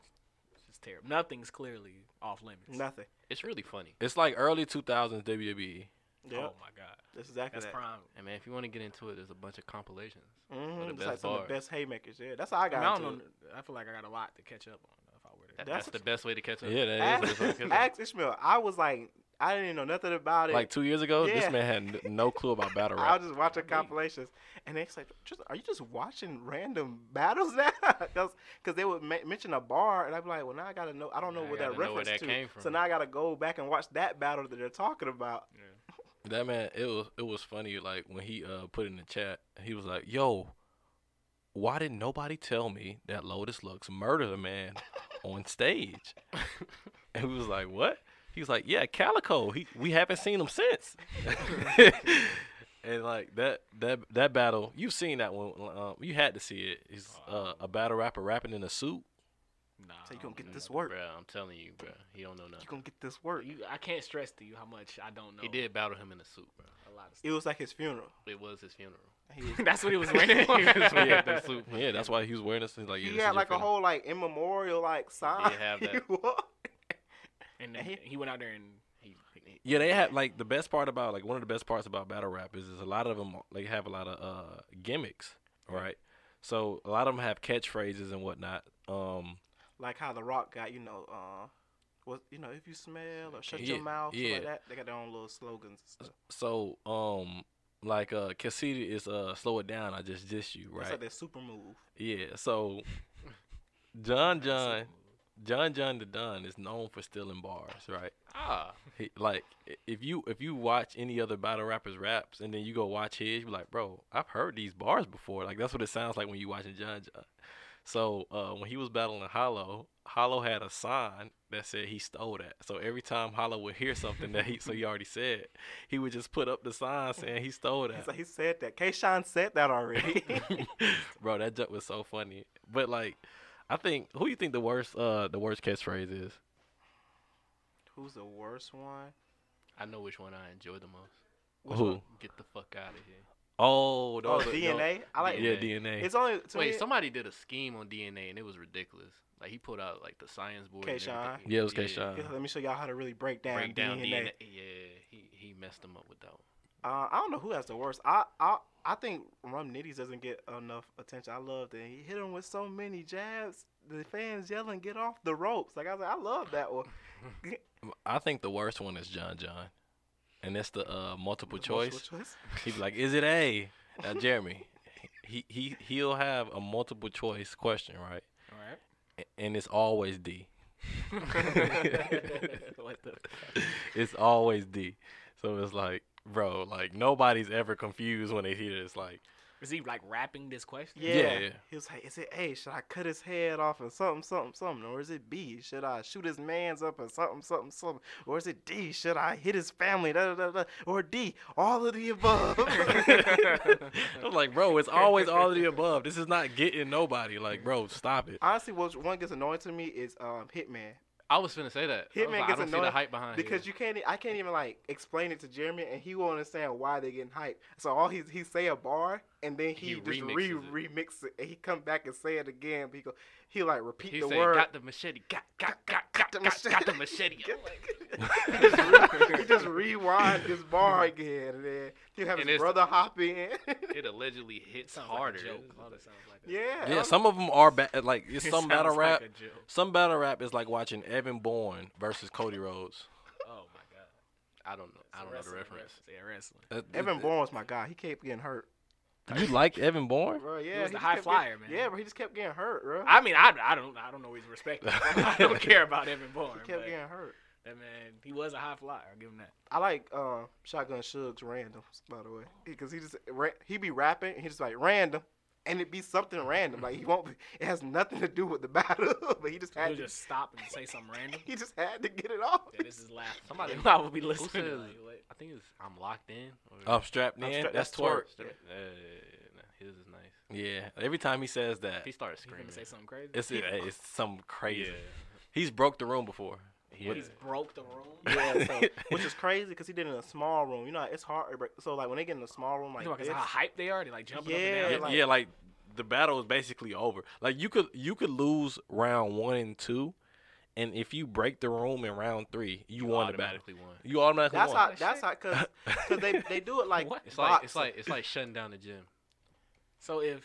[SPEAKER 4] it's just terrible. Nothing's clearly off limits.
[SPEAKER 3] Nothing.
[SPEAKER 2] It's really funny.
[SPEAKER 1] It's like early 2000s WWE.
[SPEAKER 3] Yep.
[SPEAKER 4] Oh my god,
[SPEAKER 3] that's exactly
[SPEAKER 4] that's
[SPEAKER 3] that.
[SPEAKER 4] prime.
[SPEAKER 2] And man, if you want to get into it, there's a bunch of compilations.
[SPEAKER 3] Mhm,
[SPEAKER 2] Or the
[SPEAKER 3] It's
[SPEAKER 2] best
[SPEAKER 3] like some of
[SPEAKER 2] bars.
[SPEAKER 3] the best haymakers. Yeah, that's how I
[SPEAKER 4] I, mean, I
[SPEAKER 3] got
[SPEAKER 4] don't
[SPEAKER 3] into
[SPEAKER 4] know. I feel like I got a lot to catch up on though, if I were to.
[SPEAKER 2] That-
[SPEAKER 3] That's
[SPEAKER 2] that's
[SPEAKER 3] what
[SPEAKER 2] the best way to catch up.
[SPEAKER 1] Yeah, that is. the best
[SPEAKER 3] it. Ask,
[SPEAKER 1] way to catch
[SPEAKER 3] ask Ishmael. I was like, I didn't even know nothing
[SPEAKER 1] up.
[SPEAKER 3] about it.
[SPEAKER 1] Like two years ago,
[SPEAKER 3] Yeah.
[SPEAKER 1] this man had n- no clue about battle
[SPEAKER 3] I
[SPEAKER 1] rap.
[SPEAKER 3] was just watching
[SPEAKER 4] Me.
[SPEAKER 3] compilations, and it's like, just, are you just watching random battles now? Because they would ma- mention a bar, and I'd be like, well, now I gotta know. I don't know
[SPEAKER 2] Now I
[SPEAKER 3] what that
[SPEAKER 2] gotta know where
[SPEAKER 3] reference
[SPEAKER 2] that
[SPEAKER 3] to.
[SPEAKER 2] came
[SPEAKER 3] So
[SPEAKER 2] from.
[SPEAKER 3] now I gotta go back and watch that battle that they're talking about.
[SPEAKER 4] Yeah.
[SPEAKER 1] That man, it was it was funny. Like when he uh put in the chat, he was like, "Yo, why didn't nobody tell me that Lotus Lux murdered a man on stage?" and we was like, "What?" He was like, "Yeah, Calico. He we haven't seen him since." and like that that that battle, you've seen that one. Um, you had to see it. It's uh, a battle rapper rapping in a suit.
[SPEAKER 4] Nah.
[SPEAKER 3] So you gonna
[SPEAKER 4] I don't
[SPEAKER 3] get
[SPEAKER 4] know.
[SPEAKER 3] this work.
[SPEAKER 2] Bro, I'm telling you, bro. He don't know
[SPEAKER 3] You
[SPEAKER 2] nothing.
[SPEAKER 3] gonna get this work.
[SPEAKER 4] You, I can't stress to you how much I don't know.
[SPEAKER 2] He did battle him in a suit, bro.
[SPEAKER 4] a lot of stuff.
[SPEAKER 3] It was like his funeral.
[SPEAKER 2] It was his funeral.
[SPEAKER 3] He was,
[SPEAKER 4] That's what he was wearing.
[SPEAKER 2] He was wearing
[SPEAKER 4] yeah,
[SPEAKER 2] the suit.
[SPEAKER 1] Yeah, that's why he was wearing this. He's like, yeah,
[SPEAKER 3] he
[SPEAKER 1] this is
[SPEAKER 3] had
[SPEAKER 1] your
[SPEAKER 3] like a
[SPEAKER 1] funeral.
[SPEAKER 3] whole like immemorial like sign.
[SPEAKER 2] have that.
[SPEAKER 3] wore.
[SPEAKER 4] and then he went out there and he. he
[SPEAKER 1] Yeah, they have like the best part about like one of the best parts about battle rap is, is a lot of them like have a lot of uh gimmicks, right? So a lot of them have catchphrases and whatnot. Um,
[SPEAKER 3] like how The Rock got you know, uh, what you know if you smell or shut your
[SPEAKER 1] Yeah,
[SPEAKER 3] mouth, yeah.
[SPEAKER 1] yeah.
[SPEAKER 3] like that. They got their own little slogans. And stuff.
[SPEAKER 1] so um, like uh, Cassidy is uh, slow it down. I just diss you,
[SPEAKER 3] It's
[SPEAKER 1] right?
[SPEAKER 3] like their super move.
[SPEAKER 1] yeah. So John John
[SPEAKER 4] Super move.
[SPEAKER 1] John John the Don is known for stealing bars, right?
[SPEAKER 2] Ah,
[SPEAKER 1] He, like i- if you if you watch any other battle rappers raps and then you go watch his, you be like, bro, I've heard these bars before. Like that's what it sounds like when you watching John John. So uh, when he was battling Hollow, Hollow had a sign that said he stole that. So every time Hollow would hear something that he so he already said, he would just put up the sign saying he stole that.
[SPEAKER 3] It's like he said that. Kayshawn said that already.
[SPEAKER 1] bro, that joke was so funny. But like, I think who you think the worst uh the worst catchphrase is?
[SPEAKER 3] Who's the worst one?
[SPEAKER 2] I know which one I enjoy the most.
[SPEAKER 1] who?
[SPEAKER 3] one?
[SPEAKER 2] Get the fuck out of here.
[SPEAKER 1] Oh,
[SPEAKER 3] Oh,
[SPEAKER 1] those are-
[SPEAKER 3] DNA. I like.
[SPEAKER 1] Yeah,
[SPEAKER 2] DNA.
[SPEAKER 1] DNA.
[SPEAKER 3] It's only to
[SPEAKER 2] Wait,
[SPEAKER 3] me,
[SPEAKER 2] somebody did a scheme on DNA and it was ridiculous. Like he put out like the science board. and
[SPEAKER 3] K-Shine.
[SPEAKER 2] everything.
[SPEAKER 1] yeah, it was Kayshawn.
[SPEAKER 3] it's like, Let me show y'all how to really break down,
[SPEAKER 2] Break down
[SPEAKER 3] DNA.
[SPEAKER 2] DNA. Yeah, he he messed him up with that one.
[SPEAKER 3] Uh, I don't know who has the worst. I I I think Rum Nitties doesn't get enough attention. I love that he hit him with so many jabs. The fans yelling, "Get off the ropes!" Like I was like, I love that one.
[SPEAKER 1] I think the worst one is John John. and that's the uh, multiple
[SPEAKER 3] The
[SPEAKER 1] choice.
[SPEAKER 3] multiple choice?
[SPEAKER 1] He'd be like, "Is it A?" Now, Jeremy, he he he'll have a multiple choice question, right?
[SPEAKER 4] All right.
[SPEAKER 1] A- And it's always D.
[SPEAKER 4] what the?
[SPEAKER 1] It's always D. So it's like, bro, like nobody's ever confused when they hear this. Like,
[SPEAKER 4] Is he like rapping this question?
[SPEAKER 3] Yeah.
[SPEAKER 1] yeah.
[SPEAKER 3] He was like, is it A? Should I cut his head off and something, something, something? Or is it B? Should I shoot his man's up and something, something, something? Or is it D? Should I hit his family? Da, da, da, da. Or D? All of the above.
[SPEAKER 1] I'm like, bro, it's always all of the above. This is not getting nobody. Like, bro, stop it.
[SPEAKER 3] Honestly, what one gets annoying to me is um, Hitman.
[SPEAKER 2] I was finna say that. I, was
[SPEAKER 3] Hitman
[SPEAKER 2] like, I
[SPEAKER 3] gets
[SPEAKER 2] don't see the
[SPEAKER 3] annoyed
[SPEAKER 2] hype behind
[SPEAKER 3] because you can't. e- I can't even like explain it to Jeremy, and he won't understand why they're getting hyped. So all he he say a bar, and then he,
[SPEAKER 2] He
[SPEAKER 3] just re
[SPEAKER 2] remixes it.
[SPEAKER 3] remix it, and he come back and say it again. But he go, he like repeat
[SPEAKER 2] He
[SPEAKER 3] the
[SPEAKER 2] said,
[SPEAKER 3] word.
[SPEAKER 2] "Got the machete, got, got, got, got,
[SPEAKER 3] the
[SPEAKER 2] got, got the
[SPEAKER 3] machete."
[SPEAKER 2] machete." I'm like,
[SPEAKER 3] he, just re- he just rewind this bar again, and then you have
[SPEAKER 2] And
[SPEAKER 3] his
[SPEAKER 2] it's-
[SPEAKER 3] brother hop in.
[SPEAKER 2] it allegedly hits
[SPEAKER 4] Sounds
[SPEAKER 2] harder.
[SPEAKER 4] Like a joke. All that sounds like a-
[SPEAKER 3] yeah,
[SPEAKER 1] Yeah,
[SPEAKER 3] I'm-
[SPEAKER 1] some of them are ba- like it's
[SPEAKER 4] It
[SPEAKER 1] some battle
[SPEAKER 4] sounds
[SPEAKER 1] rap.
[SPEAKER 4] like a joke.
[SPEAKER 1] Some battle rap is like watching Evan Bourne versus Cody Rhodes.
[SPEAKER 4] Oh my god.
[SPEAKER 2] I don't know. I
[SPEAKER 4] It's a
[SPEAKER 2] don't know the
[SPEAKER 4] wrestling
[SPEAKER 2] reference.
[SPEAKER 4] Yeah, wrestling.
[SPEAKER 1] That-
[SPEAKER 3] Evan
[SPEAKER 1] that-
[SPEAKER 3] Bourne was my guy. He kept getting hurt.
[SPEAKER 1] You like Evan Bourne?
[SPEAKER 3] Bro, yeah,
[SPEAKER 4] was the
[SPEAKER 3] just
[SPEAKER 4] high
[SPEAKER 3] kept
[SPEAKER 4] flyer,
[SPEAKER 3] getting,
[SPEAKER 4] man.
[SPEAKER 3] Yeah, bro, he just kept getting hurt, bro.
[SPEAKER 4] I mean, I, I don't I don't always respect. Him. I don't care about Evan Bourne.
[SPEAKER 3] he
[SPEAKER 4] but
[SPEAKER 3] kept getting hurt.
[SPEAKER 4] That man, he was a high flyer. I'll give him that.
[SPEAKER 3] I like uh, Shotgun Shug's randoms, by the way, because he just ra- he be rapping and he just like random, and it be something random. Like he won't. Be, it has nothing to do with the battle, but he just
[SPEAKER 4] He'll
[SPEAKER 3] had to,
[SPEAKER 4] just stop and say something random.
[SPEAKER 3] he just had to get it off.
[SPEAKER 4] Yeah, this is laughing.
[SPEAKER 2] Somebody-
[SPEAKER 4] I would be
[SPEAKER 2] who
[SPEAKER 4] listening.
[SPEAKER 2] said-
[SPEAKER 4] like, what?
[SPEAKER 2] I think it's I'm locked in. Or,
[SPEAKER 1] I'm strapped in.
[SPEAKER 3] I'm strapped-
[SPEAKER 1] that's
[SPEAKER 3] that's twerk.
[SPEAKER 1] twerk.
[SPEAKER 2] Yeah, nah, his is nice.
[SPEAKER 1] Yeah. Every time he says that,
[SPEAKER 2] He started
[SPEAKER 4] He's gonna
[SPEAKER 2] screaming.
[SPEAKER 4] say something crazy.
[SPEAKER 1] it's it, it's some crazy.
[SPEAKER 2] Yeah.
[SPEAKER 1] He's broke the room before.
[SPEAKER 2] Yeah.
[SPEAKER 4] He's broke the room.
[SPEAKER 3] Yeah, so, which is crazy because he did it in a small room. You know, it's hard. to break- So like when they get in a small room like
[SPEAKER 4] Because
[SPEAKER 3] this,
[SPEAKER 4] how hype they are, they like ah, jumping
[SPEAKER 3] Yeah,
[SPEAKER 4] up
[SPEAKER 1] Yeah,
[SPEAKER 4] and down.
[SPEAKER 1] like,
[SPEAKER 3] like-
[SPEAKER 1] yeah, like the battle is basically over. Like you could you could lose round one and two, and if you break the room in round three, you, won the battle.
[SPEAKER 2] automatically won.
[SPEAKER 1] You automatically
[SPEAKER 3] that's
[SPEAKER 1] won.
[SPEAKER 3] how that's how because because they they do it like
[SPEAKER 4] What?
[SPEAKER 2] It's like it's like it's like shutting down the gym.
[SPEAKER 4] So if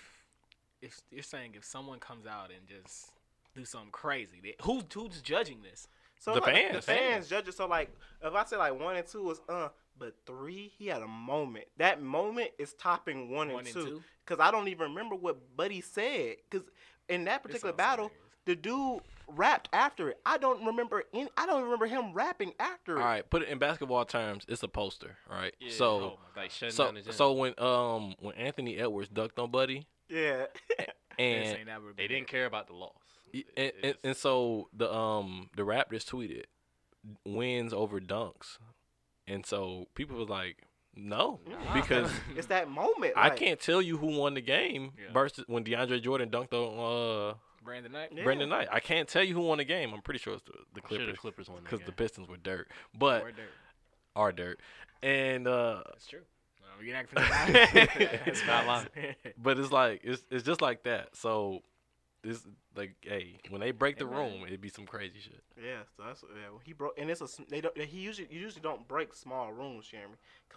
[SPEAKER 4] if you're saying if someone comes out and just do something crazy, they, who who's judging this?
[SPEAKER 3] So
[SPEAKER 1] The
[SPEAKER 3] like, the
[SPEAKER 1] fans.
[SPEAKER 3] fans judge it. So like, if I say like one and two was uh, but three, he had a moment. That moment is topping one,
[SPEAKER 4] One
[SPEAKER 3] and,
[SPEAKER 4] and
[SPEAKER 3] two.
[SPEAKER 4] two?
[SPEAKER 3] Because I don't even remember what Buddy said. Because in that
[SPEAKER 4] This
[SPEAKER 3] particular
[SPEAKER 4] sounds
[SPEAKER 3] battle,
[SPEAKER 4] hilarious.
[SPEAKER 3] the dude rapped after it. I don't remember any. I don't remember him rapping after it.
[SPEAKER 1] All right, put it in basketball terms. It's a poster, right?
[SPEAKER 2] oh
[SPEAKER 1] so
[SPEAKER 2] my God, like shutting
[SPEAKER 1] so
[SPEAKER 2] down the gym.
[SPEAKER 1] so when um when Anthony Edwards ducked on Buddy
[SPEAKER 3] Yeah.
[SPEAKER 4] They're
[SPEAKER 1] and
[SPEAKER 4] saying that would
[SPEAKER 2] they
[SPEAKER 4] be-
[SPEAKER 2] didn't care about the loss.
[SPEAKER 1] and,
[SPEAKER 2] It- it
[SPEAKER 1] and,
[SPEAKER 2] just-
[SPEAKER 1] and so the um the Raptors tweeted wins over dunks, and so people was like, no,
[SPEAKER 2] Nah.
[SPEAKER 1] because
[SPEAKER 3] it's that moment.
[SPEAKER 1] I
[SPEAKER 3] like,
[SPEAKER 1] can't tell you who won the game
[SPEAKER 4] Yeah.
[SPEAKER 1] versus when DeAndre Jordan dunked on
[SPEAKER 4] Brandon Knight.
[SPEAKER 1] uh,
[SPEAKER 3] Yeah.
[SPEAKER 1] Brendan Knight. I can't tell you who won the game. I'm pretty sure it's the, the
[SPEAKER 2] I'm sure the
[SPEAKER 1] Clippers
[SPEAKER 2] Clippers won that
[SPEAKER 1] because the
[SPEAKER 2] game.
[SPEAKER 1] Pistons were dirt, but
[SPEAKER 4] Or dirt.
[SPEAKER 1] are dirt, and uh,
[SPEAKER 4] That's true. No, you're not gonna That's
[SPEAKER 1] It's
[SPEAKER 2] not
[SPEAKER 4] facts.
[SPEAKER 1] but it's like it's it's just like that. So it's like hey, when they break the
[SPEAKER 4] Hey, man.
[SPEAKER 1] room, it'd be some crazy shit.
[SPEAKER 3] Yeah. So that's yeah. He broke, and it's a. sm- They don't. He usually you usually don't break small rooms, Jeremy.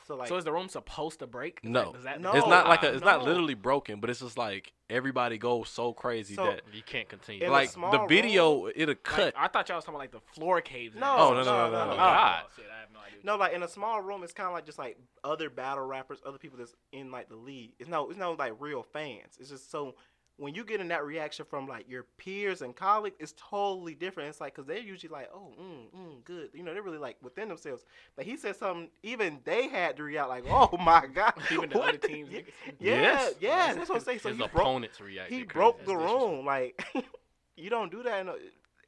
[SPEAKER 3] So like.
[SPEAKER 4] so is the room supposed to break? Is
[SPEAKER 1] No.
[SPEAKER 4] that- does that-
[SPEAKER 3] No.
[SPEAKER 1] it's not like a,
[SPEAKER 3] wow.
[SPEAKER 1] it's not
[SPEAKER 3] No.
[SPEAKER 1] literally broken, but it's just like everybody goes so crazy
[SPEAKER 3] So-
[SPEAKER 1] that
[SPEAKER 2] You can't continue.
[SPEAKER 3] In a
[SPEAKER 1] like
[SPEAKER 3] small
[SPEAKER 1] the
[SPEAKER 3] room-
[SPEAKER 1] video it'll
[SPEAKER 4] Like,
[SPEAKER 1] cut.
[SPEAKER 4] I thought y'all was talking about like the floor caves. and
[SPEAKER 3] No,
[SPEAKER 4] everything.
[SPEAKER 1] Oh, no, no, no, no, no.
[SPEAKER 4] Oh,
[SPEAKER 2] God.
[SPEAKER 4] shit, I have no idea.
[SPEAKER 3] No, like in a small room, it's kind of like just like other battle rappers, other people that's in like the league. It's no, it's no like real fans. It's just so when you get in that reaction from like your peers and colleagues, it's totally different. It's like because they're usually like, oh, mm, mm, good. You know, they're really like within themselves. But he said something, even they had to react like, oh my god,
[SPEAKER 4] Even the other
[SPEAKER 3] what the-
[SPEAKER 4] teams.
[SPEAKER 3] Yeah,
[SPEAKER 4] niggas.
[SPEAKER 3] yeah,
[SPEAKER 1] Yes.
[SPEAKER 3] yeah, that's what I'm saying. So
[SPEAKER 2] his
[SPEAKER 3] he broke,
[SPEAKER 2] opponents reacted.
[SPEAKER 3] he
[SPEAKER 2] crazy.
[SPEAKER 3] broke the
[SPEAKER 2] That's
[SPEAKER 3] room. Like you don't do that in a,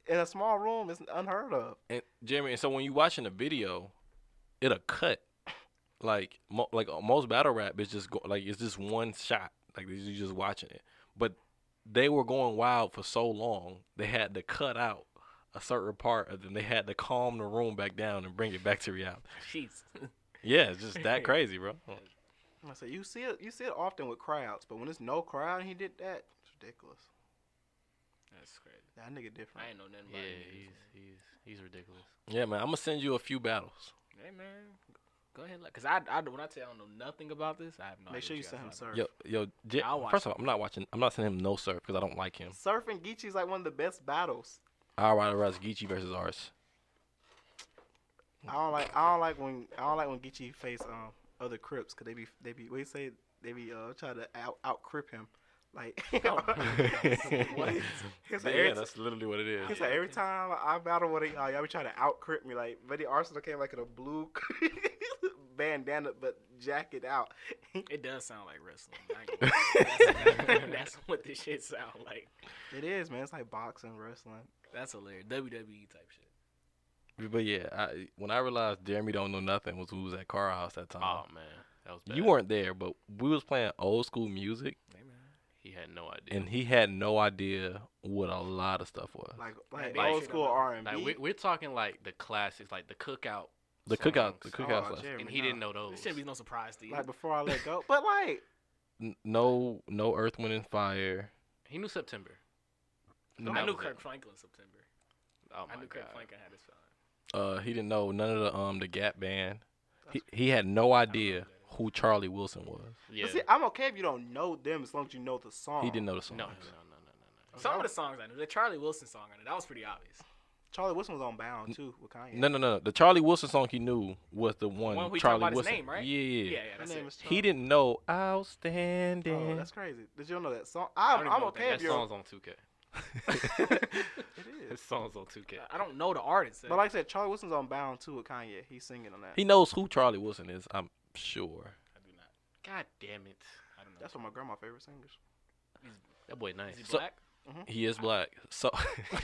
[SPEAKER 3] in a small room. It's unheard of.
[SPEAKER 1] And Jeremy, and so when you watching the video, it'll cut. Like mo- like uh, most battle rap is just go- like it's just one shot. Like you just watching it, but they were going wild for so long they had to cut out a certain part of them. They had to calm the room back down and bring it back to reality.
[SPEAKER 4] Jeez.
[SPEAKER 1] Yeah, it's just that crazy, bro.
[SPEAKER 3] I said you see it, you see it often with crowds, but when there's no crowd, and he did that. It's ridiculous.
[SPEAKER 4] That's crazy.
[SPEAKER 3] That nigga
[SPEAKER 4] I
[SPEAKER 3] different.
[SPEAKER 4] ain't know nothing
[SPEAKER 2] Yeah,
[SPEAKER 4] about it.
[SPEAKER 2] he's he's he's ridiculous.
[SPEAKER 1] Yeah, man, I'm gonna send you a few battles.
[SPEAKER 4] Hey man, go ahead, like, cause I, I when I tell you I don't know nothing about this, I have no.
[SPEAKER 3] Make
[SPEAKER 4] idea
[SPEAKER 3] sure you
[SPEAKER 4] what
[SPEAKER 3] send him
[SPEAKER 4] y'all
[SPEAKER 3] surf.
[SPEAKER 1] Yo, yo, Je-
[SPEAKER 4] I'll watch
[SPEAKER 1] first of all, I'm not watching. I'm not sending him no surf because I don't like him.
[SPEAKER 3] Surf and Geechee's like one of the best battles.
[SPEAKER 1] I'll ride Geechee versus ours.
[SPEAKER 3] I don't like I don't like when I don't like when Geechee face um other Crips because they be they be we say they be uh try to out out Crip him like.
[SPEAKER 1] yeah,
[SPEAKER 3] It's like every,
[SPEAKER 1] that's literally what it
[SPEAKER 3] it's
[SPEAKER 1] is.
[SPEAKER 3] like every time I battle with it, uh, y'all be trying to out Crip me like. But the Arsenal came like in a blue bandana but jacket out.
[SPEAKER 4] It does sound like wrestling. I ain't gonna lie. that's, that's what this shit sound like.
[SPEAKER 3] It is man. It's like boxing wrestling.
[SPEAKER 4] That's hilarious. WWE type shit.
[SPEAKER 1] But yeah, I, when I realized Jeremy don't know nothing was we was at Car House that time.
[SPEAKER 2] Oh man, that was bad.
[SPEAKER 1] Uh-huh. you weren't there, but we was playing old school music,
[SPEAKER 4] Hey, man.
[SPEAKER 2] He had no idea.
[SPEAKER 1] and he had no idea what a lot of stuff was.
[SPEAKER 3] Like like,
[SPEAKER 4] they
[SPEAKER 3] old
[SPEAKER 4] should
[SPEAKER 3] school
[SPEAKER 4] have-
[SPEAKER 3] R and
[SPEAKER 2] like
[SPEAKER 3] B.
[SPEAKER 2] we're, we're talking like the classics, like the cookout.
[SPEAKER 1] the cookout, the
[SPEAKER 2] songs,
[SPEAKER 1] cookout
[SPEAKER 3] Oh,
[SPEAKER 1] stuff.
[SPEAKER 3] Jeremy,
[SPEAKER 2] and he
[SPEAKER 3] nah.
[SPEAKER 2] didn't know those.
[SPEAKER 4] This shouldn't be no surprise to you.
[SPEAKER 3] Like before I let go, but like
[SPEAKER 1] N- No, no Earth, Wind, and Fire.
[SPEAKER 2] He knew September.
[SPEAKER 1] No,
[SPEAKER 4] I knew
[SPEAKER 2] was it.
[SPEAKER 4] Kirk Franklin in September.
[SPEAKER 2] Oh my
[SPEAKER 4] I knew
[SPEAKER 2] god.
[SPEAKER 4] Kirk Franklin had his phone.
[SPEAKER 1] Uh, he didn't know none of the um the Gap Band. He he had no idea who Charlie Wilson was.
[SPEAKER 2] Yeah.
[SPEAKER 3] But see, I'm okay if you don't know them as long as you know the song.
[SPEAKER 1] He didn't know the songs.
[SPEAKER 2] no, no, no, no, no,
[SPEAKER 4] Some of the songs I knew. The Charlie Wilson song I knew. That was pretty obvious.
[SPEAKER 3] Charlie Wilson was on Bound too with Kanye.
[SPEAKER 1] No, no, no. The Charlie Wilson song he knew was the one.
[SPEAKER 4] one who he talked
[SPEAKER 1] Charlie
[SPEAKER 4] about his
[SPEAKER 1] Wilson.
[SPEAKER 4] name, right?
[SPEAKER 1] Yeah,
[SPEAKER 4] Yeah,
[SPEAKER 1] yeah.
[SPEAKER 4] yeah, Oh,
[SPEAKER 3] Her
[SPEAKER 4] that's
[SPEAKER 3] name
[SPEAKER 4] it.
[SPEAKER 3] is
[SPEAKER 1] He
[SPEAKER 3] Charlie-
[SPEAKER 1] didn't know
[SPEAKER 3] Oh,
[SPEAKER 1] outstanding.
[SPEAKER 3] that's crazy. Did you know that song?
[SPEAKER 4] I
[SPEAKER 3] I'm,
[SPEAKER 4] don't even
[SPEAKER 3] I'm
[SPEAKER 4] know what
[SPEAKER 3] okay if
[SPEAKER 2] that
[SPEAKER 3] you're.
[SPEAKER 2] song's on 2K.
[SPEAKER 3] It is.
[SPEAKER 2] His song's on 2K.
[SPEAKER 4] I don't know the artist.
[SPEAKER 3] But like I said, Charlie Wilson's on Bound too with Kanye. He's singing on that.
[SPEAKER 1] he knows who Charlie Wilson is. I'm sure.
[SPEAKER 4] I do not.
[SPEAKER 2] God damn it.
[SPEAKER 4] I don't know.
[SPEAKER 3] That's one of my grandma favorite singers.
[SPEAKER 2] That boy nice.
[SPEAKER 4] Is he
[SPEAKER 1] So-
[SPEAKER 4] black?
[SPEAKER 1] He is black. So
[SPEAKER 4] wow. I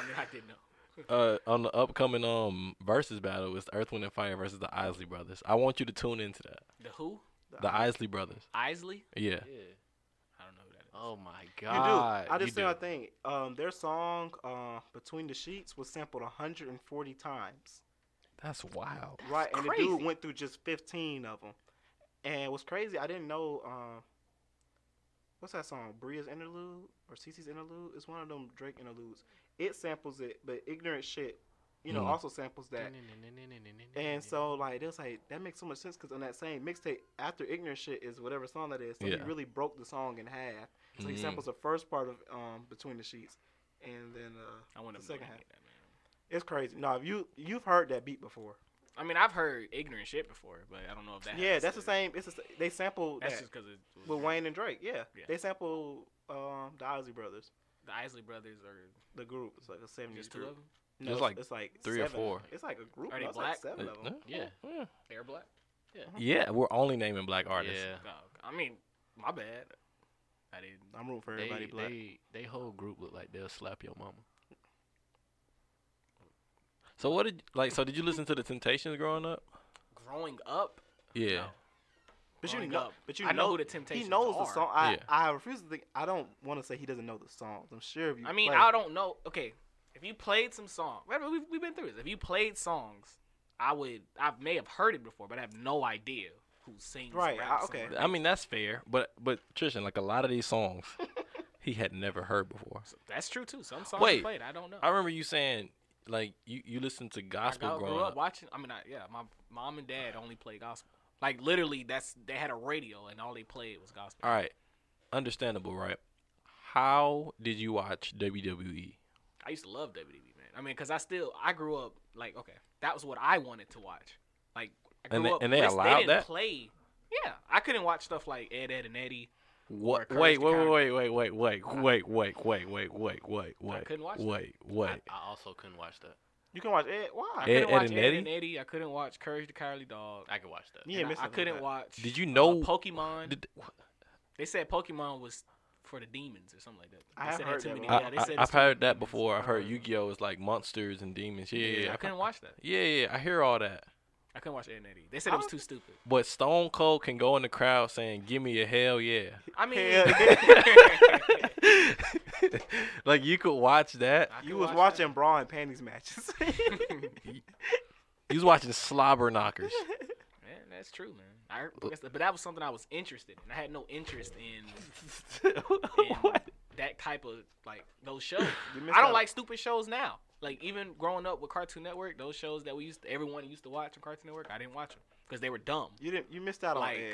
[SPEAKER 4] mean, I didn't know.
[SPEAKER 1] uh, on the upcoming um versus battle, it's Earth, Wind, and Fire versus the Isley Brothers. I want you to tune into that.
[SPEAKER 4] The who?
[SPEAKER 1] The Isley Brothers.
[SPEAKER 4] Isley?
[SPEAKER 1] Yeah.
[SPEAKER 2] Yeah.
[SPEAKER 4] I don't know who that is.
[SPEAKER 2] Oh my
[SPEAKER 3] You do.
[SPEAKER 2] god.
[SPEAKER 3] I just
[SPEAKER 2] you
[SPEAKER 3] said I
[SPEAKER 2] do.
[SPEAKER 3] think um, their song uh, "Between the Sheets" was sampled 140 times.
[SPEAKER 1] That's wild.
[SPEAKER 3] right, and the dude
[SPEAKER 4] crazy.
[SPEAKER 3] went through just 15 of them. And what's crazy, I didn't know. Um, what's that song? Bria's interlude or Cece's interlude? It's one of them Drake interludes. It samples it, but ignorant shit, you know,
[SPEAKER 1] Mhm.
[SPEAKER 3] also samples that. And so like it was like that makes so much sense because on that same mixtape after ignorant shit is whatever song that is. So he
[SPEAKER 1] Yeah.
[SPEAKER 3] really broke the song in half. So he
[SPEAKER 1] Mhm.
[SPEAKER 3] samples the first part of um, Between the Sheets, and then uh,
[SPEAKER 4] I
[SPEAKER 3] the
[SPEAKER 4] wouldn't have known
[SPEAKER 3] second
[SPEAKER 4] any
[SPEAKER 3] half.
[SPEAKER 4] of that, man.
[SPEAKER 3] it's crazy. No, if you you've heard that beat before.
[SPEAKER 4] I mean, I've heard ignorant shit before, but I don't know if that.
[SPEAKER 3] yeah,
[SPEAKER 4] has
[SPEAKER 3] that's
[SPEAKER 4] to-
[SPEAKER 3] the same. It's the sa- they sample
[SPEAKER 4] That's
[SPEAKER 3] that.
[SPEAKER 4] just because it was
[SPEAKER 3] With Wayne and Drake, yeah.
[SPEAKER 4] Yeah.
[SPEAKER 3] They sample um, the Isley Brothers,
[SPEAKER 4] the Isley brothers are
[SPEAKER 3] the group. It's like a 70s
[SPEAKER 4] just two
[SPEAKER 3] group.
[SPEAKER 4] of them.
[SPEAKER 3] No,
[SPEAKER 1] There's
[SPEAKER 3] it's
[SPEAKER 1] like
[SPEAKER 3] it's like
[SPEAKER 1] three or
[SPEAKER 3] seven.
[SPEAKER 1] four.
[SPEAKER 3] It's like a group.
[SPEAKER 4] Are they
[SPEAKER 3] no, it's
[SPEAKER 4] black?
[SPEAKER 3] Like seven of them.
[SPEAKER 1] Uh, Yeah. yeah.
[SPEAKER 4] They're black.
[SPEAKER 1] Yeah, we're only naming black artists.
[SPEAKER 2] Yeah.
[SPEAKER 3] Uh-huh.
[SPEAKER 4] No, I mean, my bad. I didn't.
[SPEAKER 3] I'm rooting for everybody
[SPEAKER 2] They,
[SPEAKER 3] black.
[SPEAKER 2] they, they whole group look like they'll slap your mama.
[SPEAKER 1] So what did like? So did you listen to the Temptations growing up?
[SPEAKER 4] Growing up,
[SPEAKER 1] Yeah.
[SPEAKER 4] No.
[SPEAKER 3] but you
[SPEAKER 4] growing
[SPEAKER 3] know,
[SPEAKER 4] up,
[SPEAKER 3] but you
[SPEAKER 4] I
[SPEAKER 3] know,
[SPEAKER 4] know who the Temptations
[SPEAKER 3] He knows
[SPEAKER 4] are.
[SPEAKER 3] the song. I,
[SPEAKER 1] Yeah.
[SPEAKER 3] I refuse to think. I don't want to say he doesn't know the songs. I'm sure if you.
[SPEAKER 4] I mean,
[SPEAKER 3] play-
[SPEAKER 4] I don't know. Okay, if you played some song, remember, we've, we've been through this. If you played songs, I would, I may have heard it before, but I have no idea who sings.
[SPEAKER 3] Right,
[SPEAKER 4] raps,
[SPEAKER 3] I- okay.
[SPEAKER 4] and-
[SPEAKER 1] I mean that's fair, but but Trishan, like a lot of these songs, he had never heard before.
[SPEAKER 4] That's true too. Some songs
[SPEAKER 1] Wait.
[SPEAKER 4] I played, I don't know.
[SPEAKER 1] I remember you saying like you you listened to
[SPEAKER 4] I
[SPEAKER 1] gospel
[SPEAKER 4] got- grew
[SPEAKER 1] growing
[SPEAKER 4] up
[SPEAKER 1] up.
[SPEAKER 4] watching. I mean, I, yeah, my mom and dad only played gospel. Like literally, that's they had a radio and all they played was gospel.
[SPEAKER 1] All right, understandable, right? How did you watch E? WWE?
[SPEAKER 4] I used to love WWE, man. I mean, cause I still I grew up like okay, that was what I wanted to watch. Like I grew
[SPEAKER 1] And they-
[SPEAKER 4] up,
[SPEAKER 1] and they
[SPEAKER 4] listen-
[SPEAKER 1] allowed
[SPEAKER 4] didn't
[SPEAKER 1] that?
[SPEAKER 4] play. Yeah, I couldn't watch stuff like Ed, Ed, and Eddie.
[SPEAKER 1] What?
[SPEAKER 4] Courage
[SPEAKER 1] Wait,
[SPEAKER 4] the
[SPEAKER 1] wait,
[SPEAKER 4] Cowardly-
[SPEAKER 1] wait, wait, wait, wait, wait, wait, wait, wait, wait, wait, wait.
[SPEAKER 4] couldn't watch that.
[SPEAKER 1] Wait,
[SPEAKER 2] I,
[SPEAKER 1] wait.
[SPEAKER 2] I also couldn't watch that.
[SPEAKER 3] you can watch it. Why?
[SPEAKER 4] I
[SPEAKER 1] Ed,
[SPEAKER 4] couldn't
[SPEAKER 1] Ed,
[SPEAKER 4] watch
[SPEAKER 1] and
[SPEAKER 4] Ed, Ed,
[SPEAKER 1] Eddie?
[SPEAKER 4] and Eddie. I couldn't watch Courage the Cowardly Dog.
[SPEAKER 2] I could watch that.
[SPEAKER 3] Yeah,
[SPEAKER 4] And
[SPEAKER 3] miss
[SPEAKER 4] I, I
[SPEAKER 3] something like
[SPEAKER 4] couldn't
[SPEAKER 3] that.
[SPEAKER 4] watch.
[SPEAKER 1] Did you
[SPEAKER 4] uh,
[SPEAKER 1] know-
[SPEAKER 4] Pokemon?
[SPEAKER 1] Did-
[SPEAKER 4] they said Pokemon was for the demons or something like that.
[SPEAKER 3] I
[SPEAKER 4] They
[SPEAKER 3] have
[SPEAKER 4] said it had
[SPEAKER 3] heard
[SPEAKER 4] too
[SPEAKER 3] that
[SPEAKER 4] many-
[SPEAKER 3] one.
[SPEAKER 1] I,
[SPEAKER 4] yeah, they
[SPEAKER 1] I,
[SPEAKER 4] said
[SPEAKER 1] I've
[SPEAKER 4] it's too many
[SPEAKER 1] heard that
[SPEAKER 4] demons.
[SPEAKER 1] before. I've
[SPEAKER 4] I
[SPEAKER 1] heard
[SPEAKER 4] don't know.
[SPEAKER 1] Yu-Gi-Oh is like monsters and demons. Yeah, yeah, yeah.
[SPEAKER 4] I
[SPEAKER 1] I've heard-
[SPEAKER 4] couldn't watch that.
[SPEAKER 1] yeah, yeah. I hear all that.
[SPEAKER 4] I couldn't watch Ed, and Eddie. They said it was
[SPEAKER 3] I-
[SPEAKER 4] too stupid.
[SPEAKER 1] But Stone Cold can go in the crowd saying, "Give me a hell yeah!"
[SPEAKER 4] I mean,
[SPEAKER 3] Hell
[SPEAKER 4] I
[SPEAKER 1] like you could watch that.
[SPEAKER 4] could
[SPEAKER 3] You was
[SPEAKER 4] watch that.
[SPEAKER 3] watching bra and panties matches.
[SPEAKER 1] You was watching slobber knockers.
[SPEAKER 4] Man, that's true, man. I, that's- but that was something I was interested in. I had no interest in, in
[SPEAKER 1] what?
[SPEAKER 4] that type of like those shows.
[SPEAKER 3] You
[SPEAKER 4] I
[SPEAKER 3] missed
[SPEAKER 4] don't
[SPEAKER 3] out.
[SPEAKER 4] like stupid shows now. Like even growing up with Cartoon Network, those shows that we used, to, everyone used to watch on Cartoon Network, I didn't watch them because they were dumb.
[SPEAKER 3] You didn't. You missed out
[SPEAKER 4] Like-
[SPEAKER 3] on. Yeah,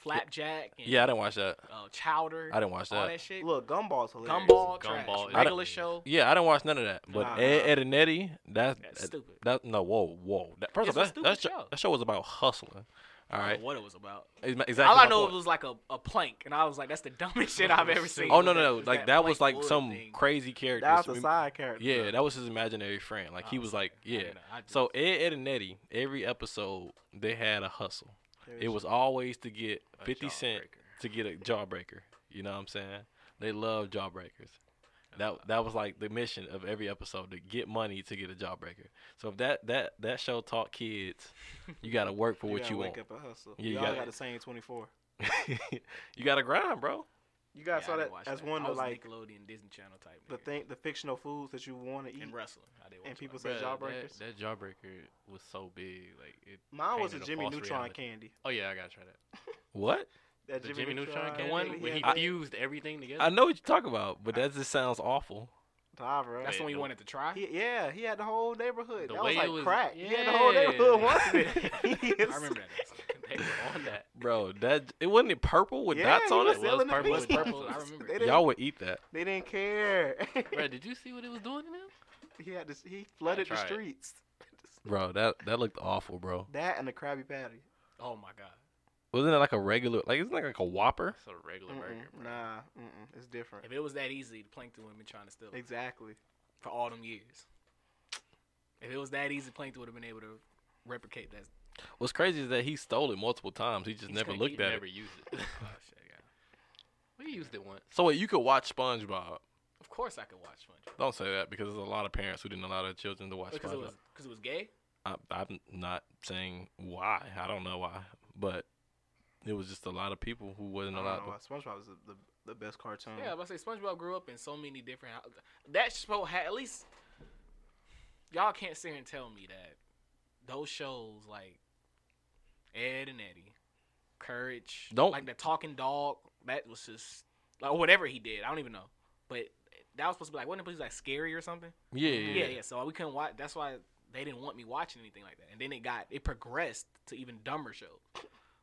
[SPEAKER 4] Flapjack and
[SPEAKER 1] Yeah, I didn't watch that.
[SPEAKER 4] uh, Chowder,
[SPEAKER 1] I didn't watch
[SPEAKER 4] all
[SPEAKER 1] that.
[SPEAKER 4] that shit.
[SPEAKER 3] Look, Gumball's hilarious.
[SPEAKER 4] Gumball, trash.
[SPEAKER 2] Gumball is
[SPEAKER 4] regular
[SPEAKER 2] hilarious.
[SPEAKER 4] show.
[SPEAKER 1] Yeah, I didn't watch none of that. But
[SPEAKER 3] Nah.
[SPEAKER 1] Ed, Ed and Eddie, that,
[SPEAKER 4] That's
[SPEAKER 1] that-
[SPEAKER 4] stupid.
[SPEAKER 1] That no, whoa, whoa. That, first of
[SPEAKER 4] It's a
[SPEAKER 1] all, that,
[SPEAKER 4] stupid
[SPEAKER 1] that, sho-
[SPEAKER 4] show.
[SPEAKER 1] that show was about hustling. All right,
[SPEAKER 4] I don't know what it was about.
[SPEAKER 1] Ex- exactly.
[SPEAKER 4] All I
[SPEAKER 1] my
[SPEAKER 4] know
[SPEAKER 1] point.
[SPEAKER 4] it was like a, a plank, and I was like, "That's the dumbest shit I've ever seen."
[SPEAKER 1] Oh no, no,
[SPEAKER 4] It
[SPEAKER 1] no! Like that was
[SPEAKER 4] plank
[SPEAKER 1] like
[SPEAKER 4] wood
[SPEAKER 1] some
[SPEAKER 4] thing.
[SPEAKER 1] crazy character.
[SPEAKER 3] That
[SPEAKER 1] So
[SPEAKER 3] was
[SPEAKER 1] we-
[SPEAKER 3] a side character.
[SPEAKER 1] Yeah, that was his imaginary friend. Like he
[SPEAKER 4] Oh,
[SPEAKER 1] was like,
[SPEAKER 4] I
[SPEAKER 1] yeah.
[SPEAKER 4] didn't know. I just-
[SPEAKER 1] So Ed, Ed and Eddie, every episode they had a hustle.
[SPEAKER 3] There
[SPEAKER 1] It
[SPEAKER 3] is-
[SPEAKER 1] was always to get
[SPEAKER 2] A
[SPEAKER 1] fifty cent
[SPEAKER 2] jawbreaker.
[SPEAKER 1] to get a jawbreaker. You know what I'm saying? They love jawbreakers. That that was like the mission of every episode to get money to get a jawbreaker. So if that that that show taught kids, you got to work for what
[SPEAKER 3] gotta
[SPEAKER 1] you
[SPEAKER 3] wake
[SPEAKER 1] want.
[SPEAKER 3] Up and hustle.
[SPEAKER 1] Yeah, you
[SPEAKER 3] you all
[SPEAKER 1] gotta-
[SPEAKER 3] got the same 24.
[SPEAKER 1] you got to grind, bro.
[SPEAKER 3] You guys
[SPEAKER 4] Yeah,
[SPEAKER 3] saw
[SPEAKER 4] I
[SPEAKER 3] that
[SPEAKER 4] didn't watch
[SPEAKER 3] as
[SPEAKER 4] that.
[SPEAKER 3] one
[SPEAKER 4] I
[SPEAKER 3] of
[SPEAKER 4] was a
[SPEAKER 3] like
[SPEAKER 4] Nickelodeon Disney Channel type.
[SPEAKER 3] the
[SPEAKER 4] nigga.
[SPEAKER 3] thing, the fictional foods that you want to eat.
[SPEAKER 4] and wrestling. I didn't
[SPEAKER 3] And
[SPEAKER 4] watch
[SPEAKER 3] people
[SPEAKER 4] it.
[SPEAKER 3] say
[SPEAKER 2] Bruh, that-
[SPEAKER 3] Jawbreakers?
[SPEAKER 2] That, jawbreaker was so big. Like it.
[SPEAKER 3] Mine was a
[SPEAKER 2] painted a
[SPEAKER 3] Jimmy
[SPEAKER 2] false
[SPEAKER 3] Neutron
[SPEAKER 2] reality.
[SPEAKER 3] candy.
[SPEAKER 2] Oh yeah, I gotta try that.
[SPEAKER 1] What?
[SPEAKER 3] That
[SPEAKER 2] The Jimmy, Neutron
[SPEAKER 3] candy,
[SPEAKER 2] can one
[SPEAKER 3] yeah,
[SPEAKER 2] when he
[SPEAKER 3] I-
[SPEAKER 2] fused everything together.
[SPEAKER 1] I know what you're talking about, but that just sounds awful.
[SPEAKER 3] Nah, bro.
[SPEAKER 4] That's the
[SPEAKER 2] Wait,
[SPEAKER 4] one you
[SPEAKER 2] no.
[SPEAKER 4] wanted to try.
[SPEAKER 3] He, yeah, he had the whole neighborhood.
[SPEAKER 2] The
[SPEAKER 3] that
[SPEAKER 2] way
[SPEAKER 3] was
[SPEAKER 2] it
[SPEAKER 3] like
[SPEAKER 2] was-
[SPEAKER 3] crack. He had the whole neighborhood
[SPEAKER 2] yeah.
[SPEAKER 3] wanted it.
[SPEAKER 4] I remember that.
[SPEAKER 2] they were on that.
[SPEAKER 1] Bro, that it wasn't it purple with
[SPEAKER 3] Yeah,
[SPEAKER 1] dots
[SPEAKER 3] he
[SPEAKER 1] on
[SPEAKER 3] was
[SPEAKER 1] it.
[SPEAKER 3] selling the
[SPEAKER 2] purple, it was
[SPEAKER 3] beans.
[SPEAKER 2] purple, I remember.
[SPEAKER 3] They
[SPEAKER 2] Y'all
[SPEAKER 3] didn't,
[SPEAKER 1] Y'all would eat that.
[SPEAKER 3] they didn't care.
[SPEAKER 2] Bro, did you see what it was doing to them?
[SPEAKER 3] he had this, he flooded the
[SPEAKER 2] tried it.
[SPEAKER 3] streets.
[SPEAKER 1] Bro, that that looked awful, bro.
[SPEAKER 3] That and the Krabby Patty.
[SPEAKER 4] Oh my god.
[SPEAKER 1] Wasn't it like a regular like isn't it like a whopper?
[SPEAKER 2] That's a regular burger.
[SPEAKER 3] Mm-mm, nah, mm-mm, it's different.
[SPEAKER 4] If it was that easy, the Plankton would have been trying to steal it
[SPEAKER 3] Exactly.
[SPEAKER 4] for all them years. If it was that easy, Plankton would have been able to replicate that.
[SPEAKER 1] What's crazy is that he stole it multiple times. He just
[SPEAKER 4] He's
[SPEAKER 1] never
[SPEAKER 4] gonna
[SPEAKER 1] looked
[SPEAKER 2] He
[SPEAKER 1] at
[SPEAKER 2] never
[SPEAKER 1] it.
[SPEAKER 2] used it.
[SPEAKER 4] Oh shit, yeah.
[SPEAKER 2] We used it once.
[SPEAKER 1] So wait, you could watch SpongeBob.
[SPEAKER 4] Of course, I could watch SpongeBob
[SPEAKER 1] Don't say that because there's a lot of parents who didn't allow their children to watch
[SPEAKER 4] because
[SPEAKER 1] SpongeBob.
[SPEAKER 4] it was because it was gay.
[SPEAKER 1] I, I'm not saying why. I don't know why, but it was just a lot of people who
[SPEAKER 3] I
[SPEAKER 1] wasn't
[SPEAKER 3] don't
[SPEAKER 1] allowed.
[SPEAKER 3] know
[SPEAKER 1] To,
[SPEAKER 3] why. SpongeBob was the, the, the best cartoon.
[SPEAKER 4] Yeah, but I say SpongeBob grew up in so many different. Houses. That show had at least. Y'all can't sit here and tell me that those shows like Ed and Eddie, Courage,
[SPEAKER 1] Don't-
[SPEAKER 4] like the Talking Dog. That was just like whatever he did. I don't even know, but that was supposed to be like wasn't it supposed to be like scary or something?
[SPEAKER 1] yeah,
[SPEAKER 4] Yeah,
[SPEAKER 1] yeah,
[SPEAKER 4] yeah. So we couldn't watch. That's why they didn't want me watching anything like that. And then it got it progressed to even dumber shows.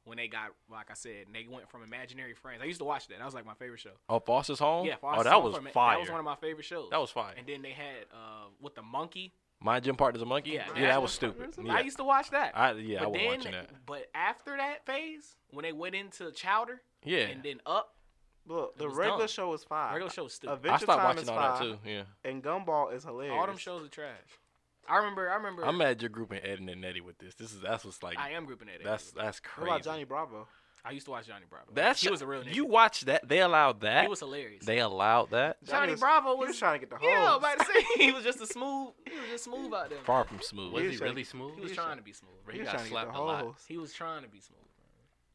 [SPEAKER 4] When they got, like I said, and they went from imaginary friends. I used to watch that. That was like my favorite show.
[SPEAKER 1] Oh, Foster's Home.
[SPEAKER 4] Yeah,
[SPEAKER 1] oh,
[SPEAKER 4] Foster's
[SPEAKER 1] that
[SPEAKER 4] Home
[SPEAKER 1] was
[SPEAKER 4] for a minute.
[SPEAKER 1] fire.
[SPEAKER 4] That was one of my favorite shows.
[SPEAKER 1] fire.
[SPEAKER 4] And then they had uh, with the monkey.
[SPEAKER 1] My gym partner's a monkey.
[SPEAKER 4] Yeah,
[SPEAKER 1] yeah, that was
[SPEAKER 3] that's-
[SPEAKER 1] stupid.
[SPEAKER 3] that's-
[SPEAKER 4] I
[SPEAKER 1] Yeah,
[SPEAKER 4] used to watch that.
[SPEAKER 1] I, yeah, I
[SPEAKER 4] but
[SPEAKER 1] was
[SPEAKER 4] then,
[SPEAKER 1] watching that.
[SPEAKER 4] but after that phase, when they went into Chowder
[SPEAKER 1] Yeah,
[SPEAKER 4] and then Up,
[SPEAKER 3] Look, the
[SPEAKER 4] was
[SPEAKER 3] regular
[SPEAKER 4] dumb.
[SPEAKER 3] show is five.
[SPEAKER 4] regular show was stupid.
[SPEAKER 1] I
[SPEAKER 3] Adventure
[SPEAKER 1] stopped
[SPEAKER 3] Time
[SPEAKER 1] watching
[SPEAKER 3] is
[SPEAKER 1] all
[SPEAKER 3] five,
[SPEAKER 1] that too. Yeah,
[SPEAKER 3] And Gumball is hilarious.
[SPEAKER 4] All them shows are trash. I remember. I remember.
[SPEAKER 1] I'm mad you're grouping Ed and Nettie with this. This is that's what's like.
[SPEAKER 4] I am grouping that. in.
[SPEAKER 1] that's that's
[SPEAKER 3] What
[SPEAKER 1] crazy.
[SPEAKER 3] about Johnny Bravo?
[SPEAKER 4] I used to watch Johnny Bravo.
[SPEAKER 1] That's
[SPEAKER 4] he was a real.
[SPEAKER 1] You
[SPEAKER 4] nigga.
[SPEAKER 1] watched that? They allowed that?
[SPEAKER 4] He was hilarious.
[SPEAKER 1] they allowed that?
[SPEAKER 4] Johnny Bravo
[SPEAKER 3] he
[SPEAKER 4] was-
[SPEAKER 3] was trying to get the whole.
[SPEAKER 4] yeah, I was about to say he was just a smooth. He was just smooth out there.
[SPEAKER 1] Far from smooth.
[SPEAKER 2] Was
[SPEAKER 3] He
[SPEAKER 2] he,
[SPEAKER 3] was trying-
[SPEAKER 2] really smooth?
[SPEAKER 4] He was trying to be smooth.
[SPEAKER 2] Bro,
[SPEAKER 3] he
[SPEAKER 2] he
[SPEAKER 3] was
[SPEAKER 2] got
[SPEAKER 3] trying to get the
[SPEAKER 2] slapped a lot.
[SPEAKER 3] whole.
[SPEAKER 4] He was trying to be smooth.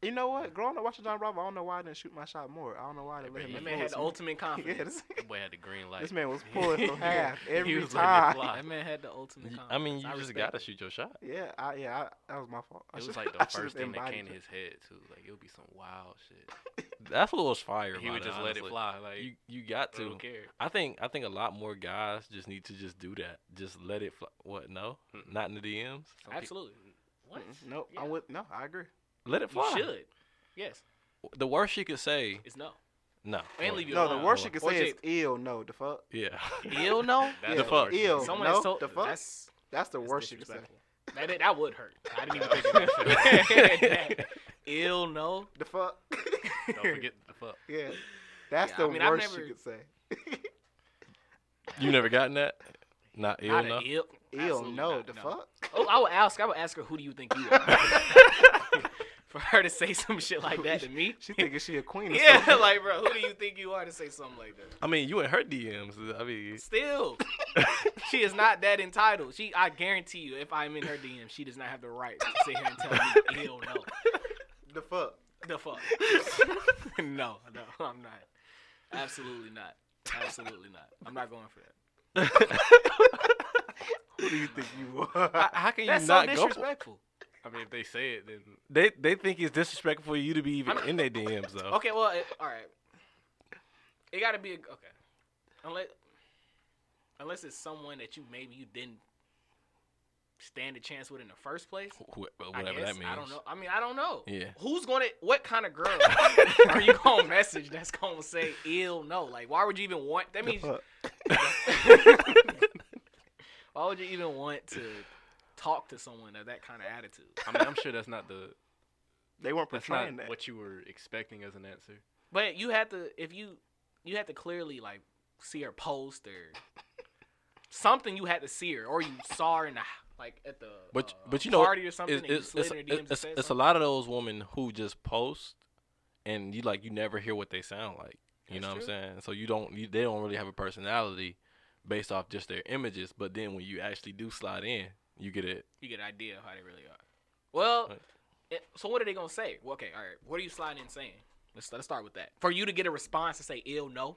[SPEAKER 3] You know what? Growing up watching John Bravo, I don't know why I didn't shoot my shot more. I don't know why they let him.
[SPEAKER 4] That man had
[SPEAKER 3] influence
[SPEAKER 4] the ultimate
[SPEAKER 3] me. Yeah,
[SPEAKER 4] confidence.
[SPEAKER 3] this,
[SPEAKER 2] That boy had the green light.
[SPEAKER 3] this man was pulling from half every
[SPEAKER 2] was letting it
[SPEAKER 3] time.
[SPEAKER 2] fly.
[SPEAKER 4] That man had the ultimate
[SPEAKER 1] You-
[SPEAKER 4] confidence.
[SPEAKER 1] I mean, you
[SPEAKER 4] I
[SPEAKER 1] just
[SPEAKER 4] respect
[SPEAKER 1] gotta
[SPEAKER 4] it.
[SPEAKER 1] shoot your shot.
[SPEAKER 3] Yeah, I, yeah, I, that was my fault.
[SPEAKER 2] It
[SPEAKER 3] I
[SPEAKER 2] was
[SPEAKER 3] should-
[SPEAKER 2] like
[SPEAKER 3] I
[SPEAKER 2] the
[SPEAKER 3] should have
[SPEAKER 2] first thing that
[SPEAKER 3] embodied
[SPEAKER 2] came to
[SPEAKER 3] it.
[SPEAKER 2] his head too. Like it would be some wild shit.
[SPEAKER 1] That's what was fire.
[SPEAKER 2] He
[SPEAKER 1] about
[SPEAKER 2] would just let it
[SPEAKER 1] honestly.
[SPEAKER 2] fly. Like
[SPEAKER 1] You you got
[SPEAKER 2] I
[SPEAKER 1] to.
[SPEAKER 2] don't care.
[SPEAKER 1] I think I think a lot more guys just need to just do that. Just let it fly. What? No,
[SPEAKER 2] Mm-mm.
[SPEAKER 1] not in the DMs.
[SPEAKER 2] Some peop-
[SPEAKER 4] Absolutely. What?
[SPEAKER 3] Mm, Nope,
[SPEAKER 4] Yeah.
[SPEAKER 3] I'm with. No, I agree.
[SPEAKER 1] Let it
[SPEAKER 4] You
[SPEAKER 1] fly.
[SPEAKER 4] should. Yes.
[SPEAKER 1] The worst you could say,
[SPEAKER 4] It's no.
[SPEAKER 1] no.
[SPEAKER 4] And
[SPEAKER 1] boy,
[SPEAKER 4] leave you
[SPEAKER 3] No,
[SPEAKER 4] alone.
[SPEAKER 3] the worst you can
[SPEAKER 4] Or
[SPEAKER 3] say is
[SPEAKER 4] just-
[SPEAKER 3] ill. No, the fuck.
[SPEAKER 1] Yeah.
[SPEAKER 4] Ill no.
[SPEAKER 2] That's
[SPEAKER 3] yeah,
[SPEAKER 1] the fuck.
[SPEAKER 2] worst.
[SPEAKER 3] Ill.
[SPEAKER 4] Someone
[SPEAKER 3] no,
[SPEAKER 4] so
[SPEAKER 3] the fuck. That's,
[SPEAKER 4] That's,
[SPEAKER 3] the
[SPEAKER 4] that's
[SPEAKER 3] worst you can say.
[SPEAKER 4] disrespectful. That that- that would hurt. I didn't even think of that. That- Ill no.
[SPEAKER 3] The fuck.
[SPEAKER 2] Don't forget the fuck.
[SPEAKER 3] yeah, that's
[SPEAKER 4] Yeah,
[SPEAKER 3] the
[SPEAKER 4] I mean, I've
[SPEAKER 3] worst
[SPEAKER 4] never-
[SPEAKER 3] you could say.
[SPEAKER 1] You never gotten that? Not ill,
[SPEAKER 4] Not
[SPEAKER 1] no.
[SPEAKER 4] a ill.
[SPEAKER 3] Ill.
[SPEAKER 4] absolutely
[SPEAKER 3] No,
[SPEAKER 4] not,
[SPEAKER 3] the fuck.
[SPEAKER 4] Oh, I would ask. I would ask her, who do you think you are? For her to say some shit like that to me.
[SPEAKER 3] She thinking she a queen. or
[SPEAKER 4] Yeah,
[SPEAKER 3] something.
[SPEAKER 4] like bro, who do you think you are to say something like that?
[SPEAKER 1] I mean, you in her DMs. I mean,
[SPEAKER 4] Still, she is not that entitled. She, I guarantee you, if I'm in her DM, she does not have the right to sit here and tell me ill no.
[SPEAKER 3] the fuck.
[SPEAKER 4] The fuck? no, no, I'm not. Absolutely not. Absolutely not. I'm not going for that.
[SPEAKER 3] Who do you think you are?
[SPEAKER 1] how can you
[SPEAKER 4] That's so
[SPEAKER 1] not go? For,
[SPEAKER 4] disrespectful.
[SPEAKER 2] I mean, if they say it, then
[SPEAKER 1] they they think it's disrespectful for you to be even in their DMs though.
[SPEAKER 4] Okay, well, it, all right. It got to be a, okay. Unless unless it's someone that you maybe you didn't stand a chance with in the first place.
[SPEAKER 1] Wh- wh-
[SPEAKER 4] I
[SPEAKER 1] whatever
[SPEAKER 4] guess.
[SPEAKER 1] that means.
[SPEAKER 4] I don't know. I mean, I don't know.
[SPEAKER 1] Yeah.
[SPEAKER 4] Who's gonna? What kind of girl are you gonna message that's gonna say ill no? Like, why would you even want? That means
[SPEAKER 3] Fuck.
[SPEAKER 4] why would you even want to talk to someone of that kind of attitude?
[SPEAKER 2] I mean, I'm sure that's not the
[SPEAKER 3] They weren't
[SPEAKER 2] that's
[SPEAKER 3] portraying
[SPEAKER 2] not
[SPEAKER 3] that.
[SPEAKER 2] what you were expecting as an answer.
[SPEAKER 4] But you had to if you you had to clearly like see her post or something. You had to see her, or you saw her in the like at the
[SPEAKER 1] But-
[SPEAKER 4] uh,
[SPEAKER 1] but you know,
[SPEAKER 4] party or something.
[SPEAKER 1] It's,
[SPEAKER 4] and you
[SPEAKER 1] it's,
[SPEAKER 4] slid
[SPEAKER 1] it's,
[SPEAKER 4] in her DMs and
[SPEAKER 1] it's,
[SPEAKER 4] said
[SPEAKER 1] it's a
[SPEAKER 4] something?
[SPEAKER 1] lot of those women who just post and you like you never hear what they sound like. You
[SPEAKER 4] That's
[SPEAKER 1] know what
[SPEAKER 4] true.
[SPEAKER 1] I'm saying? So you don't you, they don't really have a personality based off just their images, but then when you actually do slide in, you get it.
[SPEAKER 4] you get an idea of how they really are. Well,
[SPEAKER 1] Right.
[SPEAKER 4] it- so what are they gonna say? Well, okay, all right. What are you sliding in saying? Let's let's start with that. For you to get a response to say ill no,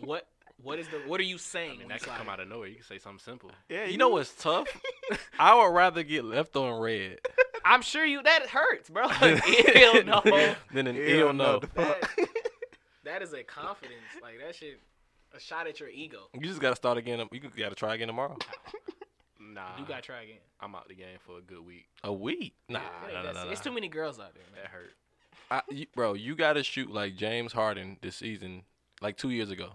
[SPEAKER 4] what what is the what are you saying?
[SPEAKER 2] I mean,
[SPEAKER 4] when
[SPEAKER 2] that
[SPEAKER 4] you
[SPEAKER 2] could
[SPEAKER 4] slide
[SPEAKER 2] come
[SPEAKER 4] in?
[SPEAKER 2] out of nowhere. You could say something simple.
[SPEAKER 3] yeah,
[SPEAKER 1] You know what's tough? I would rather get left on red
[SPEAKER 4] I'm sure you that hurts, bro. ill no.
[SPEAKER 1] than an
[SPEAKER 3] Yeah,
[SPEAKER 1] ill
[SPEAKER 3] no,
[SPEAKER 1] no.
[SPEAKER 3] the fuck.
[SPEAKER 4] That, that is a confidence. Like that shit, a shot at your ego.
[SPEAKER 1] You just gotta start again. You gotta try again tomorrow.
[SPEAKER 2] Nah,
[SPEAKER 4] You gotta try again.
[SPEAKER 2] I'm out the game for a good week.
[SPEAKER 1] A week? Nah,
[SPEAKER 4] It
[SPEAKER 1] nah,
[SPEAKER 4] ain't
[SPEAKER 1] nah,
[SPEAKER 4] that
[SPEAKER 1] nah,
[SPEAKER 4] se-
[SPEAKER 1] nah.
[SPEAKER 4] It's too many girls out there, man.
[SPEAKER 2] That hurt.
[SPEAKER 1] I, you, bro, you gotta shoot like James Harden this season, like two years ago.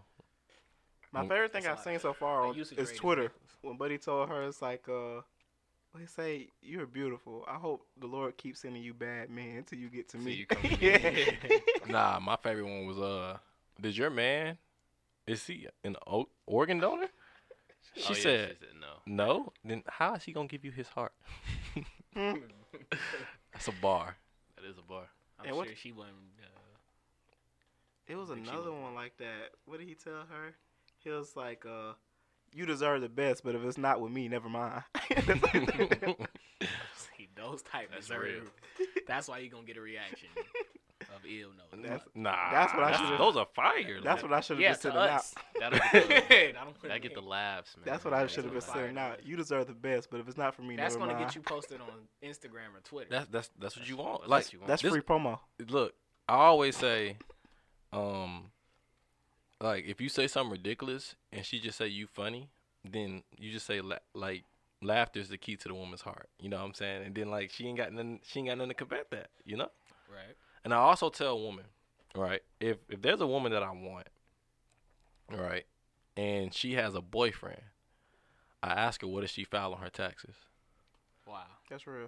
[SPEAKER 3] My
[SPEAKER 1] Mm.
[SPEAKER 3] favorite thing
[SPEAKER 4] That's a
[SPEAKER 3] I've
[SPEAKER 4] lot
[SPEAKER 3] seen
[SPEAKER 4] of-
[SPEAKER 3] so far
[SPEAKER 4] the
[SPEAKER 3] on,
[SPEAKER 4] usage
[SPEAKER 3] is
[SPEAKER 4] rate
[SPEAKER 3] Twitter.
[SPEAKER 4] ridiculous.
[SPEAKER 3] When Buddy told her, it's like, uh, he say, "You're beautiful. I hope the Lord keeps sending you bad men until you get to
[SPEAKER 2] Till
[SPEAKER 3] me."
[SPEAKER 2] you come to me.
[SPEAKER 3] yeah.
[SPEAKER 1] Nah, my favorite one was uh, did your man, is he an o- organ donor? She
[SPEAKER 2] Oh, yeah,
[SPEAKER 1] said
[SPEAKER 2] she said no.
[SPEAKER 1] no. Then how is he gonna give you his heart?
[SPEAKER 3] Mm.
[SPEAKER 1] That's a bar.
[SPEAKER 2] That is a bar.
[SPEAKER 4] I'm
[SPEAKER 3] And
[SPEAKER 4] sure
[SPEAKER 3] what-
[SPEAKER 4] she wasn't. Uh,
[SPEAKER 3] It was
[SPEAKER 4] I think she
[SPEAKER 3] another
[SPEAKER 4] was-
[SPEAKER 3] one like that. What did he tell her? He was like, uh, "You deserve the best, but if it's not with me, never mind."
[SPEAKER 4] see, those type
[SPEAKER 2] That's
[SPEAKER 4] deserve.
[SPEAKER 2] real.
[SPEAKER 4] That's why you gonna get a reaction of ill no.
[SPEAKER 3] That's-
[SPEAKER 1] nah,
[SPEAKER 3] that's what I
[SPEAKER 1] nah,
[SPEAKER 3] should've-
[SPEAKER 1] Those are fire.
[SPEAKER 3] That's
[SPEAKER 1] like,
[SPEAKER 3] what I should have
[SPEAKER 4] yeah,
[SPEAKER 3] been
[SPEAKER 4] to
[SPEAKER 3] sending out.
[SPEAKER 4] us.
[SPEAKER 2] That'll get the, that
[SPEAKER 4] that
[SPEAKER 2] get the laughs, man.
[SPEAKER 3] That's what I
[SPEAKER 2] That'll
[SPEAKER 3] should have
[SPEAKER 2] get
[SPEAKER 3] been
[SPEAKER 2] the
[SPEAKER 4] That's
[SPEAKER 3] sending
[SPEAKER 4] fire.
[SPEAKER 3] out. You deserve the best, but if it's not for me,
[SPEAKER 4] That's
[SPEAKER 3] never
[SPEAKER 4] gonna
[SPEAKER 3] mind.
[SPEAKER 4] get you posted on Instagram or Twitter.
[SPEAKER 1] That's that's that's what you
[SPEAKER 2] That's
[SPEAKER 1] want.
[SPEAKER 2] what
[SPEAKER 1] Like
[SPEAKER 2] you want.
[SPEAKER 3] That's
[SPEAKER 1] This-
[SPEAKER 3] free promo.
[SPEAKER 1] look, I always say, um, like if you say something ridiculous and she just say you funny, then you just say la- like laughter is the key to the woman's heart. You know what I'm saying? And then like she ain't got nothing, she ain't got nothing to combat that. You know?
[SPEAKER 4] right.
[SPEAKER 1] And I also tell a woman, right, if if there's a woman that I want, right, and she has a boyfriend, I ask her what is she file on her taxes.
[SPEAKER 4] Wow.
[SPEAKER 3] That's real.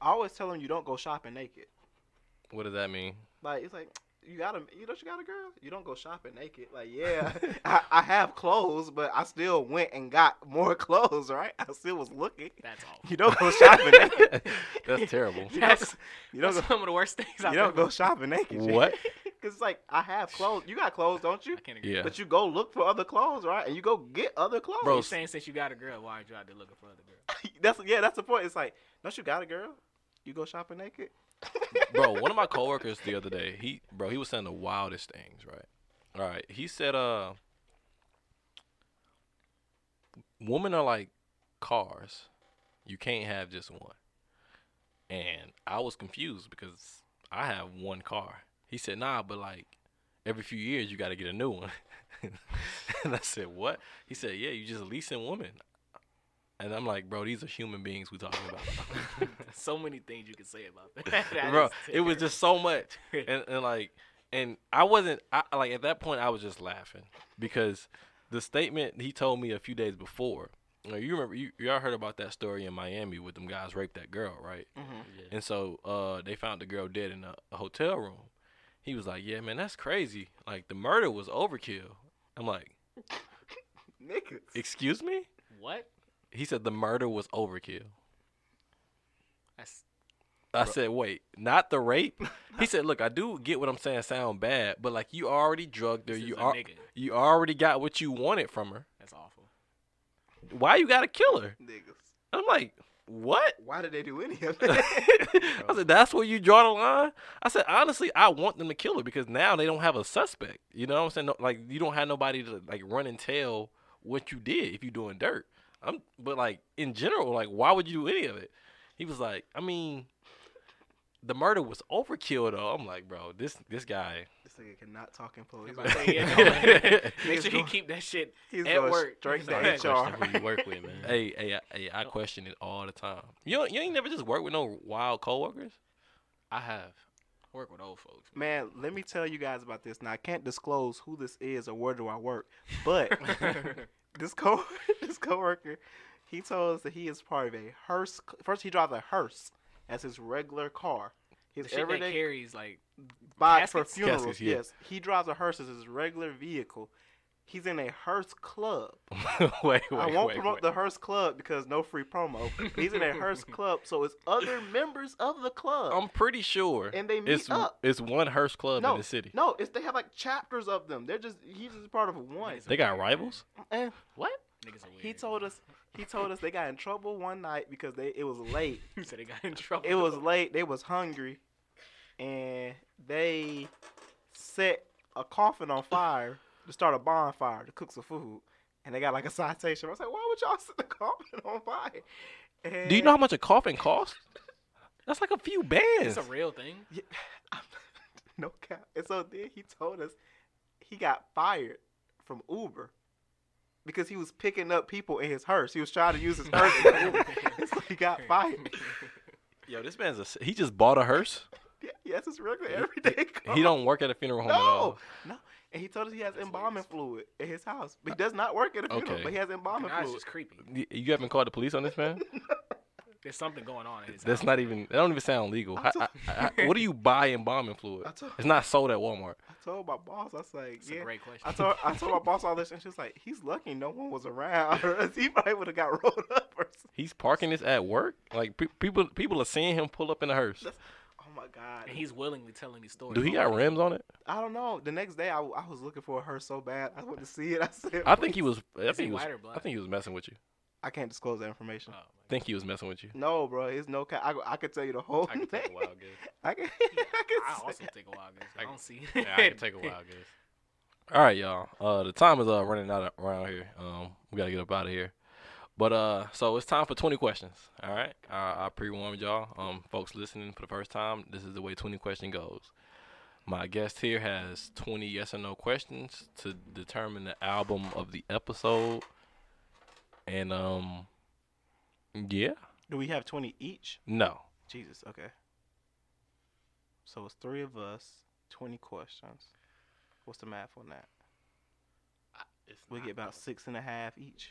[SPEAKER 3] I always tell them you don't go shopping naked.
[SPEAKER 1] What does that mean?
[SPEAKER 3] Like it's like you got a you don't you got a girl? You don't go shopping naked. Like yeah, I, I have clothes, but I still went and got more clothes. Right? I still was looking.
[SPEAKER 4] That's all.
[SPEAKER 3] You don't go shopping naked.
[SPEAKER 1] That's terrible.
[SPEAKER 3] You don't,
[SPEAKER 4] That's,
[SPEAKER 3] you don't,
[SPEAKER 4] that's
[SPEAKER 3] go,
[SPEAKER 4] some of the worst things I've
[SPEAKER 3] you don't
[SPEAKER 4] ever.
[SPEAKER 3] go shopping naked. Jay.
[SPEAKER 1] What?
[SPEAKER 3] Cause it's like I have clothes. You got clothes, don't you?
[SPEAKER 4] I can't agree.
[SPEAKER 1] Yeah.
[SPEAKER 3] But you go look for other clothes, right? And you go get other clothes.
[SPEAKER 1] Bro,
[SPEAKER 4] You're saying since you got a girl, why are you out there looking for other girls?
[SPEAKER 3] that's yeah, that's the point. It's like don't you got a girl? You go shopping naked.
[SPEAKER 1] bro, one of my coworkers the other day, he bro, he was saying the wildest things, right? All right. He said uh women are like cars. You can't have just one. And I was confused because I have one car. He said, "Nah, but like every few years you got to get a new one." and I said, "What?" He said, "Yeah, you just leasing women." And I'm like, "Bro, these are human beings we talking about."
[SPEAKER 4] so many things you can say about that. That
[SPEAKER 1] bro
[SPEAKER 4] is
[SPEAKER 1] it was just so much and, and like and i wasn't I, like at that point i was just laughing because the statement he told me a few days before you, know, you remember you, y'all heard about that story in miami with them guys raped that girl right
[SPEAKER 4] Mm-hmm.
[SPEAKER 1] and so uh, they found the girl dead in a, a hotel room he was like yeah man that's crazy like the murder was overkill i'm like
[SPEAKER 3] Naked.
[SPEAKER 1] excuse me
[SPEAKER 4] terrible. what?
[SPEAKER 1] he said the murder was overkill
[SPEAKER 4] That's
[SPEAKER 1] I said, wait, not the rape. He said, look, I do get what I'm saying. Sound bad, but like you already drugged her.
[SPEAKER 4] This
[SPEAKER 1] You
[SPEAKER 4] is a
[SPEAKER 1] are
[SPEAKER 4] nigga.
[SPEAKER 1] you already got what you wanted from her.
[SPEAKER 4] that's awful.
[SPEAKER 1] Why you gotta kill her?
[SPEAKER 3] Niggas.
[SPEAKER 1] I'm like, what?
[SPEAKER 3] Why did they do any of that?
[SPEAKER 1] I said, that's where you draw the line. I said, honestly, I want them to kill her because now they don't have a suspect. You know what I'm saying? No, like you don't have nobody to like run and tell what you did if you doing dirt. I'm, but like in general, like why would you do any of it? He was like, I mean, the murder was overkill though. I'm like, bro, this this guy.
[SPEAKER 3] This nigga cannot talk in
[SPEAKER 4] I'm
[SPEAKER 3] public.
[SPEAKER 4] about to say, yeah, no. Make
[SPEAKER 3] He's
[SPEAKER 4] sure he
[SPEAKER 3] going-
[SPEAKER 4] keep that shit.
[SPEAKER 3] He's
[SPEAKER 4] At
[SPEAKER 3] going
[SPEAKER 4] work.
[SPEAKER 3] straight
[SPEAKER 4] He's
[SPEAKER 3] to
[SPEAKER 4] like,
[SPEAKER 2] I
[SPEAKER 4] "Hey,
[SPEAKER 3] HR.
[SPEAKER 2] question who you work with, man.
[SPEAKER 1] Hey, hey, I- hey, I question it all the time. You don't- you ain't never just work with no wild coworkers.
[SPEAKER 2] I have.
[SPEAKER 4] Work with old folks.
[SPEAKER 3] Man, let me tell you guys about this. Now I can't disclose who this is or where do I work, but this co this coworker, he told us that he is part of a hearse. First, he drives a hearse as his regular car.
[SPEAKER 4] the
[SPEAKER 3] His
[SPEAKER 4] shit that
[SPEAKER 3] everyday
[SPEAKER 4] carries like
[SPEAKER 3] bike for
[SPEAKER 4] caskets?
[SPEAKER 3] funerals.
[SPEAKER 1] Caskets, yeah.
[SPEAKER 3] yes, he drives a hearse as his regular vehicle. He's in a hearse club.
[SPEAKER 1] wait, wait,
[SPEAKER 3] I won't
[SPEAKER 1] wait,
[SPEAKER 3] promote
[SPEAKER 1] wait.
[SPEAKER 3] the hearse club because no free promo. He's in a hearse club, so it's other members of the club,
[SPEAKER 1] I'm pretty sure
[SPEAKER 3] and they meet
[SPEAKER 1] Oh it's
[SPEAKER 3] up.
[SPEAKER 1] it's one hearse club
[SPEAKER 3] No,
[SPEAKER 1] in the city.
[SPEAKER 3] no, it's they have like chapters of them. They're just he's just part of one.
[SPEAKER 1] They got rivals.
[SPEAKER 3] Eh.
[SPEAKER 2] What?
[SPEAKER 4] niggas are weird.
[SPEAKER 3] He told us he told us they got in trouble one night because they it was late.
[SPEAKER 4] He said they got in trouble.
[SPEAKER 3] It was late. They was hungry, and they set a coffin on fire to start a bonfire to cook some food. And they got like a citation. I was like, why would y'all set the coffin on fire? And
[SPEAKER 1] Do you know how much a coffin costs? That's like a few
[SPEAKER 4] It's
[SPEAKER 1] bands.
[SPEAKER 4] a real thing.
[SPEAKER 3] Yeah, I'm- no cap. And so then he told us he got fired from Uber because he was picking up people in his hearse. He was trying to use his hearse. in Uber. so he got fired.
[SPEAKER 1] Yo, this man's a he just bought a hearse.
[SPEAKER 3] Yeah, yes, it's regular
[SPEAKER 1] He-
[SPEAKER 3] everyday.
[SPEAKER 1] He don't work at a funeral home at all.
[SPEAKER 3] Uh-huh. No, no. And he told us he has embalming fluid at his house. But he does not work at a funeral,
[SPEAKER 1] Okay.
[SPEAKER 3] but he has embalming
[SPEAKER 4] Nah, it's
[SPEAKER 3] fluid.
[SPEAKER 4] just creepy.
[SPEAKER 1] Y- You haven't called the police on this man.
[SPEAKER 4] There's something going on. In his
[SPEAKER 1] That's
[SPEAKER 4] house.
[SPEAKER 1] not even. That don't even sound legal.
[SPEAKER 3] I'm
[SPEAKER 1] I,
[SPEAKER 3] so-
[SPEAKER 1] I- I- what do you buy embalming fluid?
[SPEAKER 3] I told,
[SPEAKER 1] It's not sold at Walmart.
[SPEAKER 3] I told my boss, I was like,
[SPEAKER 4] It's
[SPEAKER 3] yeah.
[SPEAKER 4] a great question.
[SPEAKER 3] I told I told my boss all this, and she was like, "He's lucky no one was around, or else he probably would have got rolled up or something."
[SPEAKER 1] He's parking this at work. Like pe- people, people are seeing him pull up in a hearse.
[SPEAKER 3] Oh my god!
[SPEAKER 4] and he's willingly telling these stories.
[SPEAKER 1] Do he got rims on it?
[SPEAKER 3] I don't know. The next day, I, w- I was looking for her so bad. I went to see it. I said,
[SPEAKER 1] I think he was. I
[SPEAKER 4] Is he
[SPEAKER 1] think he was.
[SPEAKER 4] white or black?
[SPEAKER 1] I think he was messing with you.
[SPEAKER 3] I can't disclose that information.
[SPEAKER 4] Oh,
[SPEAKER 1] I think he was messing with you.
[SPEAKER 3] No, bro, it's no. Ca- I, I could tell you the whole
[SPEAKER 2] I can take a
[SPEAKER 3] thing.
[SPEAKER 2] wild guess.
[SPEAKER 3] I can. I can
[SPEAKER 4] I
[SPEAKER 3] say-
[SPEAKER 4] also take a wild guess. I don't see.
[SPEAKER 2] Yeah, I can take a wild guess.
[SPEAKER 1] All right, y'all. Uh, the time is uh running out of- around here. Um, we gotta get up out of here. But uh, so it's time for 20 questions. All right. I, I pre-warmed y'all. Um, folks listening for the first time, this is the way 20 question goes. My guest here has 20 yes or no questions to determine the album of the episode. And um, yeah,
[SPEAKER 3] Do we have twenty each?
[SPEAKER 1] no,
[SPEAKER 3] Jesus. Okay. So it's three of us, twenty questions. What's the math on that?
[SPEAKER 2] I- it's
[SPEAKER 3] We
[SPEAKER 2] not-
[SPEAKER 3] get about six and a half each.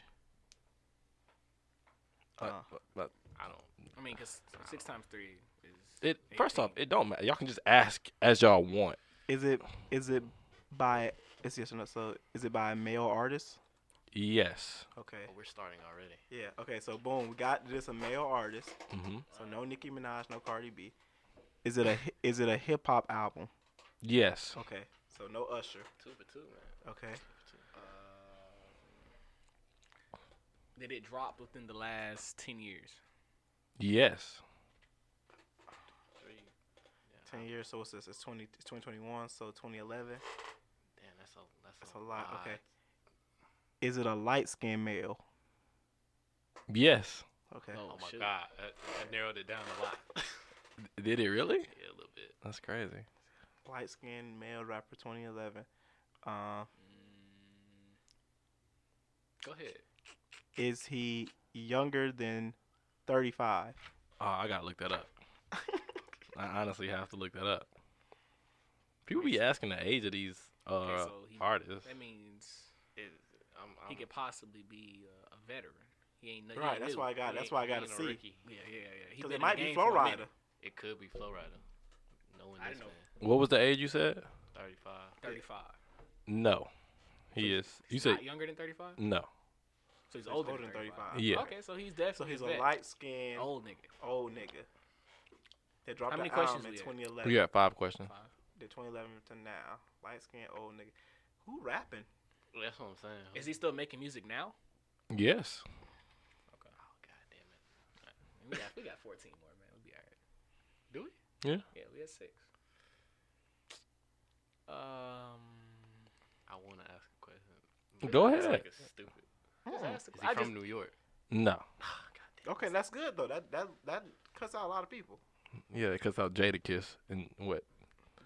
[SPEAKER 1] Uh,
[SPEAKER 3] Uh,
[SPEAKER 1] but
[SPEAKER 2] I don't.
[SPEAKER 4] I mean, because six times three is.
[SPEAKER 1] it first off,
[SPEAKER 4] 18.
[SPEAKER 1] it don't matter. Y'all can just ask as y'all want.
[SPEAKER 3] is it is it by? It's yes or no. So is it by a male artist?
[SPEAKER 1] Yes.
[SPEAKER 3] Okay.
[SPEAKER 2] But we're starting already.
[SPEAKER 3] Yeah. Okay. So boom, we got this a male artist.
[SPEAKER 1] hmm
[SPEAKER 3] So no Nicki Minaj, no Cardi B. Is it a hi- is it a hip hop album?
[SPEAKER 1] Yes.
[SPEAKER 3] Okay. So no Usher.
[SPEAKER 2] Two for two, man.
[SPEAKER 3] Okay.
[SPEAKER 4] uh, Did it drop within the last ten years?
[SPEAKER 1] Yes.
[SPEAKER 2] Three. Yeah,
[SPEAKER 3] Ten years. So it's it's 20 it's 2021. So 2011.
[SPEAKER 2] Damn, that's a that's,
[SPEAKER 3] That's a lot.
[SPEAKER 4] Uh,
[SPEAKER 3] Okay. Is it a light skinned male?
[SPEAKER 1] Yes.
[SPEAKER 3] Okay.
[SPEAKER 2] Oh,
[SPEAKER 4] Oh,
[SPEAKER 2] my
[SPEAKER 4] shit.
[SPEAKER 2] god, that, that narrowed it down a lot.
[SPEAKER 1] Did it really?
[SPEAKER 2] yeah, a little bit.
[SPEAKER 1] That's crazy.
[SPEAKER 3] Light skinned male rapper 2011. Uh,
[SPEAKER 4] Mm,
[SPEAKER 2] Go ahead.
[SPEAKER 3] is he younger than 35?
[SPEAKER 1] Oh, I gotta look that up. I honestly have to look that up. People be asking the age of these uh,
[SPEAKER 4] Okay, so he-
[SPEAKER 1] artists.
[SPEAKER 4] that means
[SPEAKER 2] It, I'm, I'm,
[SPEAKER 4] he could possibly be uh, a veteran. He ain't no- he
[SPEAKER 3] Right,
[SPEAKER 4] ain't
[SPEAKER 3] that's
[SPEAKER 4] new.
[SPEAKER 3] why I got-
[SPEAKER 4] He
[SPEAKER 3] that's
[SPEAKER 4] ain't-
[SPEAKER 3] why I
[SPEAKER 2] he
[SPEAKER 3] gotta
[SPEAKER 2] ain't a
[SPEAKER 3] see.
[SPEAKER 2] rookie.
[SPEAKER 4] Yeah, yeah, yeah. He
[SPEAKER 3] Because
[SPEAKER 4] been
[SPEAKER 3] it
[SPEAKER 4] in
[SPEAKER 3] might
[SPEAKER 4] the
[SPEAKER 3] be
[SPEAKER 4] game for
[SPEAKER 3] Flow
[SPEAKER 4] a minute.
[SPEAKER 3] Rider.
[SPEAKER 2] It could be Flow Rider. Knowing
[SPEAKER 4] I
[SPEAKER 2] this
[SPEAKER 4] know.
[SPEAKER 2] man,
[SPEAKER 1] What was the age you said?
[SPEAKER 2] 35.
[SPEAKER 4] Thirty-five.
[SPEAKER 1] No, he is. You
[SPEAKER 4] He's
[SPEAKER 1] said
[SPEAKER 4] not younger than thirty-five.
[SPEAKER 2] Mm.
[SPEAKER 1] no.
[SPEAKER 4] So he's
[SPEAKER 3] He's
[SPEAKER 4] older,
[SPEAKER 3] older
[SPEAKER 4] than
[SPEAKER 3] than
[SPEAKER 4] thirty-five.
[SPEAKER 3] 35.
[SPEAKER 1] Yeah.
[SPEAKER 4] Okay, so he's
[SPEAKER 3] So
[SPEAKER 4] definitely
[SPEAKER 3] he's
[SPEAKER 4] a
[SPEAKER 3] a
[SPEAKER 4] vet.
[SPEAKER 3] light skinned old.
[SPEAKER 4] old nigga.
[SPEAKER 3] nigga. They dropped
[SPEAKER 4] How many
[SPEAKER 3] the album
[SPEAKER 4] questions
[SPEAKER 3] in
[SPEAKER 4] we at?
[SPEAKER 3] 2011.
[SPEAKER 1] You got five questions.
[SPEAKER 4] Five.
[SPEAKER 3] The 2011 to now. Light skinned old nigga. Who rapping?
[SPEAKER 2] That's what I'm saying.
[SPEAKER 4] Is he still making music now?
[SPEAKER 1] Yes.
[SPEAKER 4] Okay. Oh god damn it. All right. We got we got fourteen more, man. We'll be all right. Do we?
[SPEAKER 1] Yeah.
[SPEAKER 4] Yeah, we had six. Um
[SPEAKER 2] I want to ask a question.
[SPEAKER 1] Go
[SPEAKER 2] It's
[SPEAKER 1] ahead.
[SPEAKER 2] Like it's stupid.
[SPEAKER 4] just
[SPEAKER 3] Mm.
[SPEAKER 4] ask the
[SPEAKER 2] Is
[SPEAKER 4] que-
[SPEAKER 2] he
[SPEAKER 4] I
[SPEAKER 2] from
[SPEAKER 4] just
[SPEAKER 2] New York?
[SPEAKER 1] No.
[SPEAKER 2] Ah, God damn.
[SPEAKER 3] Okay, that's good though. That that that cuts out a lot of people.
[SPEAKER 1] Yeah, they cussed out Jada Kiss and what?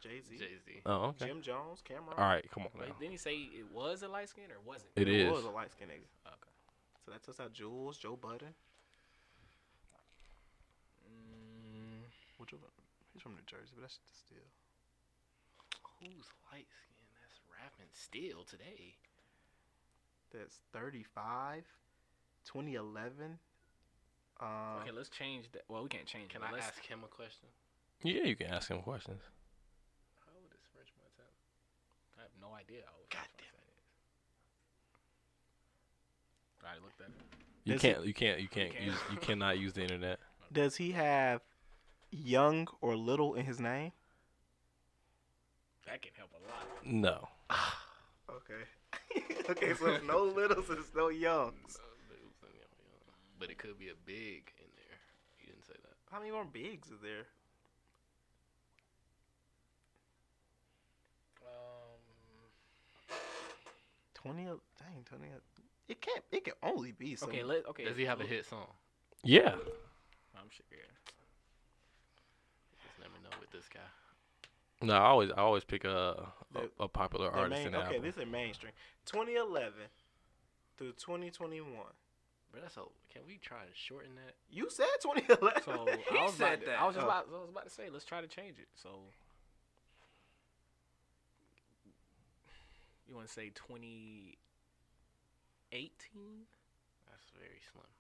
[SPEAKER 3] Jay Z,
[SPEAKER 2] Jay Z.
[SPEAKER 1] Oh, okay.
[SPEAKER 3] Jim Jones, Cameron.
[SPEAKER 1] All right, come on
[SPEAKER 4] Wait,
[SPEAKER 1] now.
[SPEAKER 4] didn't he say it was a light skin or wasn't?
[SPEAKER 1] It
[SPEAKER 3] It
[SPEAKER 1] is.
[SPEAKER 3] was a light skinned nigga.
[SPEAKER 4] Okay.
[SPEAKER 3] So that's us out Jules, Joe Budden.
[SPEAKER 4] Mm,
[SPEAKER 3] Well, Joe Budden, he's from New Jersey, but that's still.
[SPEAKER 2] Who's light skin? That's rapping still today.
[SPEAKER 3] That's 35, 2011. Um,
[SPEAKER 4] okay, let's change that. Well, we can't change.
[SPEAKER 2] Can
[SPEAKER 4] it, but
[SPEAKER 2] I
[SPEAKER 4] let's-
[SPEAKER 2] ask him a question?
[SPEAKER 1] Yeah, you can ask him questions.
[SPEAKER 2] How old is French Montana?
[SPEAKER 4] I have no idea. how old
[SPEAKER 2] God
[SPEAKER 4] French Montana is. All right, look that up.
[SPEAKER 1] You
[SPEAKER 3] Is
[SPEAKER 1] can't, you can't, you can't,
[SPEAKER 4] can't.
[SPEAKER 1] use, you cannot use the internet.
[SPEAKER 3] Does he have young or little in his name?
[SPEAKER 4] That can help a lot.
[SPEAKER 1] No.
[SPEAKER 3] Okay. okay, so no littles and no youngs.
[SPEAKER 2] Uh, but it was in there, yeah. But it could be a big in there. You didn't say that.
[SPEAKER 3] How many more bigs is there?
[SPEAKER 4] Um,
[SPEAKER 3] 20, dang, 20. It can't, it can only be so.
[SPEAKER 4] okay, let okay.
[SPEAKER 2] Does he have a
[SPEAKER 4] look-
[SPEAKER 2] hit song?
[SPEAKER 1] Yeah.
[SPEAKER 4] I'm sure. Yeah.
[SPEAKER 2] Just never know with this guy.
[SPEAKER 1] No, I always, I always pick a
[SPEAKER 3] Their-
[SPEAKER 1] a, a popular
[SPEAKER 3] Their
[SPEAKER 1] artist
[SPEAKER 3] main-
[SPEAKER 1] in the
[SPEAKER 3] okay,
[SPEAKER 1] album.
[SPEAKER 3] this is mainstream. 2011 through 2021.
[SPEAKER 2] But that's a. Can we try and shorten that?
[SPEAKER 3] You said 2011.
[SPEAKER 4] So
[SPEAKER 3] He
[SPEAKER 4] I was
[SPEAKER 3] said
[SPEAKER 4] about to, I was just
[SPEAKER 3] Oh.
[SPEAKER 4] about, I was about to say, let's try to change it. So you want to say 2018?
[SPEAKER 2] That's very slim.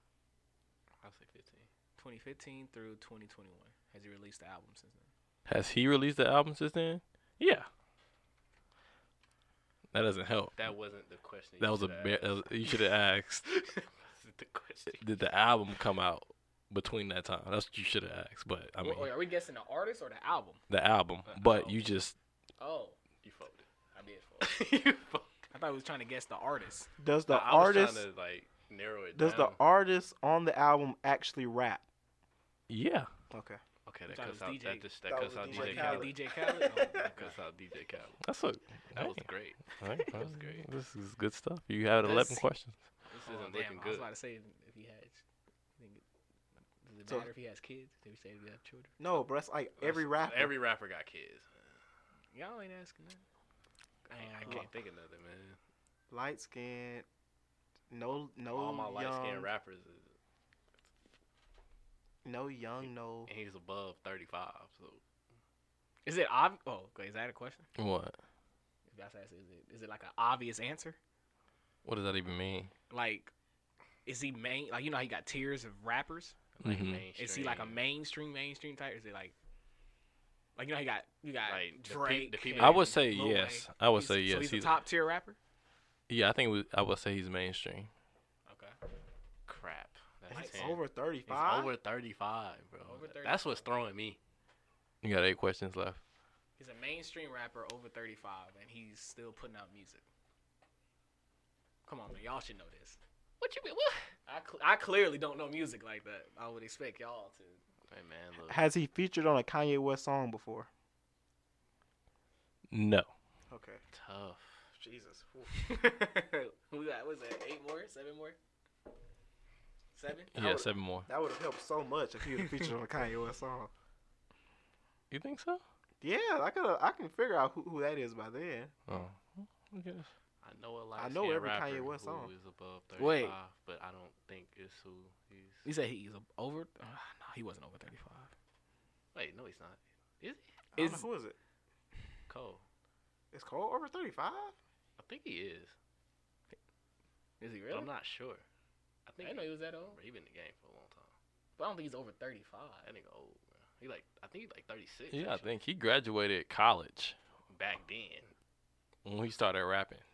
[SPEAKER 2] I'll say 15.
[SPEAKER 4] 2015 through 2021. Has he released the album since then?
[SPEAKER 1] Has he released the album since then? Yeah. That doesn't help.
[SPEAKER 2] That wasn't the question.
[SPEAKER 1] That
[SPEAKER 2] you
[SPEAKER 1] was a
[SPEAKER 2] should
[SPEAKER 1] ba- that was, you should have asked.
[SPEAKER 2] ask. That's the question.
[SPEAKER 1] Did the album come out between that time? That's what you should have asked. But I mean,
[SPEAKER 4] Wait, are we guessing the artist or the album?
[SPEAKER 1] the album.
[SPEAKER 2] The
[SPEAKER 1] But
[SPEAKER 2] album.
[SPEAKER 1] you just
[SPEAKER 4] Oh,
[SPEAKER 2] You fucked it.
[SPEAKER 4] I did. fool.
[SPEAKER 2] you fucked.
[SPEAKER 4] I thought he was trying to guess the artist.
[SPEAKER 3] Does the
[SPEAKER 2] I, I was
[SPEAKER 3] artist
[SPEAKER 2] trying to like narrow it
[SPEAKER 3] does the
[SPEAKER 2] down.
[SPEAKER 3] artist on the album actually rap?
[SPEAKER 1] yeah.
[SPEAKER 3] Okay.
[SPEAKER 2] okay? That
[SPEAKER 4] Thought it
[SPEAKER 2] cuts
[SPEAKER 4] was
[SPEAKER 2] out
[SPEAKER 4] DJ.
[SPEAKER 2] that, just, that
[SPEAKER 3] Thought it
[SPEAKER 2] cuts
[SPEAKER 3] was
[SPEAKER 2] out
[SPEAKER 3] DJ
[SPEAKER 2] DJ
[SPEAKER 3] Khaled.
[SPEAKER 2] Khaled.
[SPEAKER 4] DJ Khaled. Oh, my
[SPEAKER 2] That cuts out DJ Khaled.
[SPEAKER 1] That's a
[SPEAKER 2] That was
[SPEAKER 1] dang.
[SPEAKER 2] great.
[SPEAKER 1] Alright,
[SPEAKER 2] That was
[SPEAKER 1] well,
[SPEAKER 2] great.
[SPEAKER 1] This is good stuff. You had
[SPEAKER 4] Let's
[SPEAKER 1] eleven
[SPEAKER 4] see.
[SPEAKER 1] questions.
[SPEAKER 2] This
[SPEAKER 4] Oh,
[SPEAKER 2] isn't
[SPEAKER 4] damn,
[SPEAKER 2] looking
[SPEAKER 4] I was
[SPEAKER 2] good.
[SPEAKER 4] about to say if he had, think it- does it
[SPEAKER 3] So-
[SPEAKER 4] matter if he has kids? Did we say if he have children?
[SPEAKER 3] No, bro, that's like every
[SPEAKER 2] That's-
[SPEAKER 3] rapper.
[SPEAKER 2] Every rapper got kids.
[SPEAKER 4] Y'all ain't asking Um, that.
[SPEAKER 2] I, ain't- I
[SPEAKER 4] Oh.
[SPEAKER 3] Uh,
[SPEAKER 2] can't think of nothing, man.
[SPEAKER 3] light skinned, no no
[SPEAKER 2] All my light
[SPEAKER 3] young,
[SPEAKER 2] skinned rappers, is,
[SPEAKER 3] no young, no
[SPEAKER 2] and he's above 35. So
[SPEAKER 4] Is it ob? Oh, okay, is that a question?
[SPEAKER 1] What?
[SPEAKER 4] If y'all ask, is it is it like an obvious answer?
[SPEAKER 1] What does that even mean?
[SPEAKER 4] Like, is he main? Like you know, how he got tiers of rappers.
[SPEAKER 2] like
[SPEAKER 1] Mhm.
[SPEAKER 2] mainstream.
[SPEAKER 4] Is he like a mainstream mainstream type? Or is it like, like you know, he got you got
[SPEAKER 2] Like, the pe-
[SPEAKER 4] Drake.
[SPEAKER 2] the people-
[SPEAKER 1] I
[SPEAKER 4] and
[SPEAKER 1] would say
[SPEAKER 4] Lil
[SPEAKER 1] yes.
[SPEAKER 4] Wayne.
[SPEAKER 1] I would
[SPEAKER 4] He's-
[SPEAKER 1] say yes.
[SPEAKER 4] So he's,
[SPEAKER 1] He's-
[SPEAKER 4] a top tier rapper.
[SPEAKER 1] yeah, I think we, I would say he's mainstream.
[SPEAKER 4] Okay.
[SPEAKER 2] crap? That's
[SPEAKER 3] It's
[SPEAKER 2] 10.
[SPEAKER 3] over thirty
[SPEAKER 2] He's
[SPEAKER 3] five.
[SPEAKER 2] over 35, bro.
[SPEAKER 4] Over
[SPEAKER 2] That's what's throwing me.
[SPEAKER 1] You got eight questions left.
[SPEAKER 4] He's a mainstream rapper over 35, and he's still putting out music. Come on, man. Y'all should know this.
[SPEAKER 2] What you mean? What?
[SPEAKER 4] I, cl- I clearly don't know music like that. I would expect y'all to.
[SPEAKER 2] Hey man, look.
[SPEAKER 3] Has he featured on a Kanye West song before?
[SPEAKER 1] No.
[SPEAKER 3] Okay.
[SPEAKER 2] Tough.
[SPEAKER 3] Jesus.
[SPEAKER 4] we got, what's that, eight more? Seven more? Seven?
[SPEAKER 1] Yeah, seven more.
[SPEAKER 3] That would have helped so much if he was featured on a Kanye West song.
[SPEAKER 1] You think so?
[SPEAKER 3] Yeah, I could I can figure out who, who that is by then.
[SPEAKER 1] Oh. Okay.
[SPEAKER 2] I know a lot.
[SPEAKER 3] I know every Kanye West song.
[SPEAKER 2] Who is above 35,
[SPEAKER 4] Wait.
[SPEAKER 2] but I don't think it's who he's.
[SPEAKER 4] You say he's a- over? Uh, no, he wasn't over 35.
[SPEAKER 2] Wait, no, he's not. Is he?
[SPEAKER 3] I don't know,
[SPEAKER 4] Is-
[SPEAKER 3] who is it?
[SPEAKER 2] Cole.
[SPEAKER 3] It's Cole over thirty five.
[SPEAKER 2] I think he is.
[SPEAKER 4] Is he
[SPEAKER 2] but
[SPEAKER 4] really?
[SPEAKER 2] I'm not sure. I
[SPEAKER 4] I
[SPEAKER 2] think
[SPEAKER 4] didn't know he was that old.
[SPEAKER 2] He been in the game for a long time.
[SPEAKER 4] But I don't think he's over 35.
[SPEAKER 2] That nigga old, bro. He like I think he's like 36.
[SPEAKER 1] Yeah, I
[SPEAKER 2] actually,
[SPEAKER 1] think he graduated college
[SPEAKER 2] back then.
[SPEAKER 1] when he started rapping.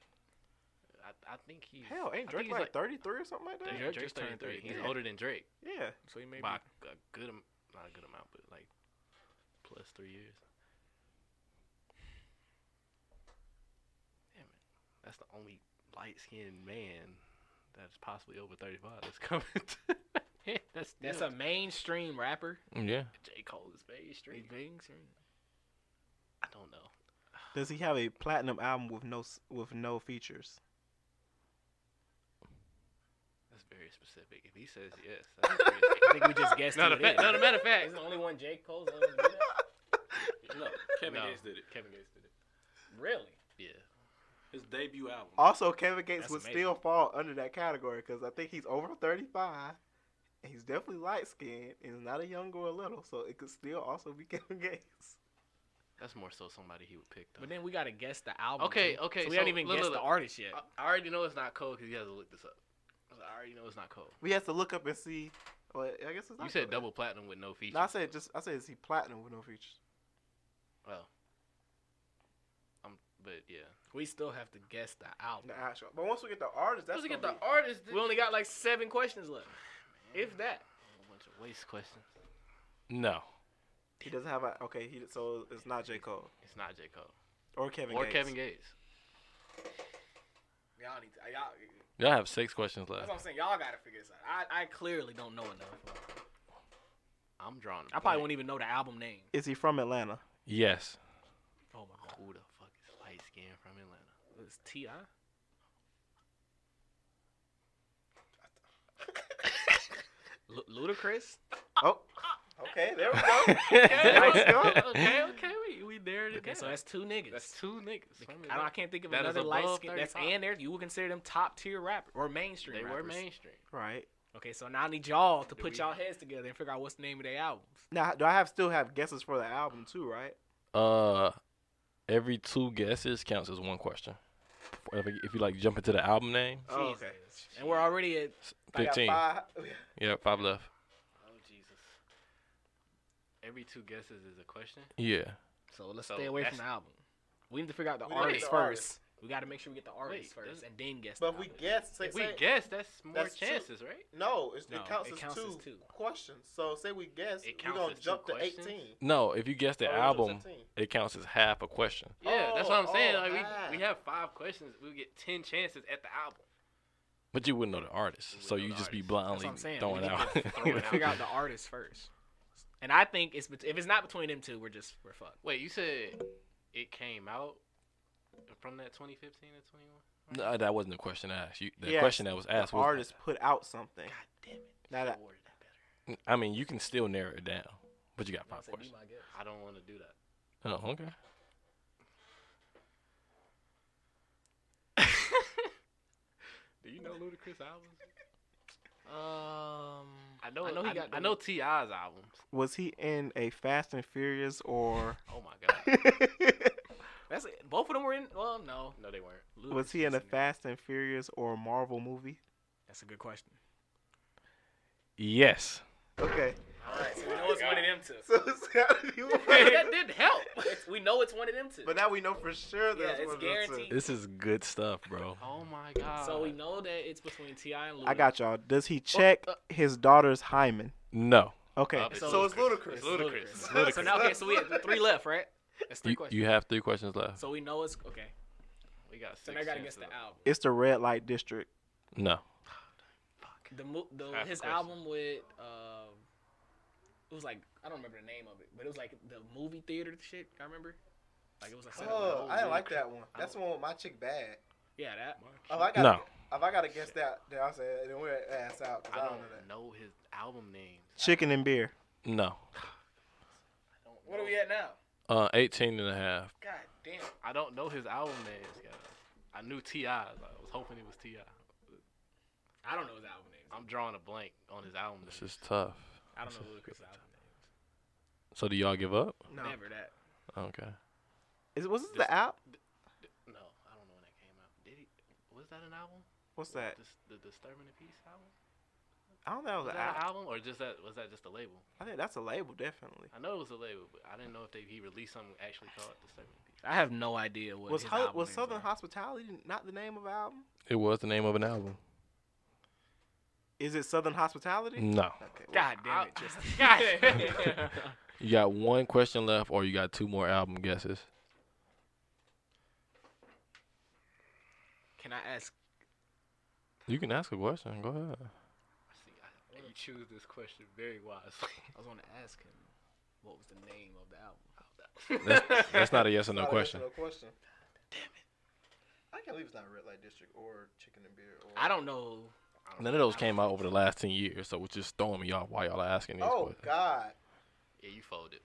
[SPEAKER 2] I, I think he's
[SPEAKER 3] Hell, ain't
[SPEAKER 2] I think
[SPEAKER 3] Drake
[SPEAKER 2] he's,
[SPEAKER 3] like, thirty three or something like that?
[SPEAKER 2] Drake- Drake's
[SPEAKER 4] Drake just turned
[SPEAKER 2] 33. He's
[SPEAKER 4] 33.
[SPEAKER 2] older than Drake
[SPEAKER 3] Yeah.
[SPEAKER 4] So he may be.
[SPEAKER 2] by a good am- not a good amount, but like plus three years. Damn it, that's the only light skinned man that's possibly over 35 that's coming. to- that's
[SPEAKER 4] That's
[SPEAKER 2] still-
[SPEAKER 4] a mainstream rapper.
[SPEAKER 1] Yeah.
[SPEAKER 2] J Cole is mainstream.
[SPEAKER 4] He's mainstream.
[SPEAKER 2] I don't know.
[SPEAKER 3] Does he have a platinum album with no s- with no features?
[SPEAKER 2] That's very very specific. If he says yes, that's crazy.
[SPEAKER 4] I think we just guessed
[SPEAKER 2] no,
[SPEAKER 4] who
[SPEAKER 2] the
[SPEAKER 4] it
[SPEAKER 2] fact,
[SPEAKER 4] is.
[SPEAKER 2] no, the matter of fact,
[SPEAKER 4] He's the only one Jake Cole's ever done that?
[SPEAKER 5] No, Kevin
[SPEAKER 2] No.
[SPEAKER 5] Gates did it.
[SPEAKER 2] Kevin Gates did it.
[SPEAKER 4] Really?
[SPEAKER 2] Yeah,
[SPEAKER 5] His debut album.
[SPEAKER 3] Also, Kevin Gates
[SPEAKER 4] That's
[SPEAKER 3] would
[SPEAKER 4] amazing.
[SPEAKER 3] still fall under that category because I think he's over 35. And he's definitely light skinned and he's not a young or a little, so it could still also be Kevin Gates.
[SPEAKER 2] that's more so somebody he would pick. Though.
[SPEAKER 4] But then we gotta guess the album.
[SPEAKER 2] Okay,
[SPEAKER 4] too.
[SPEAKER 2] okay,
[SPEAKER 4] So we
[SPEAKER 2] so
[SPEAKER 4] haven't even
[SPEAKER 2] look,
[SPEAKER 4] guessed
[SPEAKER 2] look,
[SPEAKER 4] the
[SPEAKER 2] look.
[SPEAKER 4] artist yet.
[SPEAKER 2] I- I already know it's not Cole because he has to look this up. I was like, I already know it's not Cole.
[SPEAKER 3] We have to look up and see. Well, I guess it's not
[SPEAKER 2] You said
[SPEAKER 3] Kodak.
[SPEAKER 2] double platinum with no features.
[SPEAKER 3] No, I said just. I said is he platinum with no features?
[SPEAKER 2] Well, Oh. I'm, but yeah.
[SPEAKER 4] we still have to guess the album.
[SPEAKER 3] The actual. But once we get the artist, that's
[SPEAKER 2] Let's get
[SPEAKER 3] gonna
[SPEAKER 2] the artist.
[SPEAKER 4] We only got like seven questions left, if that.
[SPEAKER 2] a bunch of waste questions.
[SPEAKER 1] No.
[SPEAKER 3] be- he doesn't have a. Okay, he so it's not J Cole
[SPEAKER 2] It's not J Cole
[SPEAKER 3] or Kevin
[SPEAKER 2] or
[SPEAKER 3] Gates.
[SPEAKER 2] Kevin Gates.
[SPEAKER 4] Y'all need to. Y'all,
[SPEAKER 1] Y'all have six questions
[SPEAKER 4] that's
[SPEAKER 1] left.
[SPEAKER 4] what I'm saying. Y'all gotta figure this out. I, I clearly don't know enough.
[SPEAKER 2] I'm drawing.
[SPEAKER 4] I probably won't even know the album name.
[SPEAKER 3] Is he from Atlanta?
[SPEAKER 1] Yes.
[SPEAKER 4] Oh my god,
[SPEAKER 2] Who the fuck is light skin from Atlanta?
[SPEAKER 4] it's Ti. Lu- Ludacris.
[SPEAKER 3] Oh. Okay, there we go.
[SPEAKER 1] Nice.
[SPEAKER 3] go.
[SPEAKER 2] okay, okay, we we narrowed it
[SPEAKER 4] Okay,
[SPEAKER 2] down.
[SPEAKER 4] so that's two niggas.
[SPEAKER 2] That's two niggas. from
[SPEAKER 4] I, don't, I
[SPEAKER 2] Atlanta.
[SPEAKER 4] can't think of
[SPEAKER 2] That is
[SPEAKER 4] another light
[SPEAKER 2] above
[SPEAKER 4] skin. That's
[SPEAKER 2] 35.
[SPEAKER 4] and there. You would consider them top tier rappers or mainstream.
[SPEAKER 2] They were
[SPEAKER 4] rappers.
[SPEAKER 2] mainstream.
[SPEAKER 3] Right
[SPEAKER 4] Okay, so now I need y'all to
[SPEAKER 2] Do
[SPEAKER 4] put
[SPEAKER 2] we-
[SPEAKER 4] y'all heads together and figure out what's the name of their albums.
[SPEAKER 3] now, do I have still have guesses for the album too? Right.
[SPEAKER 1] Uh, every two guesses counts as one question. If, if you like jump into the album name,
[SPEAKER 3] Oh, okay.
[SPEAKER 4] Jesus. And we're already at
[SPEAKER 3] I got
[SPEAKER 1] fifteen.
[SPEAKER 3] five.
[SPEAKER 1] Yeah, five left.
[SPEAKER 2] Oh Jesus. Every two guesses is a question.
[SPEAKER 1] Yeah.
[SPEAKER 4] so let's
[SPEAKER 2] So
[SPEAKER 4] stay away from
[SPEAKER 2] that's-
[SPEAKER 4] the album. We need to figure out the
[SPEAKER 3] We need to
[SPEAKER 4] artist
[SPEAKER 3] get
[SPEAKER 4] first.
[SPEAKER 3] the artist.
[SPEAKER 4] We got to make sure we get the artist
[SPEAKER 2] Wait,
[SPEAKER 4] first
[SPEAKER 2] doesn't-
[SPEAKER 4] and then guess.
[SPEAKER 3] But
[SPEAKER 4] the
[SPEAKER 3] we
[SPEAKER 4] album.
[SPEAKER 3] guess. Say,
[SPEAKER 2] If we
[SPEAKER 3] say-
[SPEAKER 2] guess, that's more
[SPEAKER 3] that's two.
[SPEAKER 2] chances, right?
[SPEAKER 3] No, it's,
[SPEAKER 4] No,
[SPEAKER 3] it counts,
[SPEAKER 4] it
[SPEAKER 3] as,
[SPEAKER 4] counts
[SPEAKER 3] two
[SPEAKER 4] as two.
[SPEAKER 3] questions. So say we guess,
[SPEAKER 2] It
[SPEAKER 3] we're
[SPEAKER 2] counts
[SPEAKER 3] gonna
[SPEAKER 2] as two
[SPEAKER 3] jump to
[SPEAKER 2] questions?
[SPEAKER 3] eighteen.
[SPEAKER 1] No, if you guess
[SPEAKER 3] Oh,
[SPEAKER 1] the
[SPEAKER 3] we jump to
[SPEAKER 1] album,
[SPEAKER 3] 15.
[SPEAKER 1] it counts as half a question.
[SPEAKER 2] Yeah, that's what I'm
[SPEAKER 3] Oh,
[SPEAKER 2] saying.
[SPEAKER 3] oh,
[SPEAKER 2] like we, we
[SPEAKER 3] ah.
[SPEAKER 2] have five questions. We get ten chances at the album.
[SPEAKER 1] But you wouldn't know the artist,
[SPEAKER 2] You
[SPEAKER 1] so
[SPEAKER 2] wouldn't
[SPEAKER 1] you
[SPEAKER 2] know the
[SPEAKER 1] just be
[SPEAKER 2] artist.
[SPEAKER 1] blindly
[SPEAKER 4] That's what I'm saying.
[SPEAKER 1] throwing
[SPEAKER 4] We
[SPEAKER 1] out.
[SPEAKER 2] just throwing out.
[SPEAKER 4] figure out the artist first. And I think it's bet- if it's not between them two, we're just we're fucked.
[SPEAKER 2] Wait, you said it came out from that 2015 to 21?
[SPEAKER 1] no, that wasn't the question I asked. You, the
[SPEAKER 3] Yes,
[SPEAKER 1] question that was
[SPEAKER 3] The
[SPEAKER 1] asked was,
[SPEAKER 3] artist put out something.
[SPEAKER 2] God damn it!
[SPEAKER 3] Now that-
[SPEAKER 2] I worded that better.
[SPEAKER 1] I mean, you can still narrow it down, but you got five questions.
[SPEAKER 2] I don't want to do that.
[SPEAKER 1] Oh, okay.
[SPEAKER 2] Do you know Ludacris albums?
[SPEAKER 4] Um,
[SPEAKER 2] I know.
[SPEAKER 4] I know he
[SPEAKER 2] I,
[SPEAKER 4] got. the-
[SPEAKER 2] know Ti's albums.
[SPEAKER 3] Was he in a Fast and Furious or
[SPEAKER 2] Oh my god!
[SPEAKER 4] That's it. Both of them were in. Well, no.
[SPEAKER 2] No, they weren't.
[SPEAKER 3] was he in a Fast and Furious or Marvel movie?
[SPEAKER 4] That's a good question.
[SPEAKER 1] Yes.
[SPEAKER 3] Okay,
[SPEAKER 4] All right, so we know it's one of them two.
[SPEAKER 3] so it's gotta be one.
[SPEAKER 4] that didn't help. It's- we know it's one of them two.
[SPEAKER 3] But now we know for sure
[SPEAKER 4] Yeah,
[SPEAKER 3] that's
[SPEAKER 4] it's
[SPEAKER 3] one of those two.
[SPEAKER 4] guaranteed.
[SPEAKER 1] This is good stuff, bro.
[SPEAKER 2] Oh my god!
[SPEAKER 4] so we know that it's between Ti and Ludacris.
[SPEAKER 3] I got y'all. Does he check
[SPEAKER 4] uh,
[SPEAKER 3] his daughter's hymen?
[SPEAKER 1] No.
[SPEAKER 3] Okay,
[SPEAKER 2] Uh, it's
[SPEAKER 3] so it's
[SPEAKER 2] ludicrous.
[SPEAKER 3] ludicrous.
[SPEAKER 2] It's ludicrous.
[SPEAKER 4] So now, okay, so we have three left, right? That's three
[SPEAKER 1] You,
[SPEAKER 4] questions.
[SPEAKER 1] you have three questions left.
[SPEAKER 4] So we know it's okay.
[SPEAKER 2] we got. Six
[SPEAKER 4] So now I gotta
[SPEAKER 2] chances
[SPEAKER 4] guess the
[SPEAKER 2] of-
[SPEAKER 4] album.
[SPEAKER 3] It's the red light district.
[SPEAKER 1] No.
[SPEAKER 4] The, mo- the
[SPEAKER 2] Half a
[SPEAKER 4] his
[SPEAKER 2] question.
[SPEAKER 4] album with um, it was like I don't remember the name of it, but it was like the movie theater shit. I remember. Like it was a set up.
[SPEAKER 2] Oh, I didn't like
[SPEAKER 3] that one.
[SPEAKER 2] That's the
[SPEAKER 3] one with my chick bad. Oh,
[SPEAKER 4] Yeah, that.
[SPEAKER 3] If I got
[SPEAKER 1] No.
[SPEAKER 3] if I gotta guess that, then I'll say it, then we're ass out. 'cause
[SPEAKER 2] I don't
[SPEAKER 3] know that.
[SPEAKER 2] know his album names.
[SPEAKER 3] Chicken and beer.
[SPEAKER 1] No.
[SPEAKER 2] I don't
[SPEAKER 4] What
[SPEAKER 2] know.
[SPEAKER 4] are we at now?
[SPEAKER 1] Uh, 18 and a half.
[SPEAKER 4] God damn.
[SPEAKER 2] I don't know his album names, guys. I knew Ti. I was hoping it was Ti.
[SPEAKER 4] I don't know his album name.
[SPEAKER 2] I'm drawing a blank on his album.
[SPEAKER 1] This
[SPEAKER 2] names.
[SPEAKER 1] is tough.
[SPEAKER 4] I don't know Ludacris' album name.
[SPEAKER 1] So do y'all give up?
[SPEAKER 3] No.
[SPEAKER 4] Never that.
[SPEAKER 1] Okay.
[SPEAKER 3] Is was this
[SPEAKER 2] This-
[SPEAKER 3] the app?
[SPEAKER 2] No, I don't know when that came out. Did he? Was that an album?
[SPEAKER 3] What's that?
[SPEAKER 2] The, the Disturbing the Peace album?
[SPEAKER 3] I don't know.
[SPEAKER 2] Was
[SPEAKER 3] It was
[SPEAKER 2] that
[SPEAKER 3] an
[SPEAKER 2] an
[SPEAKER 3] app.
[SPEAKER 2] album or just that? Was that just a label?
[SPEAKER 3] I think that's a label, definitely.
[SPEAKER 2] I know it was a label, but I didn't know if they he released something actually called Disturbing the Peace.
[SPEAKER 4] I have no idea what
[SPEAKER 3] was
[SPEAKER 4] his
[SPEAKER 3] Ho-
[SPEAKER 4] album
[SPEAKER 3] was
[SPEAKER 4] names
[SPEAKER 3] Southern
[SPEAKER 4] are.
[SPEAKER 3] Hospitality not the name of the album?
[SPEAKER 1] It was the name of an album.
[SPEAKER 3] Is it Southern Hospitality?
[SPEAKER 1] No.
[SPEAKER 3] Okay. well,
[SPEAKER 4] God damn it,
[SPEAKER 2] I-
[SPEAKER 4] Tristan.
[SPEAKER 2] God.
[SPEAKER 1] You got one question left, or you got two more album guesses.
[SPEAKER 4] Can I ask?
[SPEAKER 1] You can ask a question. Go ahead.
[SPEAKER 2] See, I, you choose this question very wisely.
[SPEAKER 4] I was going to ask him what was the name of the album.
[SPEAKER 1] That's, that's not a yes or
[SPEAKER 3] it's
[SPEAKER 1] no
[SPEAKER 3] not a yes or
[SPEAKER 1] question.
[SPEAKER 3] Oh, no question. Damn it. I can't believe it's not Red Light District or Chicken and Beer. Or
[SPEAKER 4] I don't know
[SPEAKER 1] None of those came out over the last ten years, so it's just throwing me off why y'all are asking these
[SPEAKER 3] Oh
[SPEAKER 1] questions.
[SPEAKER 3] God.
[SPEAKER 2] Yeah, you folded.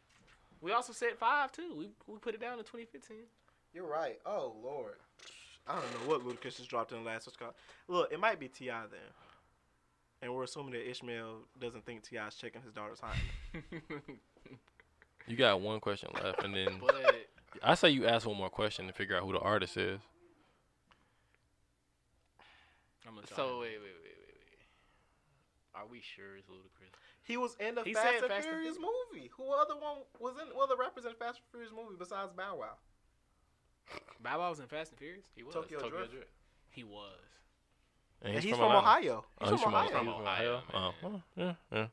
[SPEAKER 4] We also said five too. We we put it down in 2015.
[SPEAKER 3] You're right. Oh Lord. I don't know what Ludacris just dropped in the last Coast. Look, it might be Ti then, and we're assuming that Ishmael doesn't think Ti's checking his daughter's hymen.
[SPEAKER 1] You got one question left, and then
[SPEAKER 2] But
[SPEAKER 1] I say you ask one more question to figure out who the artist is.
[SPEAKER 4] I'm gonna try.
[SPEAKER 2] so wait, wait, wait, wait, wait. Are we sure it's Ludacris?
[SPEAKER 3] He was in the
[SPEAKER 4] He
[SPEAKER 3] Fast
[SPEAKER 4] said
[SPEAKER 3] and
[SPEAKER 4] Fast and
[SPEAKER 3] Furious movie. Who other one was in? Who other rappers in the Fast and Furious movie besides Bow Wow?
[SPEAKER 4] Bow Wow was in Fast and Furious.
[SPEAKER 2] He was
[SPEAKER 3] Tokyo Drift.
[SPEAKER 4] He was.
[SPEAKER 1] And
[SPEAKER 3] And he's, from,
[SPEAKER 1] Atlanta.
[SPEAKER 3] Ohio. He's
[SPEAKER 1] Oh,
[SPEAKER 3] from Ohio.
[SPEAKER 2] Ohio.
[SPEAKER 1] he's
[SPEAKER 2] From Ohio,
[SPEAKER 1] Oh, well, yeah, yeah.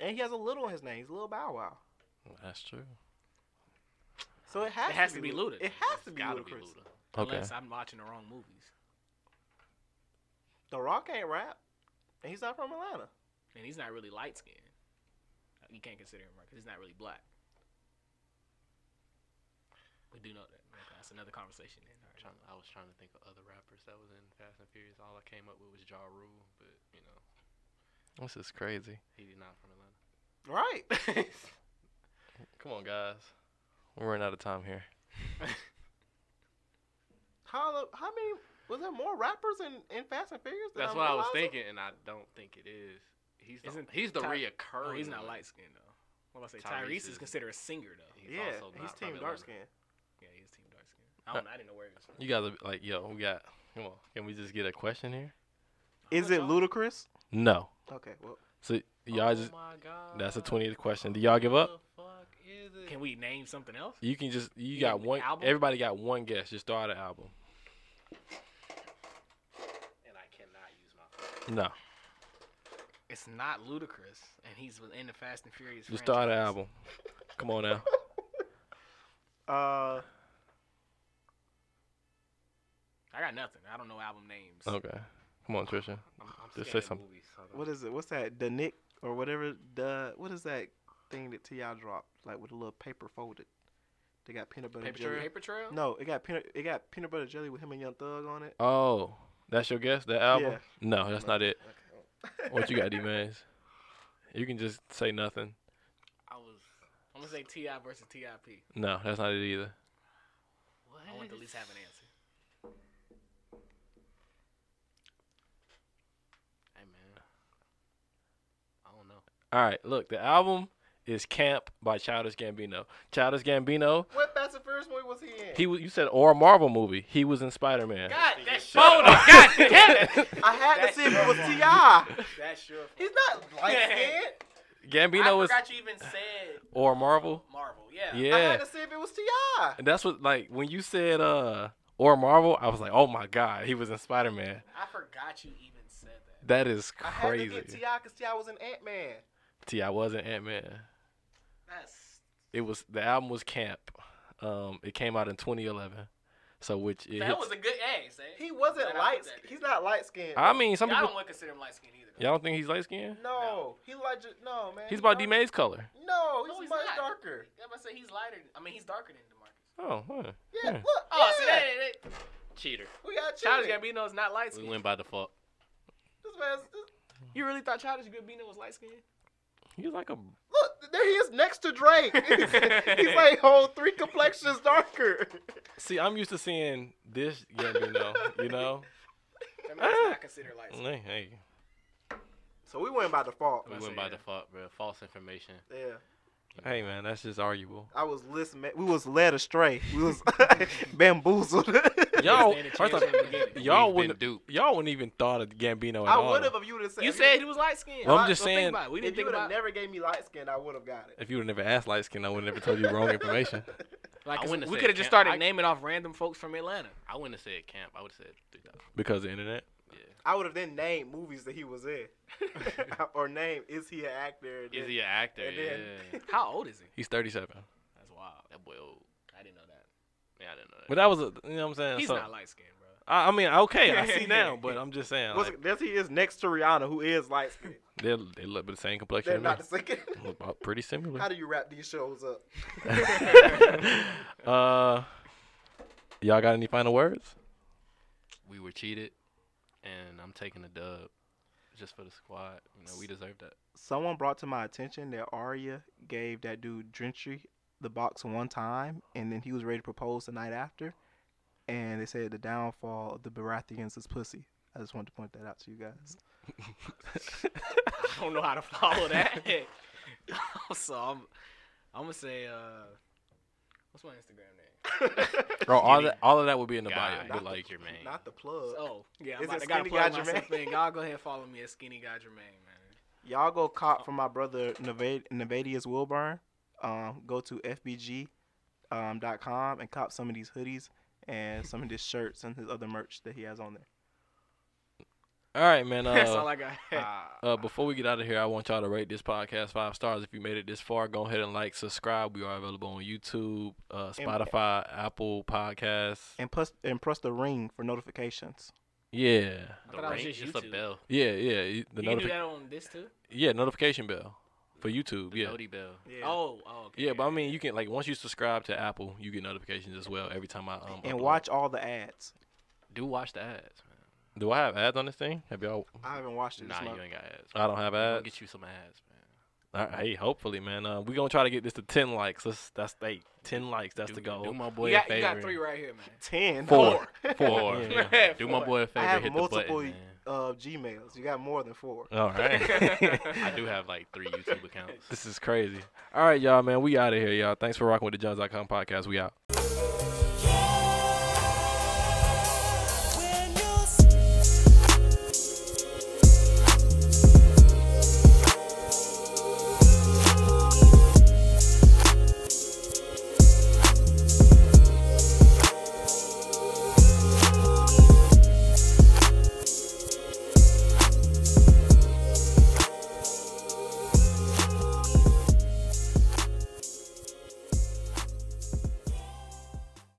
[SPEAKER 3] And he has a little in his name. He's Little Bow Wow.
[SPEAKER 1] That's true.
[SPEAKER 3] So it has,
[SPEAKER 4] it has to be
[SPEAKER 3] Lud-
[SPEAKER 4] Luda.
[SPEAKER 3] It has
[SPEAKER 4] It's
[SPEAKER 3] to be
[SPEAKER 4] gotta
[SPEAKER 3] Ludacris.
[SPEAKER 4] Luda.
[SPEAKER 1] Okay.
[SPEAKER 4] Unless I'm watching the wrong movies,
[SPEAKER 3] The Rock ain't rap, and he's not from Atlanta.
[SPEAKER 4] and he's not really light skinned. You can't consider him right because he's not really black. We do know that. Okay, that's another conversation. Then. All right.
[SPEAKER 2] Trying, I was trying to think of other rappers that was in Fast and Furious. All I came up with was Ja Rule, but you know
[SPEAKER 1] This is crazy.
[SPEAKER 2] he's not from Atlanta.
[SPEAKER 3] Right.
[SPEAKER 1] Come on, guys. We're running out of time here.
[SPEAKER 3] How how many was there more rappers in, in Fast and Furious? than
[SPEAKER 2] That's
[SPEAKER 3] I'm
[SPEAKER 2] what I was
[SPEAKER 3] realizing?
[SPEAKER 2] thinking, and I don't think it is. He's the,
[SPEAKER 4] Isn't
[SPEAKER 2] he's the
[SPEAKER 4] Ty-
[SPEAKER 2] reoccurring.
[SPEAKER 4] Oh, he's not
[SPEAKER 2] one.
[SPEAKER 4] light skinned though. What about I say?
[SPEAKER 2] Tyrese
[SPEAKER 4] Tyrese, is
[SPEAKER 2] is-
[SPEAKER 4] considered a singer though.
[SPEAKER 2] He's
[SPEAKER 3] yeah,
[SPEAKER 2] also
[SPEAKER 3] he's
[SPEAKER 2] not from
[SPEAKER 3] team
[SPEAKER 2] Atlanta.
[SPEAKER 3] dark skin.
[SPEAKER 4] Yeah, he's team dark skin. I don't. know. I didn't know where he was from.
[SPEAKER 1] You guys are like, yo, we got. Come on. Can we just get a question here?
[SPEAKER 3] Is it ludicrous?
[SPEAKER 1] No.
[SPEAKER 3] Okay, well,
[SPEAKER 1] So y'all
[SPEAKER 2] oh
[SPEAKER 1] just.
[SPEAKER 2] my God.
[SPEAKER 1] That's the twentieth question. Do y'all give up?
[SPEAKER 2] The fuck is it?
[SPEAKER 4] Can we name something else?
[SPEAKER 1] You can just. You
[SPEAKER 4] You
[SPEAKER 1] got
[SPEAKER 4] mean
[SPEAKER 1] one.
[SPEAKER 4] album?
[SPEAKER 1] Everybody got one guess. Just throw out an album.
[SPEAKER 4] And I cannot use my.
[SPEAKER 1] No.
[SPEAKER 4] It's not ludicrous, and he's in the Fast and Furious.
[SPEAKER 1] Just throw out an
[SPEAKER 4] franchise.
[SPEAKER 1] album. Come on now.
[SPEAKER 3] uh,
[SPEAKER 4] I got nothing. I don't know album names.
[SPEAKER 1] Okay. Come on, Trisha.
[SPEAKER 2] I'm, I'm
[SPEAKER 1] Just
[SPEAKER 2] scared
[SPEAKER 1] say
[SPEAKER 2] of
[SPEAKER 1] something.
[SPEAKER 2] movies, so I don't-
[SPEAKER 3] what is it? What's that? The Nick or whatever. The what is that thing that Ti dropped? Like with a little paper folded. They got peanut butter
[SPEAKER 4] Paper
[SPEAKER 3] jelly.
[SPEAKER 4] Trail. Paper Trail.
[SPEAKER 3] No, it got peanut. It got peanut butter jelly with him and Young Thug on it.
[SPEAKER 1] Oh, that's your guess. That album?
[SPEAKER 3] Yeah.
[SPEAKER 1] No, that's not it.
[SPEAKER 3] Okay.
[SPEAKER 1] What you got, D Maze? You can just say nothing.
[SPEAKER 4] I was. I'm gonna say Ti versus Tip.
[SPEAKER 1] No, that's not it either.
[SPEAKER 2] What?
[SPEAKER 4] I want to at least have an answer.
[SPEAKER 2] Hey man. I don't know.
[SPEAKER 1] All right, look, the album is Camp by Childish Gambino. Childish Gambino,
[SPEAKER 3] What Fast and Furious movie was he in?
[SPEAKER 1] he was, you said or a Marvel movie. He was in Spider Man.
[SPEAKER 4] God, that
[SPEAKER 2] Hold on, God damn it!
[SPEAKER 3] I had to
[SPEAKER 4] That's
[SPEAKER 3] see if
[SPEAKER 4] your
[SPEAKER 3] it was
[SPEAKER 4] fault.
[SPEAKER 3] Ti.
[SPEAKER 4] That's your.
[SPEAKER 3] He's not light skinned.
[SPEAKER 1] Gambino
[SPEAKER 4] I
[SPEAKER 1] was
[SPEAKER 4] forgot you even said
[SPEAKER 1] or Marvel.
[SPEAKER 4] Marvel. Yeah.
[SPEAKER 1] Yeah,
[SPEAKER 3] I had to see if it was Ti.
[SPEAKER 1] and that's what like when you said uh or Marvel, I was like, oh my god, he was in Spider Man.
[SPEAKER 4] I forgot you even said that.
[SPEAKER 1] That is
[SPEAKER 3] I had to
[SPEAKER 1] crazy.
[SPEAKER 3] get Ti because Ti was in Ant Man.
[SPEAKER 1] T, I wasn't Ant Man.
[SPEAKER 4] That's
[SPEAKER 1] It was the album was Camp. Um, it came out in 2011. So which it
[SPEAKER 4] that
[SPEAKER 1] hits-
[SPEAKER 4] was a good A. Say.
[SPEAKER 3] He wasn't
[SPEAKER 4] Glad I
[SPEAKER 3] light.
[SPEAKER 4] put that
[SPEAKER 3] He's not light skinned.
[SPEAKER 1] I mean, some
[SPEAKER 4] Y'all
[SPEAKER 1] people
[SPEAKER 4] don't want to consider him light skinned either. though.
[SPEAKER 1] y'all don't think he's light skinned?
[SPEAKER 3] No, he like ju- no man.
[SPEAKER 1] He's
[SPEAKER 3] he
[SPEAKER 1] about D
[SPEAKER 3] dark-
[SPEAKER 1] May's color.
[SPEAKER 3] No, he's
[SPEAKER 4] No, he's
[SPEAKER 3] much
[SPEAKER 4] not.
[SPEAKER 3] darker.
[SPEAKER 4] Yeah, but I say he's lighter. I mean, he's darker than Demarcus.
[SPEAKER 1] Oh, huh.
[SPEAKER 3] Yeah,
[SPEAKER 1] Yeah.
[SPEAKER 3] look.
[SPEAKER 4] Oh, see
[SPEAKER 3] yeah.
[SPEAKER 4] that? that, that
[SPEAKER 2] Cheater.
[SPEAKER 3] We got
[SPEAKER 4] Childish
[SPEAKER 3] cheated.
[SPEAKER 4] Gambino is not light
[SPEAKER 2] We
[SPEAKER 4] skinned.
[SPEAKER 2] win by default.
[SPEAKER 3] This man's this-
[SPEAKER 4] You really thought Childish Gambino was light skinned?
[SPEAKER 1] he's like a
[SPEAKER 3] look. There he is next to Drake. he's like whole three complexions darker.
[SPEAKER 1] see. I'm used to seeing this Gambino. you know,
[SPEAKER 4] That means he's not considered light skinned.
[SPEAKER 1] hey, hey,
[SPEAKER 3] So we went by default.
[SPEAKER 2] We
[SPEAKER 4] I
[SPEAKER 2] win
[SPEAKER 4] say,
[SPEAKER 2] by
[SPEAKER 4] yeah.
[SPEAKER 2] default, bro. False information.
[SPEAKER 3] Yeah,
[SPEAKER 1] hey, man, that's just arguable.
[SPEAKER 3] I was listening. We was led astray. We was bamboozled.
[SPEAKER 1] Y'all,
[SPEAKER 4] Stand a
[SPEAKER 1] first
[SPEAKER 4] chance
[SPEAKER 1] off,
[SPEAKER 4] in the beginning.
[SPEAKER 1] y'all
[SPEAKER 2] We've
[SPEAKER 1] wouldn't
[SPEAKER 2] been duped.
[SPEAKER 1] y'all wouldn't even thought of Gambino at
[SPEAKER 3] I
[SPEAKER 1] all.
[SPEAKER 3] would have if you would have said.
[SPEAKER 4] You
[SPEAKER 3] if
[SPEAKER 4] said he was light skinned.
[SPEAKER 1] Well, I'm just saying-
[SPEAKER 4] We
[SPEAKER 3] if
[SPEAKER 4] didn't
[SPEAKER 3] you
[SPEAKER 4] think
[SPEAKER 3] would
[SPEAKER 4] about
[SPEAKER 3] have never gave me light skin, I would have got it.
[SPEAKER 1] If you would have never asked light skin, I would have never told you wrong information.
[SPEAKER 4] Like,
[SPEAKER 2] I wouldn't
[SPEAKER 4] we
[SPEAKER 2] have
[SPEAKER 4] could
[SPEAKER 2] said
[SPEAKER 4] have just
[SPEAKER 2] Cam-
[SPEAKER 4] started
[SPEAKER 2] I-
[SPEAKER 4] naming off random folks from Atlanta.
[SPEAKER 2] I wouldn't have said camp. I would have said 3000.
[SPEAKER 1] Because of the internet.
[SPEAKER 3] I would have then named movies that he was in, or name is he an actor? and
[SPEAKER 2] Is
[SPEAKER 3] then-
[SPEAKER 2] he an actor?
[SPEAKER 3] and then-
[SPEAKER 2] yeah.
[SPEAKER 4] How old is he?
[SPEAKER 1] He's 37.
[SPEAKER 4] That's wild.
[SPEAKER 2] that boy old.
[SPEAKER 4] I didn't know that.
[SPEAKER 2] Yeah, I didn't know that.
[SPEAKER 1] But that was, a, you know what I'm saying?
[SPEAKER 4] He's
[SPEAKER 1] So-
[SPEAKER 4] not light skinned, bro.
[SPEAKER 1] I, I mean, okay, I see now, but I'm just saying,
[SPEAKER 3] What's,
[SPEAKER 1] like,
[SPEAKER 3] yes, he is next to Rihanna, who is light skinned.
[SPEAKER 1] they they look with the same complexion.
[SPEAKER 3] They're
[SPEAKER 1] to me.
[SPEAKER 3] not the same.
[SPEAKER 1] Look about pretty similar.
[SPEAKER 3] How do you wrap these shows up?
[SPEAKER 1] uh, y'all got any final words?
[SPEAKER 2] we were cheated. and I'm taking the dub just for the squad. You know, we deserve that.
[SPEAKER 3] Someone brought to my attention that Arya gave that dude Gentry the box one time, and then he was ready to propose the night after. And they said the downfall of the Baratheons is pussy. I just wanted to point that out to you guys.
[SPEAKER 4] I don't know how to follow that. so I'm, I'm gonna say, uh, what's my Instagram name?
[SPEAKER 1] Bro, all that all of that would be in the
[SPEAKER 2] guy,
[SPEAKER 1] bio. But
[SPEAKER 2] not the-
[SPEAKER 1] like
[SPEAKER 2] your man.
[SPEAKER 3] Not the plug.
[SPEAKER 4] Oh, yeah, I'm
[SPEAKER 3] Is
[SPEAKER 4] about
[SPEAKER 3] it
[SPEAKER 4] to gotta
[SPEAKER 3] Skinny
[SPEAKER 4] plug
[SPEAKER 3] Guy
[SPEAKER 4] myself
[SPEAKER 3] Jermaine?
[SPEAKER 4] in. Y'all go ahead and follow me at Skinny Guy Jermaine, man.
[SPEAKER 3] Y'all go
[SPEAKER 2] Oh.
[SPEAKER 3] cop for my brother Nevada, Nevadius Wilburn. Um, go to fbg um, dot com and cop some of these hoodies and some of his shirts and his other merch that he has on there.
[SPEAKER 1] all right, man.
[SPEAKER 4] That's
[SPEAKER 1] Uh,
[SPEAKER 4] all I got.
[SPEAKER 1] Uh, before we get out of here, I want y'all to rate this podcast five stars. If you made it this far, go ahead and like, subscribe. We are available on YouTube, uh, Spotify, Apple Podcasts.
[SPEAKER 3] And plus, and press the ring for notifications.
[SPEAKER 1] Yeah,
[SPEAKER 4] I thought I was just
[SPEAKER 2] it's a
[SPEAKER 4] YouTube.
[SPEAKER 2] bell.
[SPEAKER 1] yeah, yeah. you- The
[SPEAKER 4] you can do
[SPEAKER 1] notification,
[SPEAKER 4] that on this too.
[SPEAKER 1] yeah, notification bell for YouTube.
[SPEAKER 2] The
[SPEAKER 1] Yeah,
[SPEAKER 2] Noti bell.
[SPEAKER 3] Yeah.
[SPEAKER 4] Oh, oh, okay.
[SPEAKER 1] yeah. But I mean, you can like once you subscribe to Apple, you get notifications as well every time I um.
[SPEAKER 3] and
[SPEAKER 1] upload.
[SPEAKER 3] watch all the ads.
[SPEAKER 2] Do watch the ads,
[SPEAKER 1] Do I have ads on this thing? Have y'all?
[SPEAKER 3] I haven't watched
[SPEAKER 2] man.
[SPEAKER 3] it.
[SPEAKER 2] Nah,
[SPEAKER 3] this month.
[SPEAKER 2] you ain't got ads.
[SPEAKER 1] I don't have
[SPEAKER 2] We'll
[SPEAKER 1] ads.
[SPEAKER 2] get you some ads, man.
[SPEAKER 1] All right, hey, hopefully, man. Uh, we gonna try to get this to ten likes. Let's, that's hey, ten likes. That's
[SPEAKER 2] do,
[SPEAKER 1] the goal.
[SPEAKER 2] Do my boy
[SPEAKER 4] you got,
[SPEAKER 2] a
[SPEAKER 4] you
[SPEAKER 2] favor.
[SPEAKER 4] got three right here, man.
[SPEAKER 3] Ten.
[SPEAKER 1] Four.
[SPEAKER 2] Four.
[SPEAKER 1] Yeah.
[SPEAKER 2] Do my boy a
[SPEAKER 3] I
[SPEAKER 2] favor.
[SPEAKER 3] have
[SPEAKER 2] hit
[SPEAKER 3] multiple
[SPEAKER 2] the button, man.
[SPEAKER 3] uh, Gmails. You got more than four.
[SPEAKER 1] All right.
[SPEAKER 2] I do have like three YouTube accounts.
[SPEAKER 1] This is crazy. All right, y'all, man. We out of here, y'all. Thanks for rocking with the Jones.com podcast. We out.